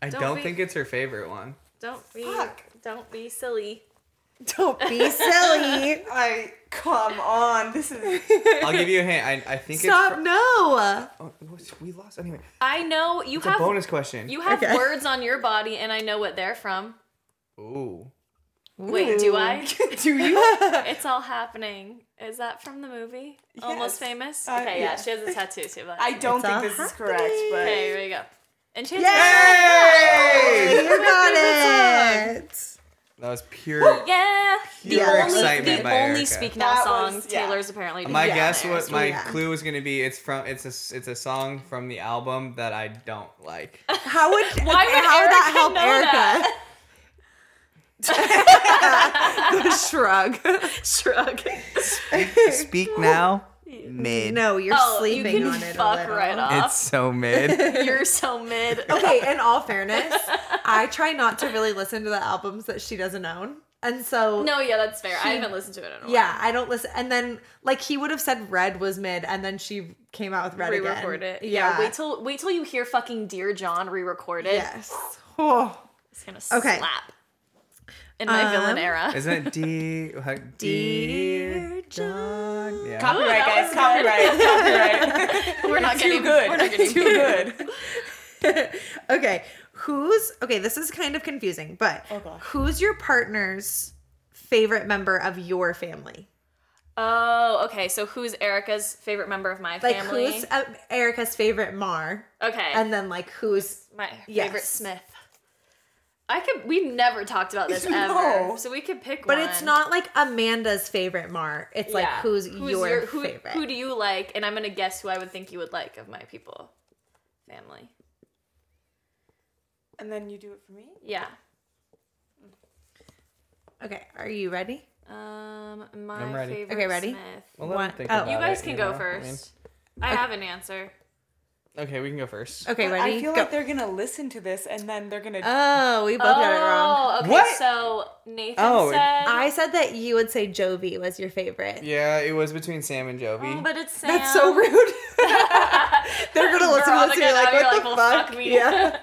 S2: I
S4: Don't
S2: don't,
S4: be-
S2: think it's her favorite one.
S4: Don't be
S5: Fuck.
S4: don't be silly.
S3: Don't be silly.
S5: I come on. This is
S2: I'll give you a hint. I, I think
S3: Stop.
S2: it's.
S3: No.
S2: Fr- oh, what's- we lost anyway.
S4: I know you
S2: It's
S4: have
S2: a bonus question.
S4: you have
S3: Okay.
S4: words on your body and I know what they're from.
S2: Ooh.
S4: Wait, do I?
S5: do you?
S4: it's all happening. Is that from the movie? Almost
S5: Yes.
S4: famous?
S5: Uh,
S4: Okay, yeah,
S5: yeah.
S4: she has a tattoo too, but
S5: I don't
S3: It's
S5: think
S3: all
S5: this is correct, but
S4: Okay, here we go. And she has
S2: Yay!
S3: You got
S4: That's
S3: it.
S2: That was pure.
S4: Yeah. The
S2: Pure
S4: only
S2: excitement
S4: the
S2: by
S4: only
S2: Erica.
S4: Speak Now
S5: That
S4: song
S5: was- yeah.
S4: Taylor's apparently
S2: My
S4: doing
S2: guess
S4: on
S2: was
S4: theirs.
S2: my
S3: Yeah.
S2: clue was gonna be it's from it's a s- it's a song from the album that I don't like.
S3: How would
S4: Why would
S3: how would that
S4: Erica
S3: help
S4: know
S3: Erica?
S4: that?
S3: Shrug.
S4: Shrug.
S2: Speak now, mid.
S3: No, you're
S4: Oh, you
S3: sleeping
S4: can
S3: on it.
S4: fuck
S3: a little. Oh.
S4: right off.
S2: It's so mid.
S4: You're so mid.
S3: Okay, in all fairness, I try not to really listen to the albums that she doesn't own. And so
S4: No, yeah, that's fair. I haven't listened to it in a while.
S3: yeah, I don't listen and then like he would have said red was mid and then she came out with red again.
S4: re-record it. Yeah. Wait till wait till you hear fucking Dear John re-record it.
S3: Yes. Oh.
S4: It's gonna
S3: Okay.
S4: slap. In my
S3: Um,
S4: villain era.
S2: Isn't it D? how-
S3: Dear John.
S2: Yeah.
S5: copyright,
S4: that
S5: guys. Copyright. Copyright.
S4: We're not
S5: Too
S4: getting
S5: good.
S4: We're not getting
S5: Too good.
S3: okay. Who's okay? This is kind of confusing, but
S5: gosh.
S3: who's your partner's favorite member of your family?
S4: Oh, okay. So who's Erica's favorite member of my
S3: Like
S4: family?
S3: who's uh, Erica's favorite Mar,
S4: okay.
S3: and then like who's
S4: my
S3: Yes.
S4: favorite Smith. I could. We've never talked about this ever,
S5: No.
S4: so we could pick
S3: But
S4: one.
S3: it's not like Amanda's favorite Mar. It's like
S4: Yeah.
S3: who's, your,
S4: who,
S3: favorite.
S4: Who do you like? And I'm gonna guess who I would think you would like of my people, family.
S5: And then you do it for me?
S4: Yeah.
S3: Okay, are you ready?
S4: Um, my
S2: I'm ready.
S4: favorite
S3: Okay, ready?
S4: Smith.
S2: Well, let 'em
S3: One-
S2: think
S3: oh.
S2: about
S4: You guys
S2: it,
S4: can
S2: know?
S4: go
S2: I
S4: first. I, have an answer.
S2: mean- okay, we can go first.
S3: Okay,
S5: But
S3: ready?
S5: I feel
S3: Go.
S5: like they're gonna listen to this and then they're gonna.
S3: oh, we both got it wrong.
S4: Oh, okay.
S2: What?
S4: So Nathan
S2: Oh,
S4: said.
S3: I said that you would say Jovi was your favorite.
S2: Yeah, it was between Sam and Jovi.
S4: Oh, but it's Sam.
S3: That's so rude. They're gonna listen to this
S4: Veronica,
S3: and be
S4: now
S3: like,
S4: you're
S3: "What
S4: like,
S3: the
S4: well,
S3: fuck?"
S4: fuck me.
S3: Yeah.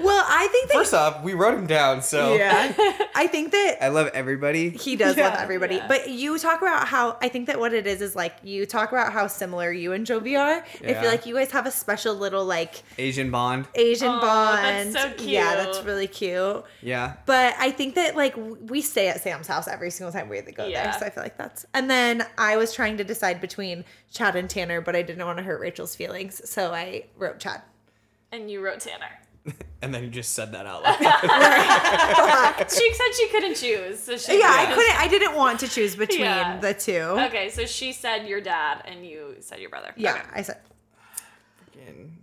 S3: Well, I think that
S2: first off, we wrote him down, so
S5: yeah.
S3: I think that
S2: I love everybody.
S3: he does love
S5: Yeah.
S3: everybody.
S4: Yeah.
S3: But you talk about how I think that what it is is like you talk about how similar you and Jovi are. I
S2: Yeah.
S3: feel like you guys have a special little like
S2: Asian Bond.
S3: Asian
S4: Aw,
S3: bond.
S4: that's so
S3: Yeah, that's
S4: cute.
S3: really cute.
S2: Yeah.
S3: But I think that like w- we stay at Sam's house every single time we go
S4: Yeah.
S3: there. So I feel like that's. And then I was trying to decide between Chad and Tanner, but I didn't want to hurt Rachel's feelings, so I wrote Chad.
S4: and you wrote Tanner.
S2: And then you just said that out loud.
S4: She said she couldn't choose, so she.
S3: Yeah, I
S4: chose-
S3: couldn't. I didn't want to choose between
S4: Yeah.
S3: the two.
S4: Okay, so she said your dad, and you said your brother.
S3: Yeah,
S4: Okay.
S3: I said
S2: Fucking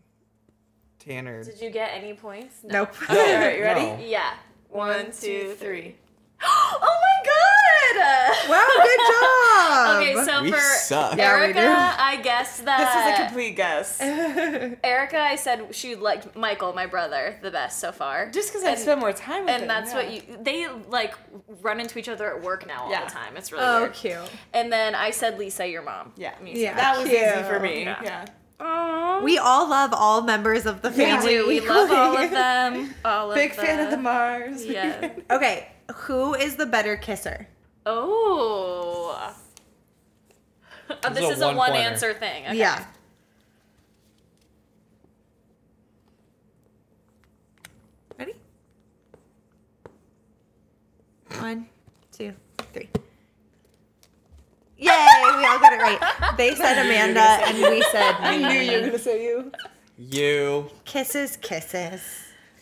S2: Tanner.
S4: Did you get any points?
S3: nope.
S5: All right, you ready?
S2: No.
S4: Yeah.
S5: One, two, three.
S4: oh my god!
S3: wow, good job.
S4: Okay, so
S2: We
S4: for
S2: suck.
S3: um, Yeah, we
S4: Erica,
S3: do.
S4: I guess
S5: This is a
S4: that
S5: complete guess.
S4: Erica, I said she liked Michael, my brother, the best so far.
S5: Just because I
S4: And-
S5: spend more time with him,
S4: and that's
S5: yeah.
S4: what you they like run into each other at work now all
S5: Yeah.
S4: the time. It's really
S3: Oh,
S4: weird.
S3: cute.
S4: And then I said Lisa, your mom.
S5: Yeah.
S4: Me
S3: Yeah.
S5: That was easy
S3: Cute.
S5: for me.
S4: Yeah.
S5: Yeah.
S4: Aww.
S3: We all love all members of the
S4: We
S3: family.
S4: do. We love all of them. All of
S5: Big fan of the
S4: mom.
S5: Mars.
S4: Yeah.
S3: Okay, who is the better kisser?
S4: Oh. Oh,
S2: This
S4: this
S2: is a
S4: is a one,
S2: one-pointer.
S4: answer thing. Okay.
S3: Yeah. Ready? One, two, three. Yay! We all got it right. They said Amanda, and we
S5: I
S3: said
S5: knew you were
S3: me.
S5: gonna say you.
S2: You.
S3: Kisses, kisses.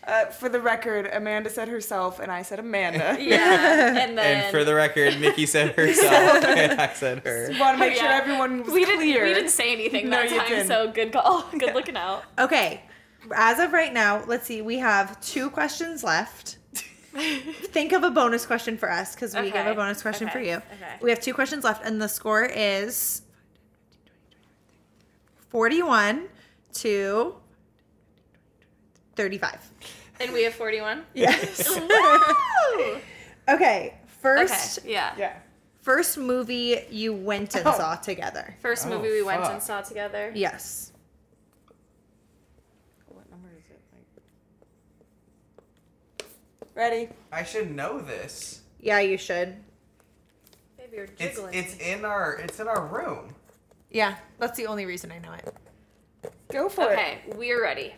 S5: Uh, for the record, Amanda said herself, and I said Amanda.
S4: Yeah. And then
S2: And for the record, Nikki said herself, and I said her.
S5: Want to make
S4: Oh,
S5: sure
S4: yeah.
S5: everyone was
S4: we
S5: clear.
S4: didn't we didn't say anything
S5: No,
S4: that
S5: you
S4: time,
S5: didn't.
S4: so good call. Good looking out.
S3: Okay. As of right now, let's see. We have two questions left. Think of a bonus question for us because we
S4: Okay.
S3: have a bonus question for
S4: Okay.
S3: you.
S4: Okay.
S3: We have two questions left, and the score is 41 to 35.
S4: And we have 41.
S3: Yes.
S4: Woo!
S3: okay. First,
S4: Okay. Yeah.
S5: Yeah.
S3: first movie you went and
S5: Oh.
S3: saw together.
S4: First
S2: Oh,
S4: movie we went and
S2: fuck.
S4: saw together.
S3: Yes.
S5: What number is it? Ready?
S2: I should know this.
S3: Yeah, you should.
S4: Babe, you're
S2: It's
S4: jiggling.
S2: it's in our it's in our room.
S3: Yeah, that's the only reason I know it.
S5: Go for it.
S4: okay, we're ready.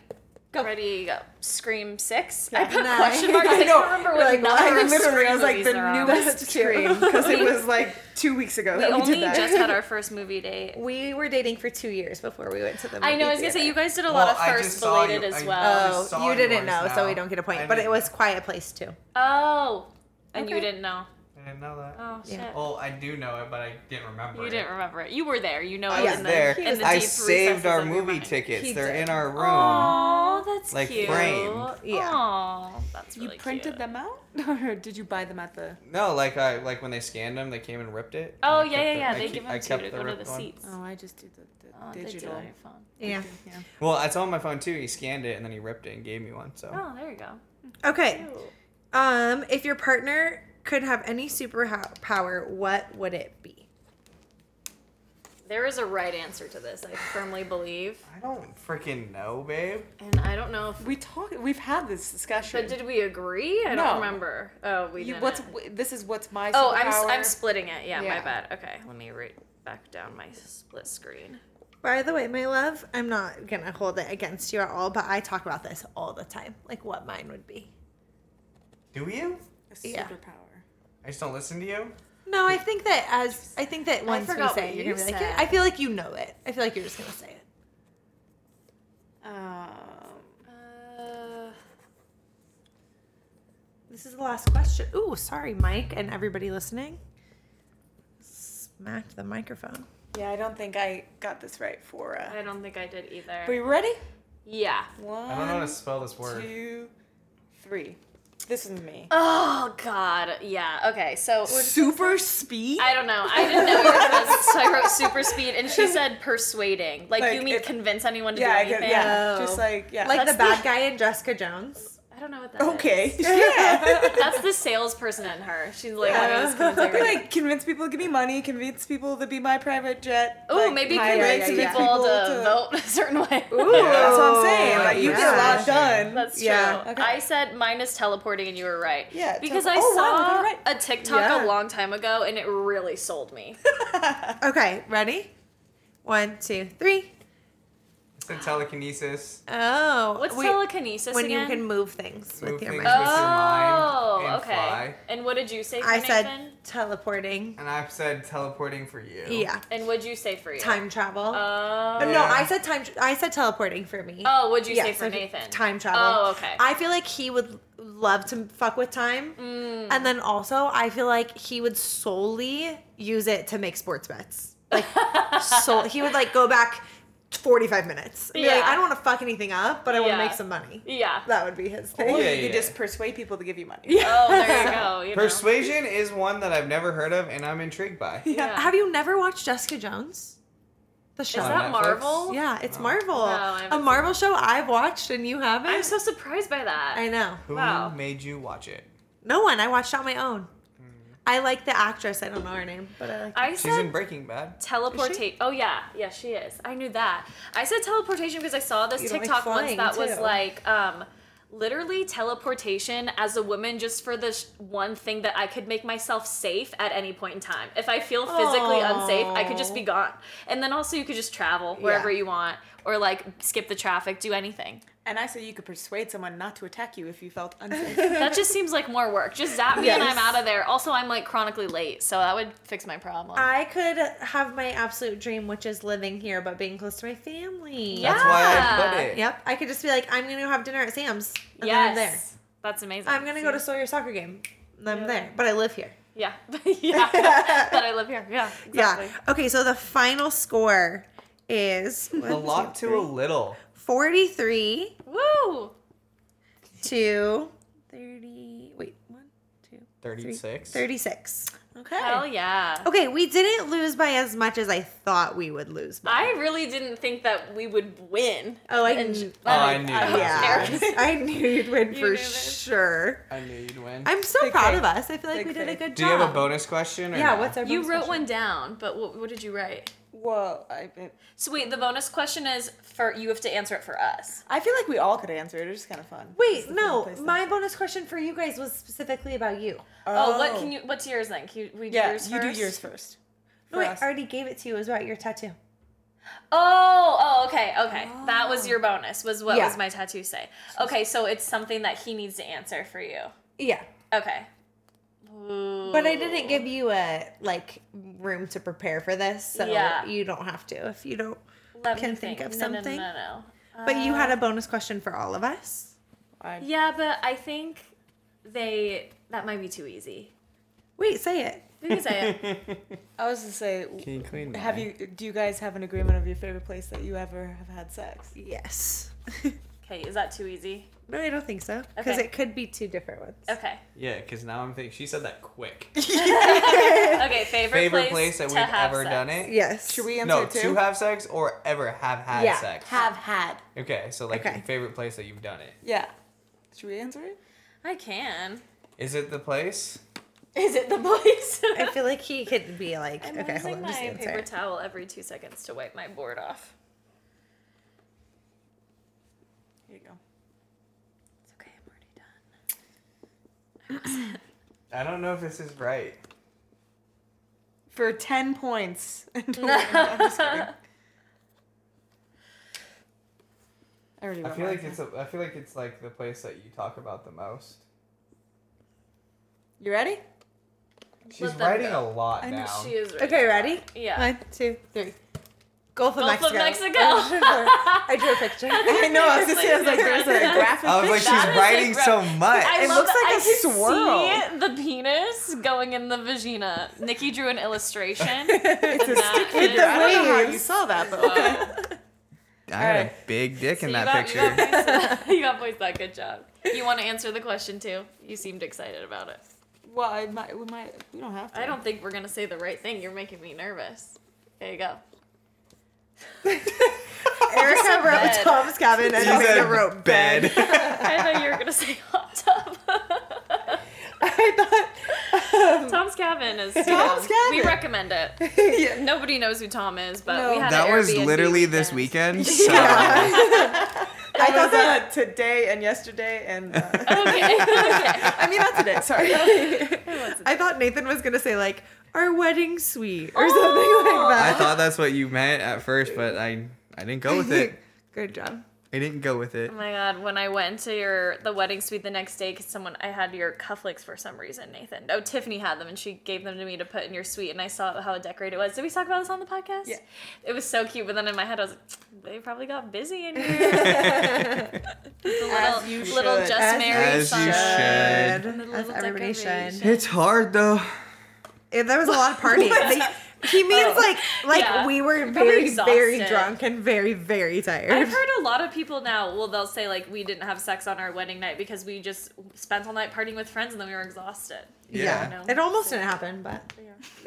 S4: Go. Ready, go. Scream six. I put
S3: Nine.
S4: question marks. I,
S5: I know.
S4: don't remember
S5: You're
S4: what
S5: like,
S4: number
S5: I literally
S4: Scream
S5: I was like
S4: movies
S5: the
S4: are on.
S5: newest scream because it
S4: We-
S5: was like two weeks ago
S4: We
S5: that we
S4: only
S5: did that.
S4: just had our first movie date.
S3: We were dating for two years before we went to the. Movie
S4: I know. I was gonna say you guys did a lot of
S2: Well, I
S4: first
S2: just saw
S4: belated
S2: you-
S4: as
S2: I- uh,
S4: well.
S2: I
S3: Oh,
S2: just saw
S3: you didn't
S2: yours
S3: know, so
S2: now.
S3: we don't get a point.
S2: I
S3: but it
S2: didn't-
S3: was Quiet Place too.
S4: oh, and you
S5: Okay.
S4: didn't know.
S2: I didn't know that.
S4: Oh shit.
S3: Yeah.
S2: Well, I do know it, but I didn't remember.
S4: You
S2: it.
S4: didn't remember it. You were there. You know
S2: I
S4: it
S3: Yeah.
S2: was
S4: in the,
S2: there.
S4: In the
S2: I
S4: deep
S2: saved our
S4: recesses of your
S2: movie
S4: mind.
S2: tickets.
S3: He
S2: They're
S3: did.
S2: in our room.
S4: Aw, that's
S2: Like
S4: cute.
S2: framed.
S3: Yeah.
S4: Aw, that's
S5: You
S4: really
S5: printed
S4: cute.
S5: them out, or did you buy them at the?
S2: No, like I like when they scanned them, they came and ripped it.
S4: Oh
S2: and I
S4: yeah, yeah,
S2: kept
S4: yeah.
S2: the- I
S4: They
S2: keep-
S4: give
S2: I
S4: them to you
S2: kept
S4: to
S2: the
S4: go to the
S2: ripped one.
S4: seats.
S5: Oh, I just did the, the
S4: Oh, they do it
S5: digital.
S4: on your phone.
S3: Yeah.
S5: Yeah.
S2: Well, it's on my phone too. He scanned it and then he ripped it and gave me one. So
S4: Oh, there you go.
S3: Okay.
S4: Cute.
S3: Um, if your partner could have any superpower, what would it be?
S4: There is a right answer to this, I firmly believe.
S2: I don't freaking know, babe.
S4: And I don't know if.
S5: We talked. We've had this discussion.
S4: But did we agree? I
S5: No.
S4: don't remember. Oh, we
S5: you,
S4: didn't.
S5: what's this is what's my
S4: oh, I'm, s-
S5: superpower.
S4: I'm splitting it. Yeah, my
S5: Yeah.
S4: bad. Okay, let me write back down my split screen.
S3: By the way, my love, I'm not gonna hold it against you at all, but I talk about this all the time, like what mine would be.
S2: Do you?
S5: A
S3: Yeah.
S5: superpower.
S2: I just don't listen to you.
S3: No, I think that as I think that once we
S4: forgot
S3: say
S4: what
S3: it, you're
S4: you
S3: gonna be like,
S4: said.
S3: yeah, I feel like you know it. I feel like you're just gonna say it.
S5: Um,
S4: Uh,
S3: This is the last question. Ooh, sorry, Mike, and everybody listening. Smacked the microphone.
S5: yeah, I don't think I got this right for. Uh,
S4: I don't think I did either.
S5: are you ready?
S4: yeah.
S5: One,
S4: Um,
S2: I don't know how to spell this word.
S5: two, three. This is me.
S4: Oh God, yeah. Okay, so
S5: Super speed.
S4: I don't know. I didn't know what it was, so I wrote super speed, and she said persuading. Like,
S5: Like,
S4: you mean
S5: it-
S4: convince anyone to
S5: yeah, I
S4: do anything?
S5: get, yeah.
S3: Oh.
S5: Just like yeah.
S3: Like
S4: That's
S3: the bad
S4: the-
S3: guy in Jessica Jones.
S4: I don't know what that is.
S5: okay. yeah.
S4: That's the salesperson in her. She's like,
S3: Yeah.
S4: "Why is convince
S5: I feel
S4: everyone?"
S5: like convince people to give me money, convince people to be my private jet.
S4: Ooh,
S5: like,
S4: maybe
S5: pilot,
S4: convince
S5: convince
S4: people to, vote a certain way.
S5: That's what I'm saying. Like you get a
S3: Yeah.
S5: lot done.
S4: That's true.
S3: Yeah,
S5: okay.
S4: I said minus teleporting, and you were right.
S5: Yeah,
S4: Because
S5: tele-
S4: I
S5: Oh, wow, we
S4: saw
S5: got it right.
S4: a TikTok
S3: Yeah.
S4: a long time ago, and it really sold me.
S3: Okay, ready? One, two, three.
S2: It's in telekinesis.
S3: Oh.
S4: What's
S3: we-
S4: telekinesis
S3: When
S4: again?
S3: you can move things
S2: Move
S3: with your
S2: things
S3: mind.
S2: with your mind
S4: oh,
S2: and
S4: okay.
S2: fly.
S4: And what did you say? For
S3: I said
S4: Nathan?
S3: teleporting.
S2: And I've said teleporting for you.
S3: Yeah.
S4: And what'd you say for you?
S3: Time travel.
S4: Oh.
S3: no,
S2: yeah.
S3: I said time. Tra- I said teleporting for me.
S4: Oh, what'd you
S3: Yeah,
S4: say for
S3: so he-
S4: Nathan?
S3: Time travel.
S4: Oh, okay.
S3: I feel like he would love to fuck with time. And then also, I feel like he would solely use it to make sports bets. Like, so he would like go back 45 minutes. And be like,
S4: Yeah.
S3: I don't want to fuck anything up, but I want to
S4: Yeah.
S3: make some money.
S4: yeah.
S3: That would be his
S5: Or
S3: thing.
S5: you
S2: Yeah,
S5: could
S2: yeah.
S5: just persuade people to give you money.
S4: Oh, there you go. You know.
S2: Persuasion is one that I've never heard of and I'm intrigued by.
S4: Yeah.
S3: Have you never watched Jessica Jones? The show.
S4: Is
S2: On
S4: that
S2: Netflix?
S4: Marvel?
S3: yeah, it's Marvel.
S4: I haven't
S3: a
S4: seen
S3: Marvel show I've watched and you haven't.
S4: I'm so surprised by that.
S3: I know.
S2: Who
S4: Wow.
S2: made you watch it?
S3: No one. I watched on my own.
S4: Mm.
S3: I like the actress. I don't know her name, but I like.
S4: I
S2: She's
S4: said
S2: in Breaking Bad.
S4: teleportation. Oh yeah, yeah, she is. I knew that. I said teleportation because I saw this
S3: You don't like
S4: TikTok once
S3: flying,
S4: that was
S3: too.
S4: like um literally teleportation as a woman just for the sh- one thing that I could make myself safe at any point in time. If I feel physically unsafe, I could just be
S3: Aw.
S4: gone. And then also you could just travel wherever you want or like skip the traffic, do anything.
S5: And I said you could persuade someone not to attack you if you felt unsafe.
S4: That just seems like more work. Just zap me and I'm out of there. Also, I'm like chronically late, so that would fix my problem.
S3: I could have my absolute dream, which is living here but being close to my family.
S4: Yeah.
S2: That's why I put it.
S3: Yep. I could just be like, I'm gonna go have dinner at Sam's. And then I'm there.
S4: yes. That's amazing.
S3: I'm gonna go to Sawyer soccer game. And I'm
S4: Yeah.
S3: there. But I live here.
S4: Yeah. yeah. but I live here. Yeah. Exactly.
S3: Yeah. Okay, so the final score is
S2: A lot to a little.
S3: forty three
S4: Woo!
S3: to thirty wait, one, two,
S2: 36.
S3: thirty six.
S5: okay.
S4: Hell yeah.
S3: Okay, we didn't lose by as much as I thought we would lose by.
S4: I really didn't think that we would win.
S3: Oh, I
S4: And-
S3: kn-
S2: Oh, I knew.
S4: I was
S3: yeah,
S4: nervous.
S3: I knew you'd win
S4: You
S3: for
S4: knew this.
S3: sure.
S2: I knew you'd win.
S3: I'm so
S5: Big
S3: proud
S5: faith.
S3: of us. I feel like
S5: Big
S3: we did a
S5: faith.
S3: good
S2: Do
S3: job.
S2: you have a bonus question? Or
S3: Yeah,
S2: no?
S3: what's our
S4: You
S3: bonus
S4: wrote
S3: question?
S4: one down, but what, what did you write?
S5: Well, I,
S4: So wait, the bonus question is for you have to answer it for us.
S5: I feel like we all could answer it. It's just kind of fun. It's
S3: Wait,
S5: the
S3: no.
S5: fun place to-
S3: My bonus question for you guys was specifically about you.
S4: Oh, what can you? What's yours then? Can you, we do
S5: Yeah,
S4: yours
S5: you
S4: first?
S5: do yours first.
S3: No,
S5: For
S3: I
S5: us.
S3: already gave it to you. It was about your tattoo.
S4: Oh, oh, okay, okay. That was your bonus. Was what
S3: Oh. Yeah.
S4: was my tattoo say? Okay, so it's something that he needs to answer for you.
S3: Yeah,
S4: Okay. Ooh.
S3: but I didn't give you a like room to prepare for this, so
S4: Yeah.
S3: you don't have to if you don't.
S4: Let
S3: can think of
S4: No, no, no,
S3: something.
S4: No, no,
S3: But you had a bonus question for all of us.
S5: I,
S4: no. Yeah, but I think they that might be too easy.
S3: Wait, say it.
S4: You can say it.
S5: I was gonna say,
S2: Can you clean that?
S5: have you? Do you guys have an agreement of your favorite place that you ever have had sex?
S3: Yes.
S4: Okay, is that too easy?
S3: no, I don't think so. Because
S4: Okay.
S3: it could be two different ones.
S4: Okay.
S2: Yeah, because now I'm thinking. She said that quick.
S4: Okay, favorite,
S2: Favorite
S4: place,
S2: place that
S4: to
S2: we've
S4: have
S2: ever
S4: sex.
S2: done it?
S3: Yes.
S5: Should we answer
S2: No,
S5: it
S2: to
S5: too?
S2: have sex or ever have had
S3: Yeah,
S2: sex.
S5: had.
S2: Okay, so like
S3: Okay.
S2: your favorite place that you've done it.
S5: Yeah. Should we answer it?
S4: I can.
S2: Is it the place?
S4: Is it the place?
S3: I feel like he could be like,
S4: I'm
S3: okay, hold
S4: using
S3: on,
S4: my
S3: just answer.
S4: paper
S3: it.
S4: towel every two seconds to wipe my board off.
S5: Here you go.
S4: It's okay, I'm already done.
S2: I don't know if this is right.
S5: For ten points. Don't worry, I'm just kidding. I already
S2: I
S5: wrote
S2: feel
S5: mine
S2: like it's a, I feel like it's like the place that you talk about the most.
S5: You ready?
S2: She's
S4: them
S2: writing
S4: go.
S2: a lot
S5: I know
S2: now.
S4: She is ready.
S3: Okay, ready?
S4: Yeah.
S3: One, two, three. Gulf of
S4: Gulf
S3: Mexico.
S4: of Mexico.
S3: I drew a picture. I know. I was just I was like, there's a graphic.
S2: I was like,
S4: That
S2: she's
S4: is
S2: writing so
S4: incredible.
S2: much.
S4: I
S3: It
S4: love
S3: looks
S4: that
S3: like
S4: I
S3: a
S4: can
S3: swirl.
S4: See the penis going in the vagina. Nikki drew an illustration.
S5: It's a stick
S4: with
S5: figure. I don't know how you
S3: waves.
S5: saw that, but okay.
S2: I had a
S5: Alright.
S2: big dick in
S4: you
S2: that
S4: got,
S2: picture.
S4: You got, voice, you got voice that. Good job. You want to answer the question too? You seemed excited about it.
S5: Well, I might, we might. We don't have to.
S4: I don't think we're gonna say the right thing. You're making me nervous. There you go.
S3: Erica wrote
S4: bed.
S3: Tom's cabin and made a rope bed.
S4: I thought you were gonna say hot tub.
S5: I thought. Um,
S4: Tom's Cabin is. you
S5: Tom's
S4: know, We
S5: Cabin.
S4: recommend it.
S5: yeah.
S4: Nobody knows who Tom is, but
S5: No.
S4: we had
S2: that
S4: an
S2: was
S4: Airbnb
S2: literally this
S4: weekend.
S2: weekend. So
S5: I thought that today and yesterday and uh,
S4: Okay.
S5: I mean not today. Sorry.
S3: I thought Nathan was gonna say like our wedding suite or something
S4: Oh.
S3: like
S2: I
S3: that.
S2: thought that's what you meant at first, but I I didn't go with it.
S3: Good job.
S2: I didn't go with it.
S4: Oh my god, when I went to your the wedding suite the next day, because someone I had your cufflinks for some reason, Nathan. Oh, Tiffany had them and she gave them to me to put in your suite, and I saw how decorated it was. Did we talk about this on the podcast?
S5: Yeah.
S4: It was so cute, but then in my head I was like, they probably got busy in here. the little,
S5: you
S4: little
S5: should.
S4: just
S5: As
S4: married
S2: you
S4: song.
S2: should. Good.
S3: Good.
S4: the
S3: As
S4: little
S3: everybody should.
S4: decoration.
S2: It's hard though.
S3: Yeah, there was a lot of partying. They- he means like like
S4: Oh, yeah.
S3: we were
S4: Probably
S3: very very
S4: exhausted.
S3: drunk and very very tired.
S4: I've heard a lot of people now. Well, they'll say like we didn't have sex on our wedding night because we just spent all night partying with friends and then we were exhausted.
S3: yeah,
S4: Yeah.
S3: it almost didn't happen, but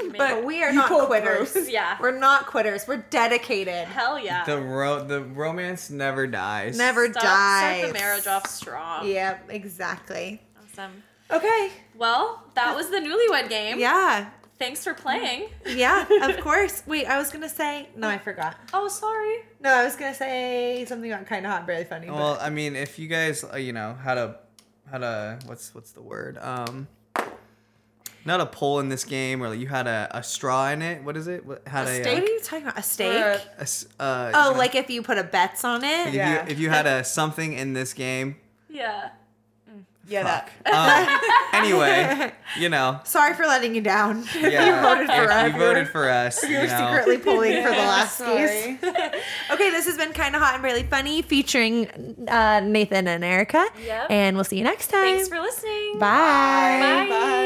S4: You made
S3: but
S4: it.
S3: we are not
S5: pulled
S3: quitters.
S5: through.
S4: Yeah.
S3: we're not quitters. We're dedicated.
S4: hell yeah.
S2: The ro- the romance never dies.
S3: Never
S4: Stop-
S3: dies.
S4: Start the marriage off strong.
S3: Yep, exactly.
S4: Awesome.
S3: Okay.
S4: Well, that was the newlywed game.
S3: Yeah.
S4: Thanks for playing.
S3: Yeah, of course. Wait, I was gonna say no, I forgot.
S4: Oh, sorry.
S3: No, I was gonna say something about kind of hot, and barely funny.
S2: Well, I mean, if you guys, uh, you know, how to, how to, what's what's the word? Um, not a pole in this game, or like you had a, a straw in it. What is it? What, had
S3: but...
S2: a, uh,
S3: steak? What are you talking about? A steak?
S5: Or
S2: a s- uh,
S3: oh,
S2: you know,
S3: like if you put a bets on it.
S2: if
S5: yeah.
S2: you if you had a something in this game.
S4: Yeah.
S5: Yeah, that.
S2: Um, anyway, you know,
S3: Sorry for letting you down.
S2: yeah,
S3: you voted for
S2: if
S3: us.
S2: You voted for us. You
S3: You're
S2: know.
S3: secretly pulling for the last case.
S5: Sorry.
S3: Okay, this has been kind of hot and barely funny, featuring uh, Nathan and Erica.
S4: Yep.
S3: And we'll see you next time.
S4: Thanks for listening.
S3: Bye.
S4: Bye.
S5: Bye.